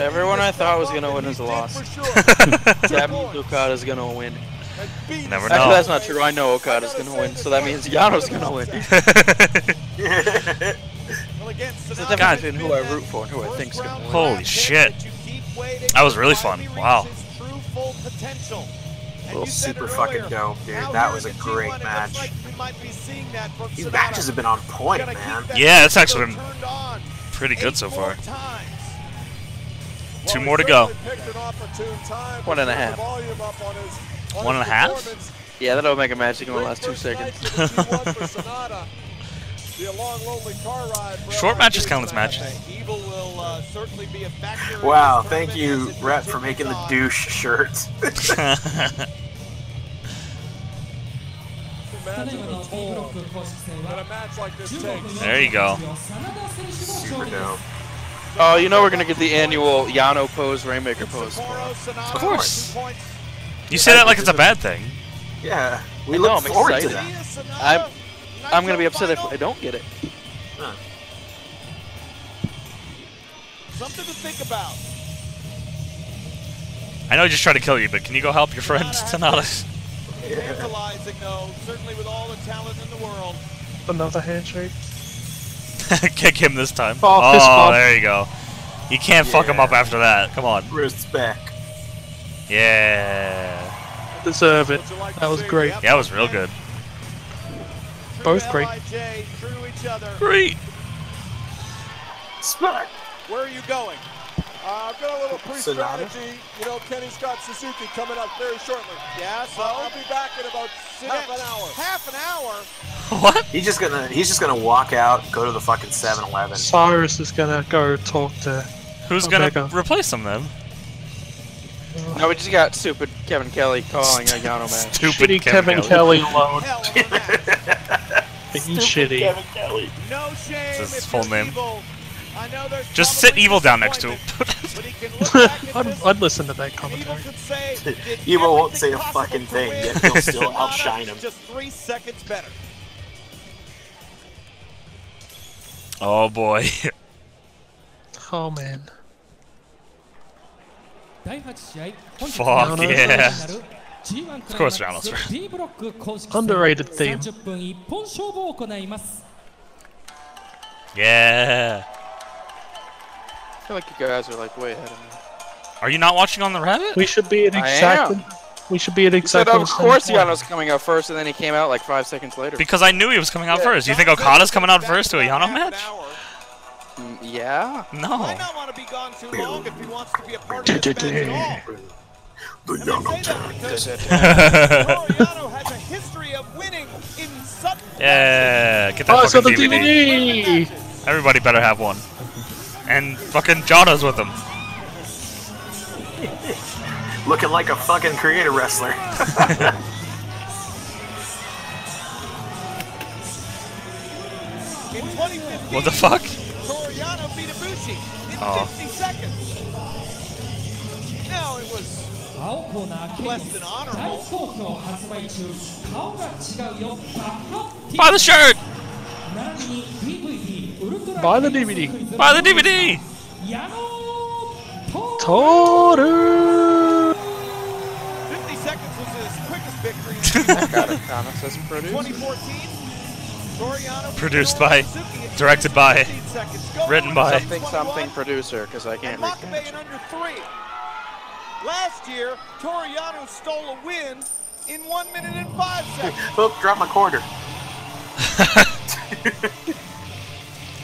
[SPEAKER 6] Everyone I thought was gonna win is lost.
[SPEAKER 1] *laughs*
[SPEAKER 6] That means Okada's gonna win.
[SPEAKER 1] Never
[SPEAKER 6] Actually,
[SPEAKER 1] know.
[SPEAKER 6] that's not true. I know Okada's gonna win, so that means Yano's gonna win. It's the
[SPEAKER 1] God.
[SPEAKER 6] difference between who I root for and who I think's gonna win.
[SPEAKER 1] Holy shit. That was really fun. Wow.
[SPEAKER 4] Well, super fucking dope, dude. That was a great match. These matches have been on point, man.
[SPEAKER 1] Yeah, it's actually been pretty good so far. Two more to go.
[SPEAKER 6] One and a half.
[SPEAKER 1] One and a half?
[SPEAKER 6] Yeah, that'll make a match in the last two seconds. *laughs*
[SPEAKER 1] Short matches count as matches.
[SPEAKER 3] Evil will uh, certainly be a factor. in
[SPEAKER 4] Wow,
[SPEAKER 3] this
[SPEAKER 4] thank
[SPEAKER 3] tournament
[SPEAKER 4] you,
[SPEAKER 3] as it
[SPEAKER 4] Rhett,
[SPEAKER 3] takes
[SPEAKER 4] for making the
[SPEAKER 3] on.
[SPEAKER 4] douche shirt. *laughs*
[SPEAKER 1] There you go.
[SPEAKER 4] Super dope.
[SPEAKER 6] Oh, you know we're gonna get the annual Yano pose, Rainmaker pose.
[SPEAKER 1] Of course. You say that like it's a bad thing.
[SPEAKER 4] Yeah, we
[SPEAKER 6] I know,
[SPEAKER 4] look
[SPEAKER 6] I'm
[SPEAKER 4] forward to
[SPEAKER 6] excited.
[SPEAKER 4] that.
[SPEAKER 6] I'm, I'm gonna be upset if I don't get it.
[SPEAKER 3] Something to think about.
[SPEAKER 1] I know I just tried to kill you, but can you go help your friend Tanadas?
[SPEAKER 3] Tantalizing, though, certainly with all the talent in the world.
[SPEAKER 2] another handshake.
[SPEAKER 1] *laughs* Kick him this time.
[SPEAKER 2] Oh, fist
[SPEAKER 1] Oh,
[SPEAKER 2] bump.
[SPEAKER 1] there you go. You can't fuck him
[SPEAKER 4] Yeah.
[SPEAKER 1] up after that. Come on.
[SPEAKER 4] Respect.
[SPEAKER 1] Yeah.
[SPEAKER 2] Deserve it. That was great.
[SPEAKER 1] Yeah, that was real good. *laughs*
[SPEAKER 2] Both great.
[SPEAKER 3] LIJ, through each other.
[SPEAKER 1] *laughs* Great.
[SPEAKER 4] Respect.
[SPEAKER 3] Where are you going?
[SPEAKER 12] Uh, I've got a little
[SPEAKER 4] Sonata?
[SPEAKER 12] pre-strategy. You know, Kenny Scott Suzuki coming up very shortly.
[SPEAKER 3] Yeah, so
[SPEAKER 12] I'll be back in about six, half an hour.
[SPEAKER 3] half an hour.
[SPEAKER 1] What?
[SPEAKER 4] He's just gonna he's just gonna walk out, go to the fucking 7-Eleven.
[SPEAKER 2] Cyrus is gonna go talk to.
[SPEAKER 1] Who's
[SPEAKER 2] Oh,
[SPEAKER 1] gonna
[SPEAKER 2] there you go.
[SPEAKER 1] replace him then?
[SPEAKER 6] No, we just got stupid Kevin Kelly calling a Yano match.
[SPEAKER 1] Stupid
[SPEAKER 2] shitty Kevin, Kelly
[SPEAKER 1] *laughs*
[SPEAKER 2] alone.
[SPEAKER 3] Hell of a match.
[SPEAKER 2] He's shitty.
[SPEAKER 3] No shame.
[SPEAKER 1] That's his
[SPEAKER 3] if
[SPEAKER 1] full
[SPEAKER 3] you're
[SPEAKER 1] name.
[SPEAKER 3] Evil. I know there's
[SPEAKER 1] Just sit
[SPEAKER 3] probably
[SPEAKER 1] evil down next to him. *laughs*
[SPEAKER 3] disappointment, but he can look back at
[SPEAKER 2] *laughs* I'd,
[SPEAKER 3] this
[SPEAKER 2] I'd listen to that
[SPEAKER 3] and Evil
[SPEAKER 2] commentary.
[SPEAKER 3] could say, "Did
[SPEAKER 4] *laughs* Evil won't
[SPEAKER 3] everything
[SPEAKER 4] say a
[SPEAKER 3] possible
[SPEAKER 4] fucking
[SPEAKER 3] to
[SPEAKER 4] thing,
[SPEAKER 3] win."
[SPEAKER 4] yet he'll still
[SPEAKER 3] Sonata
[SPEAKER 4] outshine him.
[SPEAKER 3] Just three seconds better.
[SPEAKER 1] oh boy. *laughs*
[SPEAKER 2] Oh man.
[SPEAKER 8] 第8試合、本日
[SPEAKER 1] Fuck
[SPEAKER 8] の最後になる
[SPEAKER 1] yeah.
[SPEAKER 8] G1 ク
[SPEAKER 1] Of
[SPEAKER 8] ライ
[SPEAKER 1] course
[SPEAKER 8] マックス
[SPEAKER 1] Ramos.
[SPEAKER 8] D ブロック公式戦
[SPEAKER 2] Underrated theme.
[SPEAKER 8] 30分一本勝負を行います。
[SPEAKER 1] Yeah.
[SPEAKER 6] I feel like you guys are like way ahead of me.
[SPEAKER 1] Are you not watching on the rabbit?
[SPEAKER 2] We should be at
[SPEAKER 6] I
[SPEAKER 2] exactly. We should be at
[SPEAKER 6] He said,
[SPEAKER 2] exactly.
[SPEAKER 6] of
[SPEAKER 2] the same
[SPEAKER 6] course
[SPEAKER 2] point.
[SPEAKER 6] Yano's coming out first, and then he came out like five seconds later.
[SPEAKER 1] Because I knew he was coming out first. You think Okada's coming out first to a Yano match?
[SPEAKER 6] Mm, yeah.
[SPEAKER 1] No.
[SPEAKER 3] Might not want to be gone too long if he wants to be a part of this match at all. And I say that because Toriano has a history of winning in sudden
[SPEAKER 1] yeah. Get that
[SPEAKER 2] Oh, I saw the
[SPEAKER 1] fucking DVD.
[SPEAKER 2] DVD.
[SPEAKER 1] Everybody better have one. And fucking Jada's with him.
[SPEAKER 4] Looking like a fucking creator wrestler. *laughs*
[SPEAKER 3] In 2015,
[SPEAKER 1] What the fuck?
[SPEAKER 3] Toriano beat Ibushi in
[SPEAKER 1] Oh.
[SPEAKER 3] 50 seconds. Now it was
[SPEAKER 8] 青コーナー K です
[SPEAKER 3] less than
[SPEAKER 8] 大
[SPEAKER 3] honorable.
[SPEAKER 8] 好評発売中顔が違うよバックロッティ
[SPEAKER 1] Buy the shirt!
[SPEAKER 8] 並びに DVD ウルトラ
[SPEAKER 2] Buy the DVD.
[SPEAKER 1] Buy the DVD!
[SPEAKER 8] 矢野と
[SPEAKER 2] Toru.
[SPEAKER 3] 50 seconds was his quickest
[SPEAKER 1] *laughs*
[SPEAKER 3] victory.
[SPEAKER 6] Got it. Thomas says
[SPEAKER 3] in
[SPEAKER 6] produce.
[SPEAKER 3] 2014, Toriano beat
[SPEAKER 1] Produced
[SPEAKER 3] Minoru
[SPEAKER 1] by-
[SPEAKER 3] Suzuki in
[SPEAKER 1] directed by-
[SPEAKER 3] 15 seconds. Go
[SPEAKER 1] written
[SPEAKER 3] on,
[SPEAKER 1] by-
[SPEAKER 6] Something
[SPEAKER 3] 21.
[SPEAKER 6] something producer, because I can't
[SPEAKER 3] and
[SPEAKER 6] read
[SPEAKER 3] Makabe in
[SPEAKER 6] that.
[SPEAKER 3] under three. Last year, Toriano stole a win in one minute and five seconds.
[SPEAKER 4] Look, drop my quarter.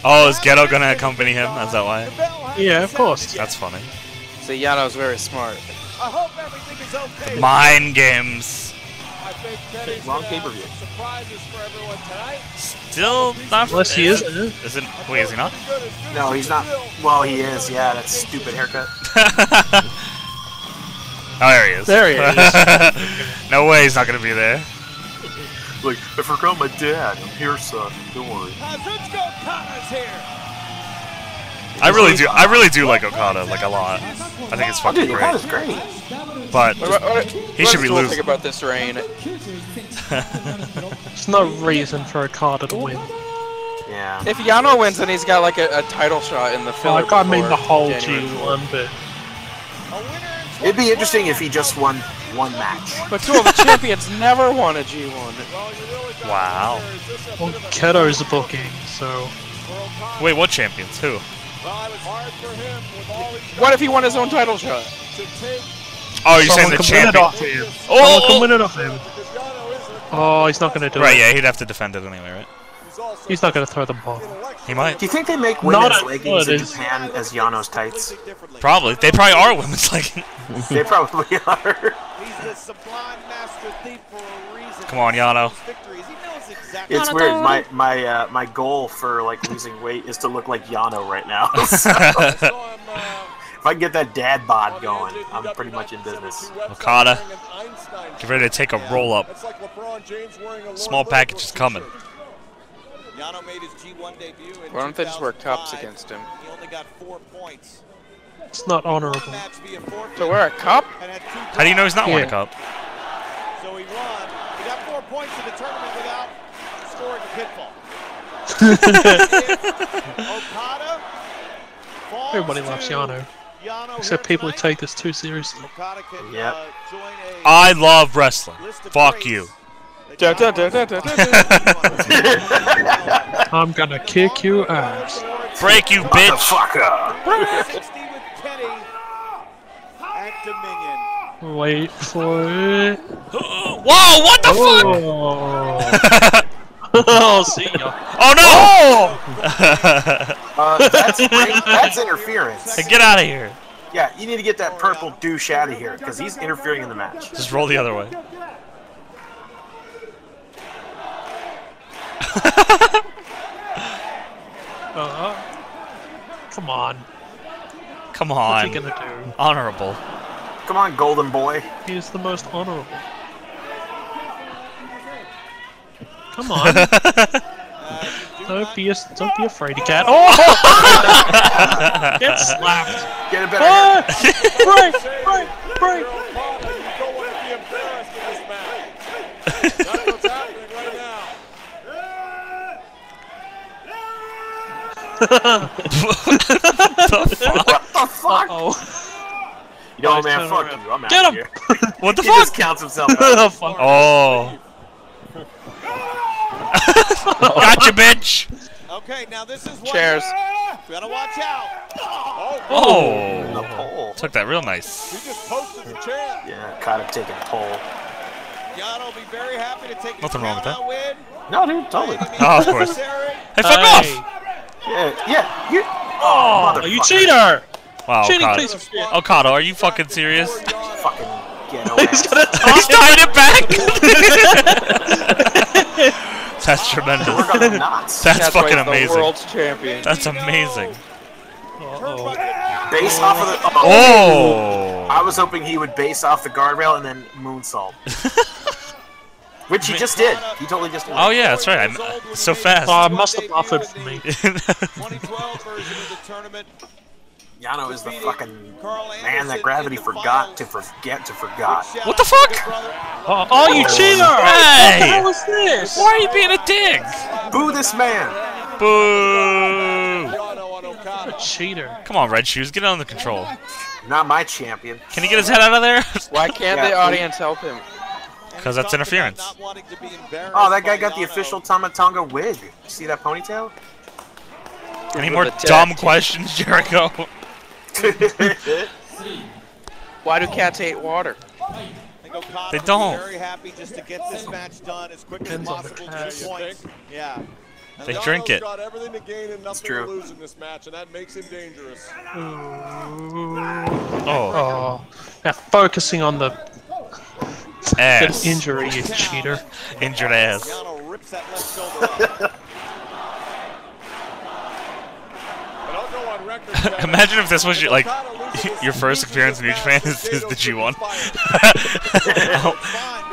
[SPEAKER 1] Oh, is Ghetto gonna accompany him? Is that why?
[SPEAKER 3] The bell hasn't
[SPEAKER 2] Yeah, of course.
[SPEAKER 1] That's funny.
[SPEAKER 6] See, Yano's very smart.
[SPEAKER 3] sounded. I hope everything is okay.
[SPEAKER 1] Mind games.
[SPEAKER 12] I think Kenny's
[SPEAKER 4] Wrong
[SPEAKER 12] gonna have
[SPEAKER 4] pay-per-view.
[SPEAKER 12] some surprises for everyone tonight.
[SPEAKER 1] Still not.
[SPEAKER 2] Unless he is. eh?
[SPEAKER 1] Isn't. Wait, is he not? *laughs*
[SPEAKER 12] Pretty good, as good
[SPEAKER 4] No,
[SPEAKER 12] as
[SPEAKER 4] he's
[SPEAKER 12] it
[SPEAKER 4] not.
[SPEAKER 12] will.
[SPEAKER 4] Well, he is. Yeah, that stupid haircut.
[SPEAKER 1] oh, there he is. *laughs*
[SPEAKER 2] There he is.
[SPEAKER 1] no way he's not gonna be there.
[SPEAKER 4] Like, I forgot my dad. I'm here, son. Don't worry.
[SPEAKER 3] Uh, Kazuchika Okada's here.
[SPEAKER 1] I really do. I really do like Okada like a lot. I think it's fucking
[SPEAKER 4] Oh, Dude, that
[SPEAKER 1] great.
[SPEAKER 4] is great.
[SPEAKER 1] But
[SPEAKER 6] What, about- what,
[SPEAKER 1] He
[SPEAKER 6] what
[SPEAKER 1] should
[SPEAKER 6] does
[SPEAKER 1] be
[SPEAKER 6] Joel
[SPEAKER 1] losing.
[SPEAKER 6] think about
[SPEAKER 1] *laughs*
[SPEAKER 6] this reign?
[SPEAKER 2] There's no reason for Okada to win.
[SPEAKER 4] Yeah.
[SPEAKER 6] If Yano wins, then he's got like a, a title shot
[SPEAKER 1] Oh,
[SPEAKER 6] in the filler.
[SPEAKER 2] Like, I mean the
[SPEAKER 6] before
[SPEAKER 2] whole
[SPEAKER 6] January.
[SPEAKER 2] G1, but
[SPEAKER 4] It'd be interesting if he just won one match.
[SPEAKER 6] But two of the champions never won a G1.
[SPEAKER 1] wow.
[SPEAKER 2] well, Keto's booking, so
[SPEAKER 1] Oh, Wait, what champions? Who?
[SPEAKER 6] What if he won his own title shot?
[SPEAKER 1] Oh, you're saying the
[SPEAKER 2] someone can win it
[SPEAKER 1] champion?
[SPEAKER 2] off him. Someone can
[SPEAKER 1] Oh,
[SPEAKER 2] win it off him. Oh, he's not gonna do
[SPEAKER 1] right.
[SPEAKER 2] it.
[SPEAKER 1] Yeah, he'd have to defend it anyway, right?
[SPEAKER 2] He's not gonna throw the ball.
[SPEAKER 1] He might.
[SPEAKER 4] Do you think they make women's
[SPEAKER 2] a-
[SPEAKER 4] leggings
[SPEAKER 2] it
[SPEAKER 4] in
[SPEAKER 2] is.
[SPEAKER 4] Japan as Yano's *laughs* tights?
[SPEAKER 1] Probably. They probably are women's *laughs* like.
[SPEAKER 4] They probably are.
[SPEAKER 3] He's the sublime master thief for a reason.
[SPEAKER 1] Come on, Yano.
[SPEAKER 3] Victories. He knows exactly.
[SPEAKER 4] It's weird. My my uh, my goal for like losing weight is to look like Yano right *laughs* now. if
[SPEAKER 3] uh,
[SPEAKER 1] *laughs*
[SPEAKER 4] I can get that dad bod going, I'm pretty much in business.
[SPEAKER 1] Okada. Get ready to take a roll up.
[SPEAKER 5] It's like LeBron James wearing a
[SPEAKER 1] Small
[SPEAKER 5] Lord
[SPEAKER 1] package is
[SPEAKER 5] Brooks
[SPEAKER 1] coming.
[SPEAKER 5] t-shirt.
[SPEAKER 3] Yano made his G1 debut in
[SPEAKER 6] Why don't they just wear cups
[SPEAKER 3] 2005.
[SPEAKER 6] against him?
[SPEAKER 3] He only got four points.
[SPEAKER 2] It's not honorable.
[SPEAKER 3] Match via forfeit
[SPEAKER 6] To wear a cup?
[SPEAKER 3] and had two
[SPEAKER 1] How do you know he's not winning
[SPEAKER 2] Yeah.
[SPEAKER 1] cup?
[SPEAKER 3] draws, So he won. He got four points in the tournament without scoring a
[SPEAKER 6] *laughs*
[SPEAKER 3] pinfall. Okada falls
[SPEAKER 2] Everybody loves
[SPEAKER 3] to
[SPEAKER 2] Yano,
[SPEAKER 3] Yano
[SPEAKER 2] except
[SPEAKER 3] here
[SPEAKER 2] people who
[SPEAKER 3] tonight.
[SPEAKER 2] take this too seriously.
[SPEAKER 3] Okada can
[SPEAKER 4] Yep.
[SPEAKER 3] uh, join a
[SPEAKER 1] I love wrestling.
[SPEAKER 3] list of
[SPEAKER 1] Ah, Fuck
[SPEAKER 3] greats
[SPEAKER 1] you.
[SPEAKER 3] that
[SPEAKER 6] Dun, dun,
[SPEAKER 3] Yano
[SPEAKER 6] dun, dun,
[SPEAKER 3] wants
[SPEAKER 6] dun,
[SPEAKER 3] to join.
[SPEAKER 2] I'm gonna kick your ass.
[SPEAKER 1] Break you, bitch.
[SPEAKER 4] Motherfucker!
[SPEAKER 3] 60 with Kenny at Dominion.
[SPEAKER 2] Wait for it.
[SPEAKER 1] *gasps* Whoa! What the fuck? *laughs*
[SPEAKER 2] Oh, *laughs* oh see ya.
[SPEAKER 1] Oh no!
[SPEAKER 4] Uh, that's, that's interference.
[SPEAKER 1] Hey, *laughs* Get out of here.
[SPEAKER 4] Yeah, you need to get that purple douche out of here because he's interfering in the match.
[SPEAKER 1] Just roll the other way.
[SPEAKER 2] Uh, come on.
[SPEAKER 1] Come
[SPEAKER 2] What's he
[SPEAKER 1] on.
[SPEAKER 2] gonna
[SPEAKER 1] Honorable.
[SPEAKER 4] Come on, golden boy.
[SPEAKER 2] do? He's the most honorable.
[SPEAKER 1] *laughs*
[SPEAKER 2] Come on.
[SPEAKER 1] Uh,
[SPEAKER 2] don't be a, don't be afraid of cat. Oh! *laughs* Get slapped.
[SPEAKER 4] Get a better hair.
[SPEAKER 2] Break! Break! Break!
[SPEAKER 5] Papa, you don't want to be embarrassed in this match. That's what's happening right now.
[SPEAKER 2] Ah! Uh-oh.
[SPEAKER 4] You know,
[SPEAKER 2] Nice
[SPEAKER 4] man, fuck
[SPEAKER 2] turnaround.
[SPEAKER 4] you. I'm out
[SPEAKER 2] Get
[SPEAKER 4] of
[SPEAKER 2] him!
[SPEAKER 4] here.
[SPEAKER 1] What the
[SPEAKER 4] He just
[SPEAKER 1] fuck?
[SPEAKER 4] counts himself
[SPEAKER 2] *laughs*
[SPEAKER 4] out.
[SPEAKER 2] *laughs* Oh, fuck.
[SPEAKER 1] *laughs* Oh. gotcha, bitch.
[SPEAKER 3] Okay, now this is what
[SPEAKER 6] Chairs.
[SPEAKER 3] you gotta watch out.
[SPEAKER 4] The
[SPEAKER 1] Oh.
[SPEAKER 4] pole.
[SPEAKER 1] Took that real nice.
[SPEAKER 5] He just posted the chair.
[SPEAKER 4] Yeah, caught him taking a pole.
[SPEAKER 3] Yano will be very happy to take a
[SPEAKER 1] Nothing wrong with
[SPEAKER 3] count-out win.
[SPEAKER 4] No, dude, totally.
[SPEAKER 1] Oh, of course.
[SPEAKER 3] Terry,
[SPEAKER 1] Hey, fuck
[SPEAKER 2] Hey.
[SPEAKER 1] off!
[SPEAKER 4] Yeah, yeah. You,
[SPEAKER 2] Oh,
[SPEAKER 4] motherfucker.
[SPEAKER 2] you cheater!
[SPEAKER 1] Wow,
[SPEAKER 2] Cheating,
[SPEAKER 1] Okada.
[SPEAKER 2] please. *laughs* Yeah.
[SPEAKER 1] Okada, are you fucking serious? *laughs*
[SPEAKER 4] Fucking
[SPEAKER 2] *laughs*
[SPEAKER 4] ghetto ass.
[SPEAKER 1] He's tied it *laughs* back! That's tremendous.
[SPEAKER 4] We're
[SPEAKER 2] *laughs*
[SPEAKER 4] gonna knots.
[SPEAKER 1] That's,
[SPEAKER 6] why
[SPEAKER 1] fucking
[SPEAKER 6] he's The
[SPEAKER 1] *laughs* amazing.
[SPEAKER 6] world's champion.
[SPEAKER 1] That's amazing.
[SPEAKER 2] Uh-oh.
[SPEAKER 4] Base off of the.
[SPEAKER 2] Oh!
[SPEAKER 4] I
[SPEAKER 1] Oh!
[SPEAKER 4] was hoping he would base off the guardrail and then
[SPEAKER 1] *laughs*
[SPEAKER 4] moonsault. Which he just did. He totally just did.
[SPEAKER 1] Oh yeah, that's right. I'm uh, so fast.
[SPEAKER 2] Oh, I must have buffered for me.
[SPEAKER 3] 2012 version of the tournament.
[SPEAKER 4] Yano is the fucking
[SPEAKER 3] Carl Anderson
[SPEAKER 4] man that gravity
[SPEAKER 3] in the
[SPEAKER 4] forgot
[SPEAKER 3] finals.
[SPEAKER 4] to forget to forgot.
[SPEAKER 3] Shout
[SPEAKER 1] *laughs* What the
[SPEAKER 3] out to Big
[SPEAKER 1] fuck?
[SPEAKER 3] Brother.
[SPEAKER 2] Oh, oh, you cheater! What the
[SPEAKER 1] hey!
[SPEAKER 2] hell is this?
[SPEAKER 1] Why are you being a dick?
[SPEAKER 4] Boo this man!
[SPEAKER 1] Boo!
[SPEAKER 5] Yano on Okada.
[SPEAKER 2] Cheater.
[SPEAKER 1] Come on, Red Shoes, get it under control.
[SPEAKER 4] Not my champion.
[SPEAKER 1] Can he get his head out of there? *laughs*
[SPEAKER 6] Why can't
[SPEAKER 4] Yeah,
[SPEAKER 6] the
[SPEAKER 4] we-
[SPEAKER 6] audience help him?
[SPEAKER 1] Because
[SPEAKER 3] He
[SPEAKER 1] that's
[SPEAKER 3] talked about
[SPEAKER 1] interference.
[SPEAKER 3] not wanting to be embarrassed
[SPEAKER 4] Oh, that guy
[SPEAKER 3] by
[SPEAKER 4] got the
[SPEAKER 3] Yano.
[SPEAKER 4] official Tamatanga wig. See that
[SPEAKER 1] *laughs*
[SPEAKER 4] ponytail? *laughs*
[SPEAKER 1] Any
[SPEAKER 6] With
[SPEAKER 1] more
[SPEAKER 6] the tech.
[SPEAKER 1] dumb questions, Jericho? *laughs*
[SPEAKER 6] Why do cats hate water?
[SPEAKER 3] I think Okada
[SPEAKER 1] They
[SPEAKER 3] would be
[SPEAKER 1] don't.
[SPEAKER 3] Very happy just to get this match done as quick
[SPEAKER 2] Depends
[SPEAKER 3] as
[SPEAKER 2] on the
[SPEAKER 3] possible.
[SPEAKER 2] class.
[SPEAKER 3] Two points. Yeah. And
[SPEAKER 1] They
[SPEAKER 3] the-
[SPEAKER 1] drink
[SPEAKER 5] Yano's
[SPEAKER 1] it.
[SPEAKER 5] got everything to gain and nothing
[SPEAKER 4] true.
[SPEAKER 5] to lose in this match, and that makes him dangerous.
[SPEAKER 1] Oh,
[SPEAKER 2] Oh. Now focusing on the good
[SPEAKER 1] ass.
[SPEAKER 2] injury, you cheater.
[SPEAKER 1] Injured ass. *laughs*
[SPEAKER 3] Yano rips that left shoulder off.
[SPEAKER 5] And I'll go on
[SPEAKER 1] *laughs*
[SPEAKER 5] record. Kevin,
[SPEAKER 1] Imagine if this was your, like *laughs*
[SPEAKER 5] Okada loses this-
[SPEAKER 1] your first
[SPEAKER 5] loses
[SPEAKER 1] experience in New *laughs*
[SPEAKER 5] this
[SPEAKER 1] Japan
[SPEAKER 5] match,
[SPEAKER 1] is, is
[SPEAKER 5] Jado
[SPEAKER 1] the
[SPEAKER 5] should be
[SPEAKER 1] G1.
[SPEAKER 5] fired.
[SPEAKER 1] Oh,
[SPEAKER 3] Fine,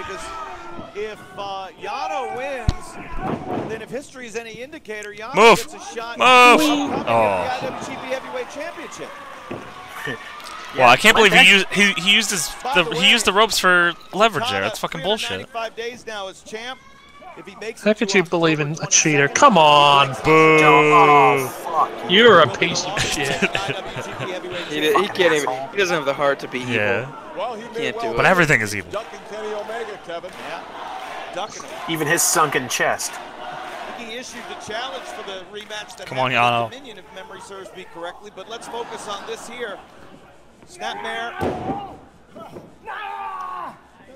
[SPEAKER 3] because If uh, Yano wins, then if history is any indicator, Yano
[SPEAKER 1] Move.
[SPEAKER 3] gets a shot.
[SPEAKER 1] Move.
[SPEAKER 3] Upcoming at the
[SPEAKER 1] Oh.
[SPEAKER 3] IWGP Heavyweight Championship.
[SPEAKER 1] Wow, I can't
[SPEAKER 4] My
[SPEAKER 1] believe
[SPEAKER 4] back-
[SPEAKER 1] he used he, he used his
[SPEAKER 3] By
[SPEAKER 1] the,
[SPEAKER 3] the way,
[SPEAKER 1] he used the ropes for leverage there.
[SPEAKER 3] Okada,
[SPEAKER 1] That's fucking bullshit.
[SPEAKER 3] 395 days now as champ. If he makes
[SPEAKER 2] How
[SPEAKER 3] it
[SPEAKER 2] could
[SPEAKER 3] to
[SPEAKER 2] you believe in
[SPEAKER 3] October
[SPEAKER 2] a cheater?
[SPEAKER 3] 22nd,
[SPEAKER 2] Come on,
[SPEAKER 4] Oh,
[SPEAKER 1] Boo!
[SPEAKER 4] fuck.
[SPEAKER 2] you're a piece of shit.
[SPEAKER 3] IWGP Heavyweight
[SPEAKER 6] He, he can't even. He doesn't have the heart to be evil.
[SPEAKER 1] Yeah,
[SPEAKER 5] Well, he may
[SPEAKER 6] Can't
[SPEAKER 5] well
[SPEAKER 6] do it.
[SPEAKER 5] be
[SPEAKER 1] but everything is evil.
[SPEAKER 5] ducking Kenny Omega, Kevin.
[SPEAKER 3] Ducking him.
[SPEAKER 4] Even his sunken chest.
[SPEAKER 3] He issued the challenge for the rematch that
[SPEAKER 1] Come on,
[SPEAKER 3] happened
[SPEAKER 1] Yano.
[SPEAKER 3] with Dominion, if memory serves me correctly. But let's focus on this here. Snapmare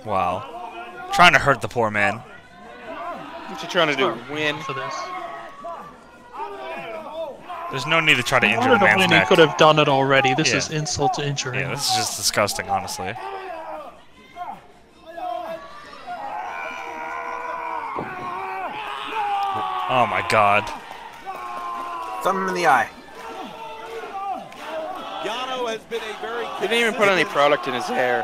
[SPEAKER 1] Wow, trying to hurt the poor man.
[SPEAKER 6] What you trying to do? Win.
[SPEAKER 2] For this.
[SPEAKER 1] There's no need to try to
[SPEAKER 2] I
[SPEAKER 1] injure
[SPEAKER 2] don't
[SPEAKER 1] the
[SPEAKER 2] know
[SPEAKER 1] man's
[SPEAKER 2] when he
[SPEAKER 1] neck.
[SPEAKER 2] could have done it already. This
[SPEAKER 1] Yeah.
[SPEAKER 2] is insult to injury.
[SPEAKER 1] Yeah, this is just disgusting, honestly. Oh my god.
[SPEAKER 4] Thumb him in the eye.
[SPEAKER 3] Yano has been a very
[SPEAKER 6] They didn't even put any product in his hair.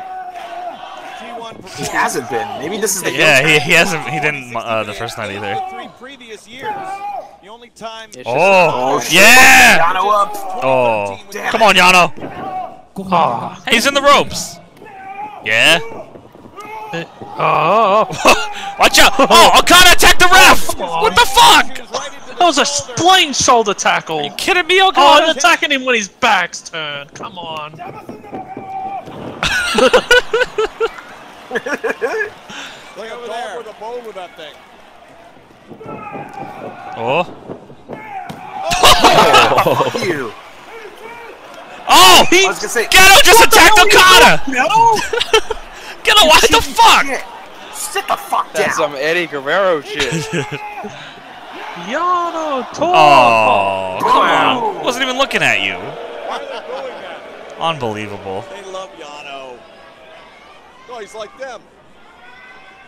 [SPEAKER 3] G1
[SPEAKER 1] *laughs*
[SPEAKER 4] He
[SPEAKER 3] performer
[SPEAKER 4] hasn't been. Maybe this is the
[SPEAKER 1] Yeah, he, he hasn't. He didn't uh, the first night either.
[SPEAKER 3] the three previous years. The only time
[SPEAKER 6] It's
[SPEAKER 1] Oh,
[SPEAKER 4] shit.
[SPEAKER 1] yeah!
[SPEAKER 4] Yano up.
[SPEAKER 1] Oh,
[SPEAKER 4] Damn
[SPEAKER 1] come on, Yano.
[SPEAKER 2] Ah,
[SPEAKER 1] Hey, he's in the ropes. Yeah. *laughs*
[SPEAKER 2] eh, oh, oh,
[SPEAKER 1] Watch out! Oh, Okada attacked the ref. What the fuck?
[SPEAKER 3] is right into
[SPEAKER 2] that was a
[SPEAKER 3] shoulder.
[SPEAKER 2] spline shoulder tackle.
[SPEAKER 1] Kidding me,
[SPEAKER 2] Oh, and
[SPEAKER 1] Okada?
[SPEAKER 2] attacking him when his back's turned. Come on.
[SPEAKER 5] Look over there. with a bone with that thing.
[SPEAKER 1] Oh. *laughs*
[SPEAKER 4] Fuck you.
[SPEAKER 1] Oh!
[SPEAKER 4] I was gonna say.
[SPEAKER 1] Gato just attacked Okada.
[SPEAKER 4] No.
[SPEAKER 1] Gato, what the fuck?
[SPEAKER 4] Shit. Sit the fuck
[SPEAKER 6] That's
[SPEAKER 4] down.
[SPEAKER 6] some Eddie Guerrero shit.
[SPEAKER 2] Yano Tor.
[SPEAKER 1] Oh, come on. Wasn't even looking at you.
[SPEAKER 5] Why are they doing that?
[SPEAKER 1] Unbelievable.
[SPEAKER 3] They love Yano.
[SPEAKER 5] No, he's like them.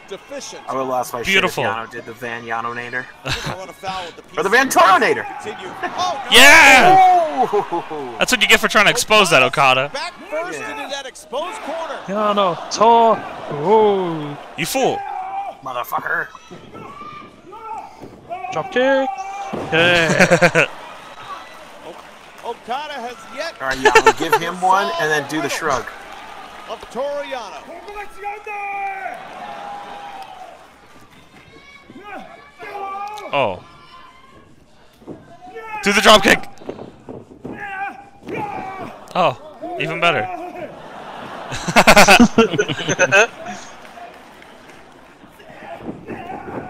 [SPEAKER 5] Deficient.
[SPEAKER 4] I would have lost my
[SPEAKER 1] Beautiful.
[SPEAKER 4] shit if Yano did the Van Yanonator.
[SPEAKER 3] They're gonna run afoul with the
[SPEAKER 4] Or the Van Toronator.
[SPEAKER 3] Continue. Oh, God.
[SPEAKER 1] Yeah!
[SPEAKER 4] Oh!
[SPEAKER 1] That's what you get for trying to expose that, Okada.
[SPEAKER 3] Back first into that exposed corner.
[SPEAKER 2] Yano Tor. Oh,
[SPEAKER 1] You fool.
[SPEAKER 4] *laughs* Motherfucker.
[SPEAKER 2] drop kick. Yeah.
[SPEAKER 3] Okada has yet
[SPEAKER 4] All right, Yano, give him one and then do the shrug.
[SPEAKER 3] of Toriano.
[SPEAKER 1] Oh. Do the drop kick. Oh, even better. *laughs*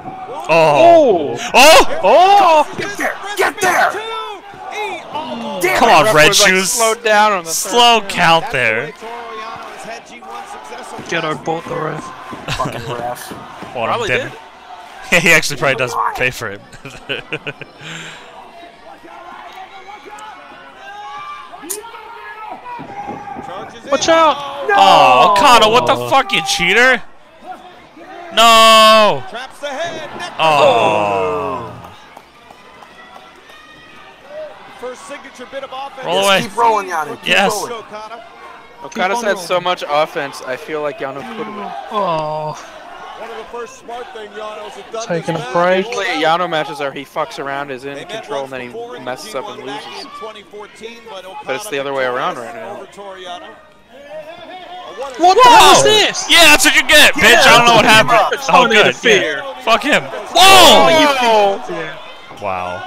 [SPEAKER 1] oh.
[SPEAKER 2] Oh,
[SPEAKER 1] Oh. Oh.
[SPEAKER 3] Get
[SPEAKER 4] there, get there.
[SPEAKER 3] He almost
[SPEAKER 4] Damn
[SPEAKER 1] Come
[SPEAKER 4] it.
[SPEAKER 1] on,
[SPEAKER 6] Ref
[SPEAKER 1] red
[SPEAKER 6] was, like,
[SPEAKER 1] shoes.
[SPEAKER 6] slowed down on the third
[SPEAKER 1] Slow
[SPEAKER 6] round.
[SPEAKER 1] count
[SPEAKER 3] That's the way
[SPEAKER 1] there.
[SPEAKER 3] Toriano has had G1 success over
[SPEAKER 2] get
[SPEAKER 3] the
[SPEAKER 2] our
[SPEAKER 3] last
[SPEAKER 2] bolt the
[SPEAKER 3] year.
[SPEAKER 2] ref.
[SPEAKER 4] Fucking ref.
[SPEAKER 1] Oh, I'm
[SPEAKER 6] Probably
[SPEAKER 1] dead.
[SPEAKER 6] did.
[SPEAKER 1] *laughs* Yeah, he actually probably does pay for it. *laughs*
[SPEAKER 3] Charges in.
[SPEAKER 2] Watch out!
[SPEAKER 1] oh, Okada, what the fuck, you cheater? No.
[SPEAKER 3] Traps the head. Neck.
[SPEAKER 1] Oh.
[SPEAKER 3] First signature bit of offense.
[SPEAKER 1] Roll
[SPEAKER 4] Just
[SPEAKER 1] away.
[SPEAKER 4] Keep rolling, Yano. Keep
[SPEAKER 1] Yes.
[SPEAKER 4] rolling.
[SPEAKER 3] Okada.
[SPEAKER 6] Okada's
[SPEAKER 2] on
[SPEAKER 6] had
[SPEAKER 2] rolling.
[SPEAKER 6] so much offense. I feel like Yano could win.
[SPEAKER 2] Oh,
[SPEAKER 5] One of the first smart thing Yano's have done
[SPEAKER 2] Taking
[SPEAKER 5] this
[SPEAKER 2] a
[SPEAKER 5] match.
[SPEAKER 2] break.
[SPEAKER 6] Usually at Yano matches are he fucks around, is
[SPEAKER 3] They
[SPEAKER 6] in
[SPEAKER 3] met
[SPEAKER 6] control,
[SPEAKER 3] once
[SPEAKER 6] and then
[SPEAKER 3] before
[SPEAKER 6] he
[SPEAKER 3] in
[SPEAKER 6] messes up and
[SPEAKER 3] G1 back
[SPEAKER 6] loses.
[SPEAKER 3] in 2014, but,
[SPEAKER 6] it's the other way around right now.
[SPEAKER 3] Over Toriano.
[SPEAKER 5] What a
[SPEAKER 2] what the hell is this?
[SPEAKER 1] Yeah, that's what you get, bitch. I don't know what happened.
[SPEAKER 2] It's
[SPEAKER 1] Oh,
[SPEAKER 2] funny to
[SPEAKER 1] good.
[SPEAKER 2] fear.
[SPEAKER 1] Yeah. Fuck him. Whoa!
[SPEAKER 6] Oh,
[SPEAKER 1] Wow.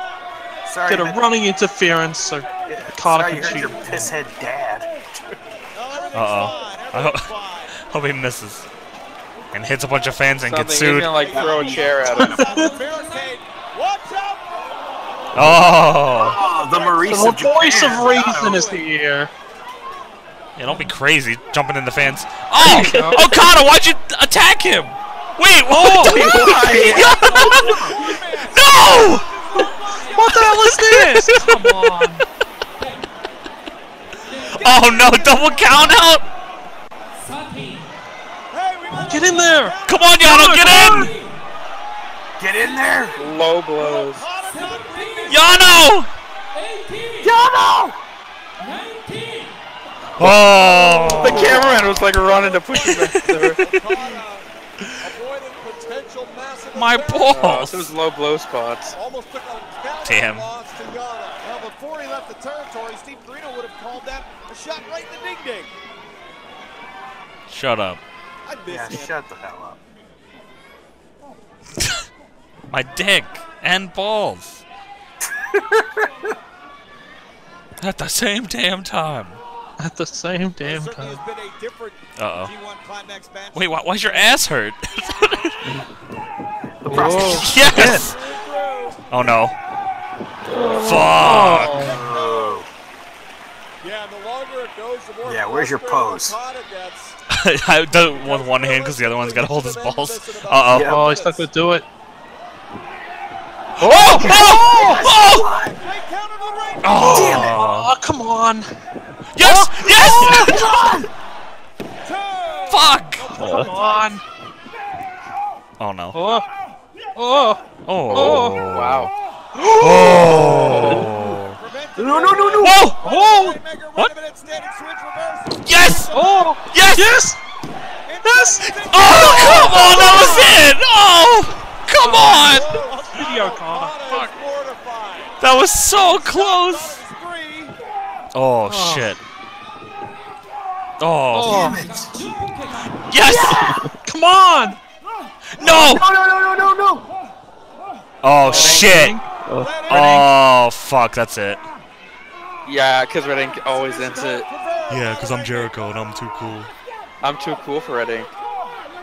[SPEAKER 4] Sorry,
[SPEAKER 2] Get a
[SPEAKER 4] that-
[SPEAKER 2] running interference. So Okada
[SPEAKER 4] sorry you
[SPEAKER 2] can
[SPEAKER 4] hurt
[SPEAKER 2] cheat.
[SPEAKER 4] your pisshead dad.
[SPEAKER 3] No, everything's
[SPEAKER 1] Uh-oh.
[SPEAKER 3] fine.
[SPEAKER 1] I hope- *laughs*
[SPEAKER 3] Everything's fine.
[SPEAKER 1] Hope he misses. And hits a bunch of fans and gets
[SPEAKER 6] Something
[SPEAKER 1] sued.
[SPEAKER 6] he's gonna like throw a chair at him.
[SPEAKER 3] Out of the barricade. Watch out.
[SPEAKER 1] Oh.
[SPEAKER 4] Oh, the Maurice
[SPEAKER 2] The
[SPEAKER 4] of
[SPEAKER 2] voice
[SPEAKER 4] Japan.
[SPEAKER 2] of reason is here.
[SPEAKER 1] Yeah, don't be crazy jumping in the fans. Oh! Okada, why'd you attack him? Wait, what? *laughs* the-
[SPEAKER 6] *laughs*
[SPEAKER 1] no!
[SPEAKER 2] What the hell is this? Come on.
[SPEAKER 1] Oh no, double count out?
[SPEAKER 2] Get in there.
[SPEAKER 1] Come on, Yano, get in!
[SPEAKER 4] Get in there!
[SPEAKER 6] Low blows.
[SPEAKER 1] Yano!
[SPEAKER 4] Yano!
[SPEAKER 1] Oh! *laughs*
[SPEAKER 6] The cameraman was like running to push him back to the
[SPEAKER 5] Avoiding potential
[SPEAKER 1] my
[SPEAKER 6] Oh,
[SPEAKER 1] balls.
[SPEAKER 6] those low blow spots.
[SPEAKER 5] Almost took a count
[SPEAKER 1] Damn.
[SPEAKER 5] loss to Yana.
[SPEAKER 3] Well, before he left the territory, Steve Corino would have called that a shot right in the ding ding.
[SPEAKER 1] Shut up.
[SPEAKER 3] I miss
[SPEAKER 4] Yeah,
[SPEAKER 3] him.
[SPEAKER 4] shut the hell up.
[SPEAKER 1] My dick and *laughs* balls. At the same damn time.
[SPEAKER 2] At the same
[SPEAKER 3] It
[SPEAKER 2] damn
[SPEAKER 3] certainly
[SPEAKER 2] time.
[SPEAKER 3] has been a different
[SPEAKER 1] Uh oh.
[SPEAKER 3] G1 climax match.
[SPEAKER 1] Wait, why, why's your ass hurt?
[SPEAKER 4] The
[SPEAKER 1] *laughs*
[SPEAKER 4] prostitute.
[SPEAKER 1] yes! Oh no. Fuck! *laughs*
[SPEAKER 4] Oh,
[SPEAKER 5] Yeah, and the longer it goes, the more.
[SPEAKER 4] Yeah, where's your
[SPEAKER 5] frustrated
[SPEAKER 4] pose?
[SPEAKER 5] Okada gets.
[SPEAKER 1] I do it with one hand because the other one's gotta hold his balls. Uh oh.
[SPEAKER 4] Yeah.
[SPEAKER 2] Oh, he's not gonna do it.
[SPEAKER 1] Oh! Oh! Oh! Oh!
[SPEAKER 2] Oh, come on.
[SPEAKER 1] Yes! Yes! *laughs* Fuck!
[SPEAKER 2] Come on.
[SPEAKER 1] Oh no.
[SPEAKER 2] Oh. Oh.
[SPEAKER 1] Oh.
[SPEAKER 6] Wow.
[SPEAKER 1] Oh.
[SPEAKER 3] No, no, no, no.
[SPEAKER 1] Whoa! Oh! What? Yes!
[SPEAKER 2] Oh.
[SPEAKER 1] Yes!
[SPEAKER 2] Yes. Yes.
[SPEAKER 1] Oh, come on! That was it! Oh! Come on!
[SPEAKER 2] Video Okada. Fuck.
[SPEAKER 1] That was so close!
[SPEAKER 5] Three.
[SPEAKER 1] Oh, shit. Oh.
[SPEAKER 2] Oh.
[SPEAKER 1] Yes!
[SPEAKER 2] Come on.
[SPEAKER 1] No!
[SPEAKER 4] no, no, no, no, no, no!
[SPEAKER 1] Oh, shit. Oh, fuck. That's it.
[SPEAKER 6] Yeah, because Red Ink always ends it.
[SPEAKER 1] Yeah, because I'm Jericho and I'm too cool.
[SPEAKER 6] I'm too cool for Red Ink.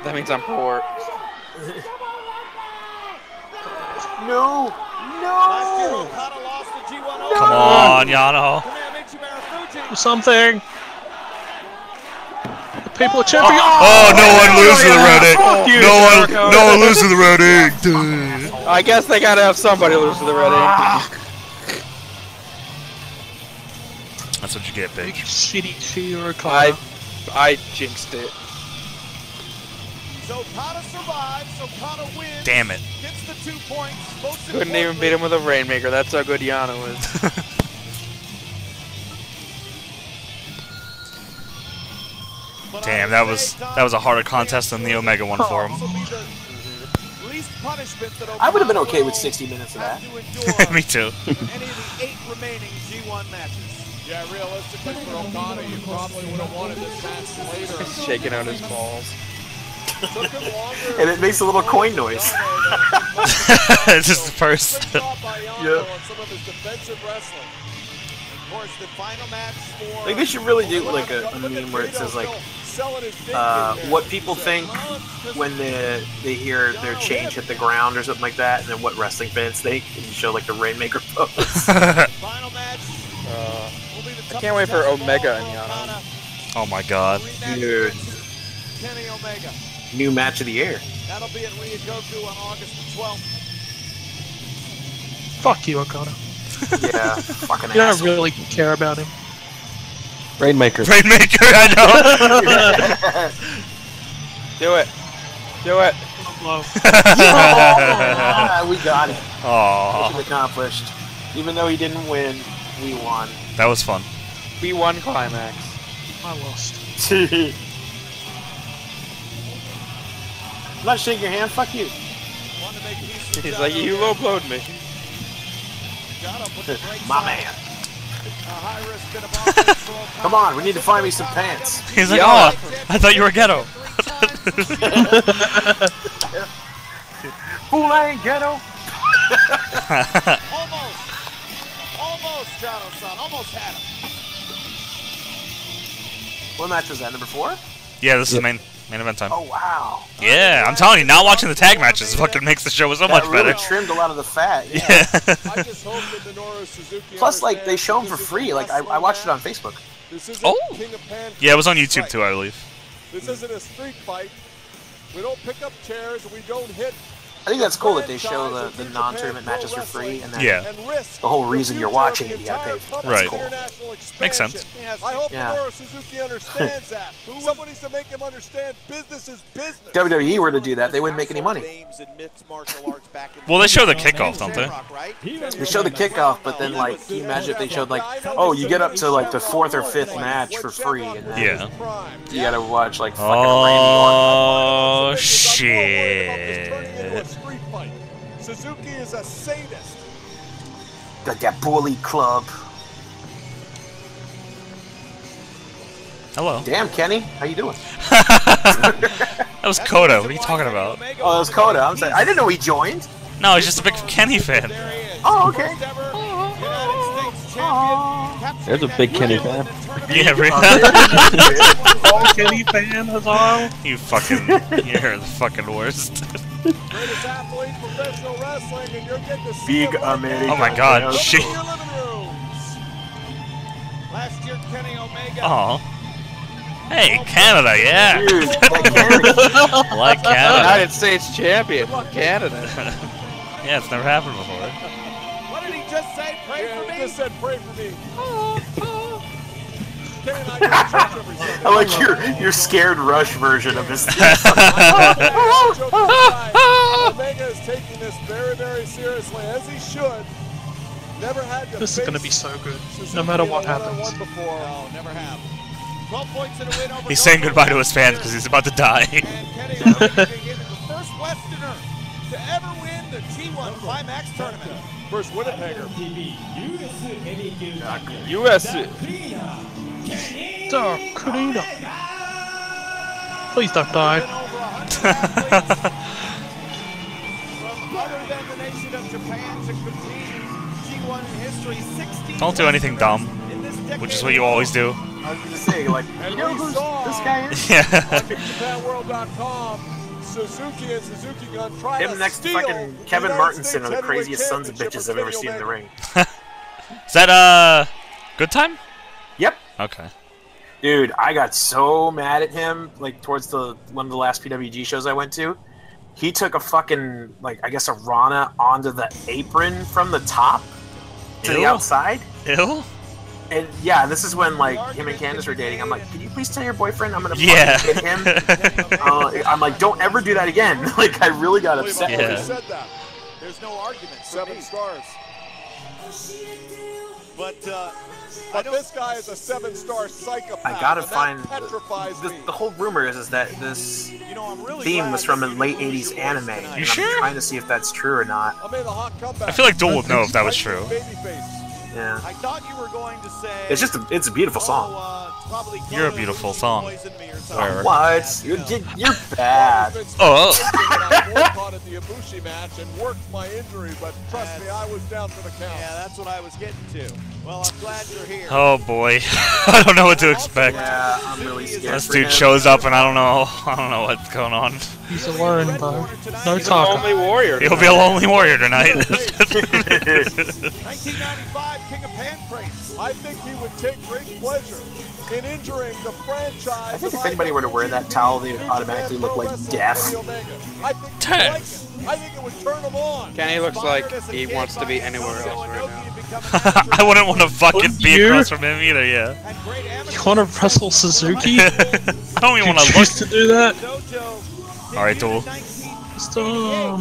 [SPEAKER 6] That means I'm poor.
[SPEAKER 4] No! No!
[SPEAKER 3] Okada lost the G1
[SPEAKER 1] Come on, Yano.
[SPEAKER 2] Do something. The people are cheering.
[SPEAKER 1] Oh, no one loses the Red
[SPEAKER 6] Fuck you, Jericho.
[SPEAKER 1] one loses the Red Ink.
[SPEAKER 6] I guess they gotta have somebody lose to the Red Ink.
[SPEAKER 1] That's what you get,
[SPEAKER 2] Big
[SPEAKER 1] bitch.
[SPEAKER 2] shitty cheer Okada.
[SPEAKER 6] I, I jinxed it.
[SPEAKER 3] So Okada survives. So Okada wins.
[SPEAKER 1] Damn it. *laughs*
[SPEAKER 3] Gets the two points. Most
[SPEAKER 6] Couldn't even beat him with a Rainmaker. That's how good Yano is.
[SPEAKER 1] Damn, that was that was a harder contest than the Omega one for him.
[SPEAKER 4] I would have been okay with 60 minutes
[SPEAKER 1] *laughs*
[SPEAKER 4] of that.
[SPEAKER 1] Me too. *laughs*
[SPEAKER 3] Any of the eight remaining G1 matches.
[SPEAKER 5] Yeah, realistically for Okada, you probably would have wanted this match later.
[SPEAKER 6] He's shaking out his balls.
[SPEAKER 5] Took him longer.
[SPEAKER 4] And it makes a little coin
[SPEAKER 5] *laughs*
[SPEAKER 4] noise.
[SPEAKER 1] this is the first.
[SPEAKER 5] Good job by Yano
[SPEAKER 4] Yeah.
[SPEAKER 5] on some of his defensive wrestling.
[SPEAKER 3] Of course, the final match for.
[SPEAKER 4] I think they should really do like a, a meme where it says like
[SPEAKER 5] Selling his dick
[SPEAKER 4] uh,
[SPEAKER 5] in there.
[SPEAKER 4] what people think when the, they hear their change hit the ground or something like that, and then what wrestling fans think, and you show like the Rainmaker *laughs* pose.
[SPEAKER 3] Final match
[SPEAKER 6] Uh,
[SPEAKER 3] will be the
[SPEAKER 6] I can't wait for Omega and
[SPEAKER 3] Okada
[SPEAKER 6] Yano.
[SPEAKER 1] *laughs* Oh my
[SPEAKER 3] *laughs*
[SPEAKER 1] god.
[SPEAKER 3] rematch
[SPEAKER 4] Dude.
[SPEAKER 3] against Kenny Omega.
[SPEAKER 4] New match of the year.
[SPEAKER 3] That'll be at Ryogoku on August the 12th.
[SPEAKER 2] Fuck you, Okada.
[SPEAKER 1] *laughs*
[SPEAKER 4] Yeah, fucking
[SPEAKER 2] You don't
[SPEAKER 4] ass. *laughs*
[SPEAKER 2] really care about him.
[SPEAKER 9] Rainmaker.
[SPEAKER 1] Rainmaker,
[SPEAKER 4] *laughs*
[SPEAKER 1] I know.
[SPEAKER 6] Do it. Do it.
[SPEAKER 2] Blow.
[SPEAKER 4] Ah, we got it.
[SPEAKER 1] *laughs* Aw,
[SPEAKER 4] Mission accomplished. Even though he didn't win, we won. *laughs*
[SPEAKER 1] that was fun.
[SPEAKER 6] B1 climax.
[SPEAKER 2] I lost.
[SPEAKER 4] I'm not shaking your hand. Fuck you.
[SPEAKER 3] Want to make peace with
[SPEAKER 6] He's
[SPEAKER 3] Yano.
[SPEAKER 6] like, you low
[SPEAKER 1] *laughs*
[SPEAKER 6] blowed me.
[SPEAKER 3] Got up with
[SPEAKER 4] *laughs*
[SPEAKER 3] the right
[SPEAKER 4] My
[SPEAKER 3] side.
[SPEAKER 4] man.
[SPEAKER 3] A high risk bit of offense for Okada.
[SPEAKER 4] *laughs* Come on, we need to find me some pants.
[SPEAKER 1] He's like,
[SPEAKER 6] Yeah.
[SPEAKER 1] oh, I thought you were ghetto.
[SPEAKER 4] Who ain't
[SPEAKER 3] *laughs*
[SPEAKER 4] ghetto?
[SPEAKER 3] Almost. Almost, John O'Sun. Almost had him.
[SPEAKER 4] What match was that? Number four?
[SPEAKER 1] Yeah, this is the main main event time.
[SPEAKER 4] Oh wow.
[SPEAKER 1] Yeah, I'm telling you, not watching the tag matches fucking makes the show so
[SPEAKER 4] that
[SPEAKER 1] much *laughs*
[SPEAKER 4] really
[SPEAKER 1] better.
[SPEAKER 4] trimmed a lot of the fat. Yeah.
[SPEAKER 1] Yeah.
[SPEAKER 5] I just hope that Minoru Suzuki
[SPEAKER 4] Plus, like they
[SPEAKER 5] understands
[SPEAKER 4] show them
[SPEAKER 5] that
[SPEAKER 4] for
[SPEAKER 5] this is a
[SPEAKER 4] free. Like I, I
[SPEAKER 5] wrestling
[SPEAKER 4] watched it on
[SPEAKER 5] match.
[SPEAKER 4] Facebook.
[SPEAKER 5] This isn't
[SPEAKER 1] Oh.
[SPEAKER 5] King of Pan.
[SPEAKER 1] Yeah, it was on YouTube too, I believe.
[SPEAKER 5] This isn't a street fight. We don't pick up chairs. We don't hit.
[SPEAKER 4] I think that's cool that they show the, the non-tournament matches for free, and then
[SPEAKER 1] Yeah.
[SPEAKER 5] And risk
[SPEAKER 4] the whole reason
[SPEAKER 5] future
[SPEAKER 4] you're
[SPEAKER 5] of
[SPEAKER 4] watching
[SPEAKER 5] the
[SPEAKER 4] it, you gotta
[SPEAKER 5] entire
[SPEAKER 4] pay. for it.
[SPEAKER 1] Right.
[SPEAKER 4] That's
[SPEAKER 5] company's
[SPEAKER 4] cool.
[SPEAKER 5] international
[SPEAKER 1] Makes sense.
[SPEAKER 5] expansion. Yes, I hope
[SPEAKER 4] Yeah.
[SPEAKER 5] Minoru Suzuki understands
[SPEAKER 4] *laughs*
[SPEAKER 5] that. Someone needs to make him understand business is business.
[SPEAKER 4] WWE E were to do that, they wouldn't make any money.
[SPEAKER 3] Names in mixed martial arts back in
[SPEAKER 1] Well, they show the
[SPEAKER 3] day.
[SPEAKER 1] kickoff, don't they?
[SPEAKER 3] Shamrock, right?
[SPEAKER 4] They showed the kickoff, but then like can you imagine if they showed like, oh, you get up to like the fourth or fifth match for free, and then
[SPEAKER 1] Yeah.
[SPEAKER 5] Prime.
[SPEAKER 4] you gotta watch like fucking Randy
[SPEAKER 1] Oh
[SPEAKER 4] Orton.
[SPEAKER 5] Suzuki's not more worried about this turning into a
[SPEAKER 1] shit!
[SPEAKER 5] street fight. Suzuki is a sadist.
[SPEAKER 4] Got that bully club.
[SPEAKER 1] Hello.
[SPEAKER 4] Damn, Kenny, how you doing?
[SPEAKER 1] That was Koda. What are you talking about?
[SPEAKER 4] Oh, that was Coda. I'm sorry. I didn't know he joined.
[SPEAKER 1] No, he's just a big Kenny
[SPEAKER 4] *laughs*
[SPEAKER 1] fan.
[SPEAKER 5] There he is.
[SPEAKER 4] Oh, okay.
[SPEAKER 5] First ever United States champion.
[SPEAKER 9] There's a big Kenny fan.
[SPEAKER 1] Yeah, right.
[SPEAKER 4] *laughs* *laughs* Oh,
[SPEAKER 2] Oh, Kenny fan, huzzah!
[SPEAKER 1] you fucking, you're the fucking worst.
[SPEAKER 5] *laughs* Greatest athlete in professional wrestling, and you're getting to see
[SPEAKER 4] Big
[SPEAKER 5] him work
[SPEAKER 4] America.
[SPEAKER 1] Oh my god,
[SPEAKER 5] out
[SPEAKER 1] shit.
[SPEAKER 5] in your living rooms. Last year, Kenny Omega.
[SPEAKER 1] Aw. Hey, Canada, yeah.
[SPEAKER 4] *laughs* Dude,
[SPEAKER 5] *laughs*
[SPEAKER 4] that
[SPEAKER 1] I
[SPEAKER 4] *laughs*
[SPEAKER 1] like Canada.
[SPEAKER 6] United States champion, Canada.
[SPEAKER 1] Yeah, it's never happened before.
[SPEAKER 3] What did he just say? Pray
[SPEAKER 5] Yeah,
[SPEAKER 3] for
[SPEAKER 5] he
[SPEAKER 3] me.
[SPEAKER 5] just said, pray for *laughs* me. Kenny and I go to church every Sunday.
[SPEAKER 1] *laughs*
[SPEAKER 4] Kenny. I like your your scared Rush version of his.
[SPEAKER 5] Joking aside, Omega is taking this very, very seriously, as he should. Never had to
[SPEAKER 2] This is
[SPEAKER 5] face
[SPEAKER 2] gonna be so good,
[SPEAKER 5] Suzuki
[SPEAKER 2] no matter
[SPEAKER 5] in a
[SPEAKER 2] what happens.
[SPEAKER 5] one-on-one Before. No, never have.
[SPEAKER 3] 12 points in a win over
[SPEAKER 1] He's saying
[SPEAKER 3] Goldberg
[SPEAKER 1] goodbye to his
[SPEAKER 3] last
[SPEAKER 1] fans
[SPEAKER 3] year.
[SPEAKER 1] because he's about to die. *laughs*
[SPEAKER 3] And Kenny Omega became the first Westerner to ever win the G1 Climax Tournament.
[SPEAKER 5] First Winnipegger.
[SPEAKER 6] U.S.
[SPEAKER 2] Dark Karina. Please don't die.
[SPEAKER 3] Over 100 athletes from other than the nation of Japan to complete G1 history. 16
[SPEAKER 1] Don't do anything
[SPEAKER 3] Westerners
[SPEAKER 1] dumb,
[SPEAKER 3] in this
[SPEAKER 1] Which is
[SPEAKER 3] decade
[SPEAKER 1] what you always do. *laughs*
[SPEAKER 4] I was gonna say, like, *laughs* you know who's this guy is?
[SPEAKER 1] Yeah.
[SPEAKER 5] JapanWorld.com. Suzuki and Suzuki Gun try
[SPEAKER 4] Him
[SPEAKER 5] to
[SPEAKER 4] next to
[SPEAKER 5] steal
[SPEAKER 4] fucking
[SPEAKER 5] the
[SPEAKER 4] Kevin
[SPEAKER 5] United
[SPEAKER 4] Martinson
[SPEAKER 5] States
[SPEAKER 4] are the
[SPEAKER 5] heavyweight
[SPEAKER 4] craziest sons of
[SPEAKER 5] championship
[SPEAKER 4] bitches I've ever
[SPEAKER 5] with
[SPEAKER 4] seen in the
[SPEAKER 5] Kenny
[SPEAKER 4] ring.
[SPEAKER 1] Is that, uh, good time?
[SPEAKER 4] Yep.
[SPEAKER 1] Okay.
[SPEAKER 4] Dude, I got so mad at him, like towards the one of the last PWG shows I went to. He took a fucking like I guess a Rana onto the apron from the top to
[SPEAKER 1] Ew.
[SPEAKER 4] the outside.
[SPEAKER 1] Ill?
[SPEAKER 4] And yeah, this is when like him and Candace were dating. I'm like, can you please tell your boyfriend I'm gonna
[SPEAKER 1] *laughs*
[SPEAKER 4] fucking
[SPEAKER 1] Yeah.
[SPEAKER 4] hit him? Uh, I'm like, don't ever do that again. *laughs* Like I really got
[SPEAKER 5] Unbelievable.
[SPEAKER 4] upset.
[SPEAKER 1] Yeah.
[SPEAKER 5] He said that.
[SPEAKER 3] There's no argument. For
[SPEAKER 5] Seven
[SPEAKER 3] me.
[SPEAKER 5] stars.
[SPEAKER 3] But uh, I
[SPEAKER 5] But
[SPEAKER 3] don't
[SPEAKER 5] this guy is a seven-star psychopath.
[SPEAKER 4] I gotta
[SPEAKER 5] and that
[SPEAKER 4] find
[SPEAKER 5] petrifies
[SPEAKER 4] the,
[SPEAKER 5] me.
[SPEAKER 4] the whole rumor is is that this
[SPEAKER 3] You know, I'm really
[SPEAKER 4] theme
[SPEAKER 3] glad
[SPEAKER 4] was from a
[SPEAKER 3] that you
[SPEAKER 4] late
[SPEAKER 3] didn't lose
[SPEAKER 4] 80s
[SPEAKER 3] your voice
[SPEAKER 4] anime.
[SPEAKER 3] tonight.
[SPEAKER 4] And I'm
[SPEAKER 1] sure?
[SPEAKER 4] trying to see if that's true or not.
[SPEAKER 5] I made a hot
[SPEAKER 1] *laughs*
[SPEAKER 5] comeback.
[SPEAKER 1] I feel like Dole would know if that was true.
[SPEAKER 5] Babyface.
[SPEAKER 4] Yeah.
[SPEAKER 3] I thought you were going to say.
[SPEAKER 4] It's just a, it's a beautiful
[SPEAKER 3] Oh,
[SPEAKER 4] song.
[SPEAKER 3] uh, probably
[SPEAKER 1] You're a
[SPEAKER 3] Koda
[SPEAKER 1] beautiful
[SPEAKER 3] poisoned
[SPEAKER 1] song.
[SPEAKER 3] me or something.
[SPEAKER 1] Whatever.
[SPEAKER 4] What? You're, you're- you're bad.
[SPEAKER 1] Oh,
[SPEAKER 5] I war potted the Ibushi match and worked my injury, but trust me, I was down for the count.
[SPEAKER 3] Yeah, that's what I was getting to. Well, I'm glad you're here.
[SPEAKER 1] oh boy. *laughs* I don't know what to expect.
[SPEAKER 4] Yeah, I'm really scared.
[SPEAKER 1] This
[SPEAKER 4] for
[SPEAKER 1] dude
[SPEAKER 4] him.
[SPEAKER 1] shows up and I don't know. I don't know what's going on.
[SPEAKER 2] He's alone, bro. No
[SPEAKER 3] He's
[SPEAKER 2] talking.
[SPEAKER 6] warrior.
[SPEAKER 1] He'll be a lonely warrior
[SPEAKER 4] *laughs*
[SPEAKER 1] tonight. *laughs*
[SPEAKER 3] 1995 King of Pancrase.
[SPEAKER 5] I think he would take great pleasure in injuring the franchise.
[SPEAKER 4] I think if
[SPEAKER 5] of
[SPEAKER 4] anybody were to wear that towel, they would
[SPEAKER 5] IWGP
[SPEAKER 4] automatically look like
[SPEAKER 5] Wrestling
[SPEAKER 4] death.
[SPEAKER 5] Kenny Omega. I
[SPEAKER 1] Death.
[SPEAKER 5] think he'd like it. I think it would turn him on.
[SPEAKER 6] Kenny looks
[SPEAKER 5] Inspired
[SPEAKER 6] like
[SPEAKER 5] as a
[SPEAKER 6] he
[SPEAKER 5] kid
[SPEAKER 6] wants to
[SPEAKER 5] by
[SPEAKER 6] be
[SPEAKER 5] his
[SPEAKER 6] anywhere
[SPEAKER 5] coach,
[SPEAKER 6] else right
[SPEAKER 5] Inoki,
[SPEAKER 6] now.
[SPEAKER 5] to become an
[SPEAKER 2] *laughs*
[SPEAKER 1] *laughs*
[SPEAKER 5] actor
[SPEAKER 1] I wouldn't want to fucking be
[SPEAKER 2] You?
[SPEAKER 1] across from him either, yeah. *laughs*
[SPEAKER 3] And great amateur.
[SPEAKER 2] You wanna wrestle Suzuki?
[SPEAKER 1] I don't even want to look.
[SPEAKER 2] you choose to do that?
[SPEAKER 3] Dojo.
[SPEAKER 1] All right,
[SPEAKER 3] debuted in
[SPEAKER 1] Duel.
[SPEAKER 3] 19
[SPEAKER 2] Storm.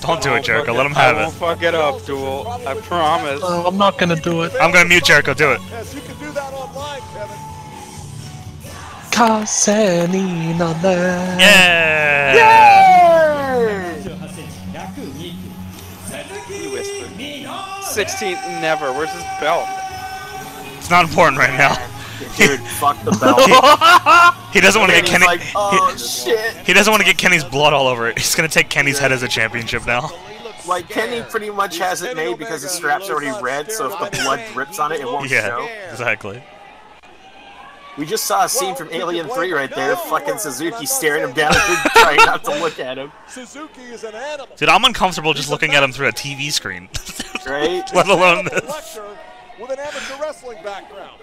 [SPEAKER 1] Don't do it, Jericho. Let him have
[SPEAKER 6] I
[SPEAKER 1] it.
[SPEAKER 6] won't fuck it up, Duel. I promise.
[SPEAKER 2] Oh, I'm not gonna do it.
[SPEAKER 1] I'm gonna mute Jericho. Do it.
[SPEAKER 5] Yes, you can do that online, Kevin.
[SPEAKER 2] Kasenina there.
[SPEAKER 1] Yeah.
[SPEAKER 6] He whispered. 16th never. Where's his belt?
[SPEAKER 1] It's not important right now.
[SPEAKER 4] Dude, fuck
[SPEAKER 1] *laughs*
[SPEAKER 4] the bell.
[SPEAKER 1] He doesn't want to
[SPEAKER 4] and
[SPEAKER 1] get
[SPEAKER 4] he's
[SPEAKER 1] Kenny.
[SPEAKER 4] like, oh
[SPEAKER 1] he-
[SPEAKER 4] shit.
[SPEAKER 1] He doesn't want to get Kenny's blood all over it. He's gonna take Kenny's head as a championship now.
[SPEAKER 4] Like Kenny pretty much has it made because the strap's already red, so if the blood drips on it, it
[SPEAKER 3] Oh,
[SPEAKER 4] won't
[SPEAKER 1] Yeah,
[SPEAKER 4] show.
[SPEAKER 1] exactly.
[SPEAKER 4] We just saw a scene from Alien 3 right there, fucking Suzuki staring him down, trying not to look at him,
[SPEAKER 5] Suzuki is an animal.
[SPEAKER 1] Dude, I'm uncomfortable just looking at him through a TV screen,
[SPEAKER 4] right?
[SPEAKER 1] *laughs* let alone
[SPEAKER 5] Animal
[SPEAKER 1] this.
[SPEAKER 5] lecturer with an amateur wrestling background.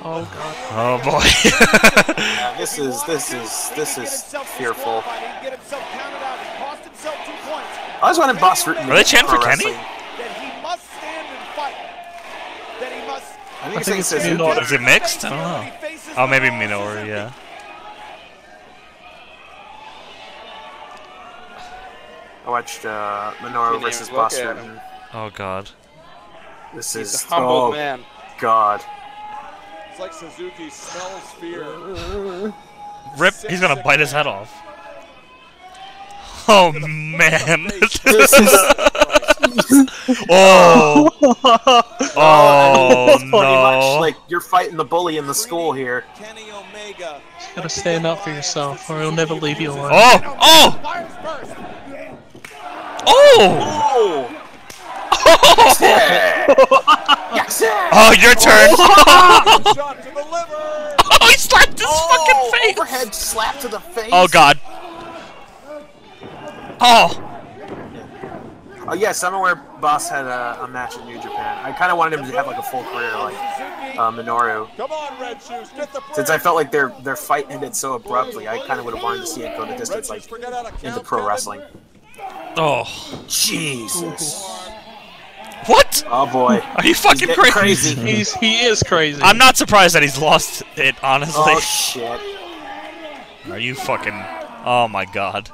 [SPEAKER 2] Oh god.
[SPEAKER 1] Oh boy. *laughs*
[SPEAKER 4] Yeah, this is, this is, this is fearful.
[SPEAKER 3] He didn't get himself counted out. He cost himself two points.
[SPEAKER 4] I was wanted Boss Root.
[SPEAKER 1] Are they chanting for Kenny?
[SPEAKER 3] That he must stand and fight. That he must.
[SPEAKER 4] I think,
[SPEAKER 2] I think
[SPEAKER 4] it's
[SPEAKER 2] it's
[SPEAKER 4] Suzuki.
[SPEAKER 2] Minoru.
[SPEAKER 1] Is it mixed? I don't know. Oh, maybe Minoru. Yeah.
[SPEAKER 4] I watched uh, Minoru
[SPEAKER 6] Didn't
[SPEAKER 4] versus
[SPEAKER 6] even look
[SPEAKER 4] Boss
[SPEAKER 6] at
[SPEAKER 4] Root.
[SPEAKER 6] him.
[SPEAKER 4] and
[SPEAKER 1] Oh god.
[SPEAKER 4] This
[SPEAKER 6] He's
[SPEAKER 4] is
[SPEAKER 6] a humble
[SPEAKER 4] oh
[SPEAKER 6] man.
[SPEAKER 4] god.
[SPEAKER 5] It's like Suzuki smells fear.
[SPEAKER 1] Rip. He's gonna bite his head off. Oh man. *laughs*
[SPEAKER 4] This *laughs* is *laughs*
[SPEAKER 1] oh. Oh
[SPEAKER 4] pretty much
[SPEAKER 1] no.
[SPEAKER 4] like you're fighting the bully in the school here.
[SPEAKER 3] Kenny Omega.
[SPEAKER 2] You gotta stand up for yourself, or he'll never leave you alone.
[SPEAKER 1] Oh. Oh. Oh.
[SPEAKER 4] *laughs* Oh!
[SPEAKER 1] Oh, your turn.
[SPEAKER 3] Shot to the liver.
[SPEAKER 1] Oh, *laughs* he slapped his
[SPEAKER 4] Oh,
[SPEAKER 1] fucking face.
[SPEAKER 4] Overhead slap to the face.
[SPEAKER 1] Oh god. Oh.
[SPEAKER 4] Oh yes, I'm aware. Boss had a, a match in New Japan. I kind of wanted him to have like a full career like uh, Minoru.
[SPEAKER 5] Come on, Red Shoes, get the break.
[SPEAKER 4] Since I felt like their their fight ended so abruptly, I kind of would have wanted to see it go the
[SPEAKER 5] Red
[SPEAKER 4] distance,
[SPEAKER 5] Shoes
[SPEAKER 4] like
[SPEAKER 5] forget how to count.
[SPEAKER 4] into pro
[SPEAKER 5] Kevin.
[SPEAKER 4] wrestling.
[SPEAKER 1] Oh.
[SPEAKER 4] Jesus.
[SPEAKER 1] What?
[SPEAKER 4] Oh boy.
[SPEAKER 1] Are you
[SPEAKER 4] He's
[SPEAKER 1] fucking
[SPEAKER 4] getting
[SPEAKER 1] crazy? *laughs*
[SPEAKER 4] crazy.
[SPEAKER 2] He's he is crazy.
[SPEAKER 1] Oh. I'm not surprised that he's lost it, honestly. *laughs*
[SPEAKER 4] Oh shit.
[SPEAKER 1] Are you fucking. Oh my god.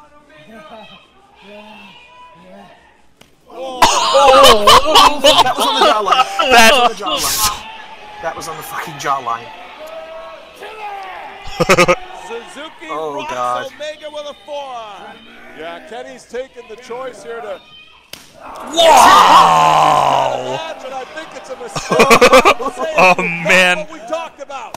[SPEAKER 4] That was on the jawline.
[SPEAKER 1] That.
[SPEAKER 4] The jawline. That was on the fucking jawline.
[SPEAKER 3] Suzuki
[SPEAKER 4] Oh,
[SPEAKER 3] rocks
[SPEAKER 4] God.
[SPEAKER 3] Omega with a forearm.
[SPEAKER 5] Yeah, Kenny's taking the choice here to
[SPEAKER 1] Wow!
[SPEAKER 5] match, and I think it's
[SPEAKER 1] *laughs*
[SPEAKER 5] a mistake.
[SPEAKER 1] Oh man.
[SPEAKER 5] What we talked about.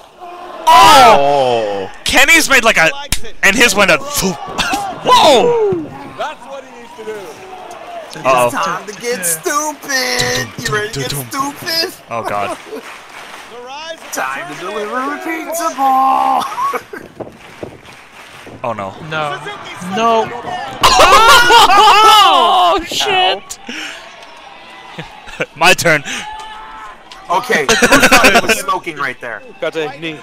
[SPEAKER 1] Oh! Kenny's made like a.
[SPEAKER 3] Likes it.
[SPEAKER 1] And his went a. Whoa!
[SPEAKER 5] That's what he needs to do.
[SPEAKER 1] Uh oh.
[SPEAKER 4] Time to get stupid. You ready to get stupid?
[SPEAKER 1] Oh god.
[SPEAKER 3] The rise of the
[SPEAKER 4] Time to
[SPEAKER 3] Terminator.
[SPEAKER 4] deliver a pizza ball.
[SPEAKER 1] Oh no.
[SPEAKER 2] No.
[SPEAKER 3] Suzuki slips
[SPEAKER 2] No.
[SPEAKER 3] it again.
[SPEAKER 1] *laughs* Oh shit! *laughs* My turn.
[SPEAKER 4] Okay, who thought he was smoking right there?
[SPEAKER 6] Got a knee.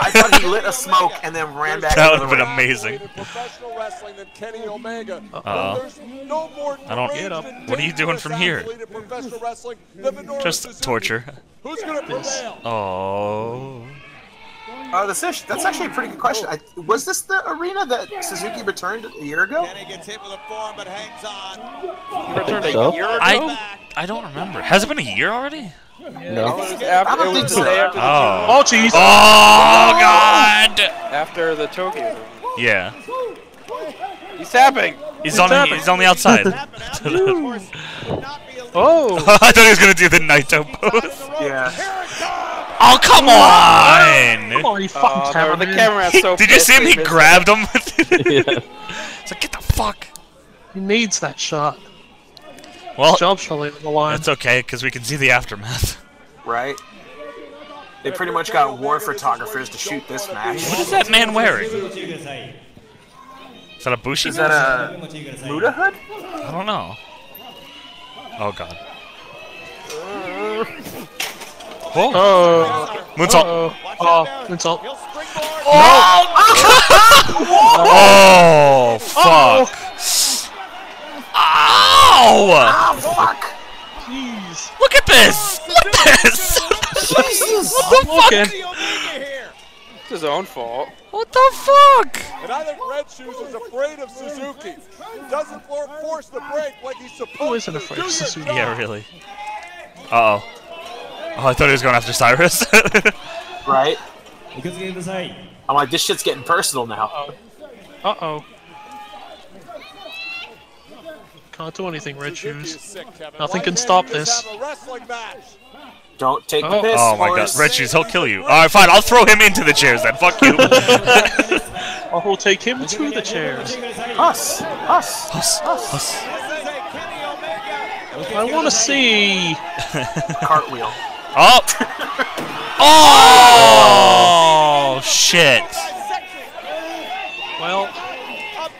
[SPEAKER 4] I thought he lit a smoke and then ran back.
[SPEAKER 1] That would
[SPEAKER 4] into
[SPEAKER 1] have been
[SPEAKER 4] the ring.
[SPEAKER 1] amazing.
[SPEAKER 5] In professional wrestling than Kenny Omega.
[SPEAKER 1] Uh-oh.
[SPEAKER 5] But there's no more
[SPEAKER 1] I don't-
[SPEAKER 5] deranged
[SPEAKER 1] Get up.
[SPEAKER 5] and
[SPEAKER 1] What are you doing from here?
[SPEAKER 5] dangerous athlete in professional wrestling than Minoru
[SPEAKER 1] Just
[SPEAKER 5] Suzuki.
[SPEAKER 1] torture.
[SPEAKER 5] Who's going to prevail?
[SPEAKER 1] Oh.
[SPEAKER 4] Oh, that's actually, that's actually a pretty good question. I, was this the arena that Suzuki returned a year ago?
[SPEAKER 3] Kenny gets hit with a forearm but hangs
[SPEAKER 5] *laughs*
[SPEAKER 3] on.
[SPEAKER 6] Returned
[SPEAKER 9] So?
[SPEAKER 6] a year ago.
[SPEAKER 1] I I don't remember. Has it been a year already?
[SPEAKER 9] No.
[SPEAKER 6] It was
[SPEAKER 4] I
[SPEAKER 6] after,
[SPEAKER 4] don't
[SPEAKER 6] it
[SPEAKER 4] think
[SPEAKER 6] was the
[SPEAKER 4] so.
[SPEAKER 6] day after,
[SPEAKER 1] Oh.
[SPEAKER 2] Oh jeez.
[SPEAKER 1] Oh god!
[SPEAKER 6] after the Tokyo.
[SPEAKER 1] Yeah.
[SPEAKER 6] He's tapping.
[SPEAKER 1] He's on the, he's on the outside. *laughs*
[SPEAKER 3] Happened after the horse would not be illegal.
[SPEAKER 2] Oh.
[SPEAKER 1] I thought he was gonna do the Naito pose.
[SPEAKER 4] Yeah.
[SPEAKER 1] Oh come
[SPEAKER 2] Come
[SPEAKER 1] on!
[SPEAKER 2] on, you fucking
[SPEAKER 1] Oh,
[SPEAKER 6] Uh,
[SPEAKER 2] camera.
[SPEAKER 6] the
[SPEAKER 2] man.
[SPEAKER 6] camera is
[SPEAKER 1] *laughs*
[SPEAKER 6] so
[SPEAKER 1] Did you see him?
[SPEAKER 6] pissed
[SPEAKER 1] He
[SPEAKER 6] they missed
[SPEAKER 1] grabbed him. it's
[SPEAKER 9] Yeah.
[SPEAKER 1] like get the fuck.
[SPEAKER 2] He needs that shot.
[SPEAKER 1] Well,
[SPEAKER 2] Job shall leave on the line.
[SPEAKER 1] Oh. it's okay because we can see the aftermath.
[SPEAKER 4] Right. They pretty much got war photographers to shoot this match.
[SPEAKER 1] What is that man wearing? Is that uh, a bushi?
[SPEAKER 4] Is that a Muda hood?
[SPEAKER 1] I don't know. Oh god. Oh,
[SPEAKER 2] Oh.
[SPEAKER 1] moonsault.
[SPEAKER 2] Oh. Oh. Insult.
[SPEAKER 3] He'll springboard.
[SPEAKER 1] Oh fuck. Ow!
[SPEAKER 4] Oh fuck!
[SPEAKER 2] Jeez.
[SPEAKER 1] Look at this! Look at this! what the fuck?
[SPEAKER 2] Looking.
[SPEAKER 3] Kenny Omega here.
[SPEAKER 6] It's his own fault.
[SPEAKER 1] What the fuck?
[SPEAKER 5] And I think Red Shoes is afraid of Suzuki. Doesn't for- force the break like he's supposed
[SPEAKER 2] Who isn't
[SPEAKER 5] to.
[SPEAKER 2] afraid
[SPEAKER 5] Do
[SPEAKER 2] of
[SPEAKER 5] your
[SPEAKER 2] Suzuki?
[SPEAKER 1] *laughs*
[SPEAKER 5] job.
[SPEAKER 1] Yeah, really. Uh oh. Oh, I thought he was going after Cyrus. *laughs*
[SPEAKER 4] Right.
[SPEAKER 8] お気をつけください
[SPEAKER 4] I'm like, this shit's getting personal now.
[SPEAKER 2] Uh oh. Can't do anything, Red
[SPEAKER 5] Suzuki is
[SPEAKER 2] Shoes.
[SPEAKER 5] sick, Kevin.
[SPEAKER 2] Nothing
[SPEAKER 5] Why
[SPEAKER 2] can
[SPEAKER 5] can't
[SPEAKER 2] stop
[SPEAKER 5] you just
[SPEAKER 2] this.
[SPEAKER 5] Have a wrestling match?
[SPEAKER 4] Don't take the
[SPEAKER 2] Oh.
[SPEAKER 4] piss.
[SPEAKER 1] oh my god.
[SPEAKER 4] boys.
[SPEAKER 1] Red Shoes, he'll kill you. Alright, fine, I'll throw him into the chairs then. Fuck you.
[SPEAKER 2] I will take him to the chairs.
[SPEAKER 4] Us. Us.
[SPEAKER 1] Huss, huss.
[SPEAKER 3] This is a Kenny Omega.
[SPEAKER 2] I want to see.
[SPEAKER 1] *laughs*
[SPEAKER 4] Cartwheel.
[SPEAKER 1] Oh! Oh! Shit.
[SPEAKER 2] Well,
[SPEAKER 3] A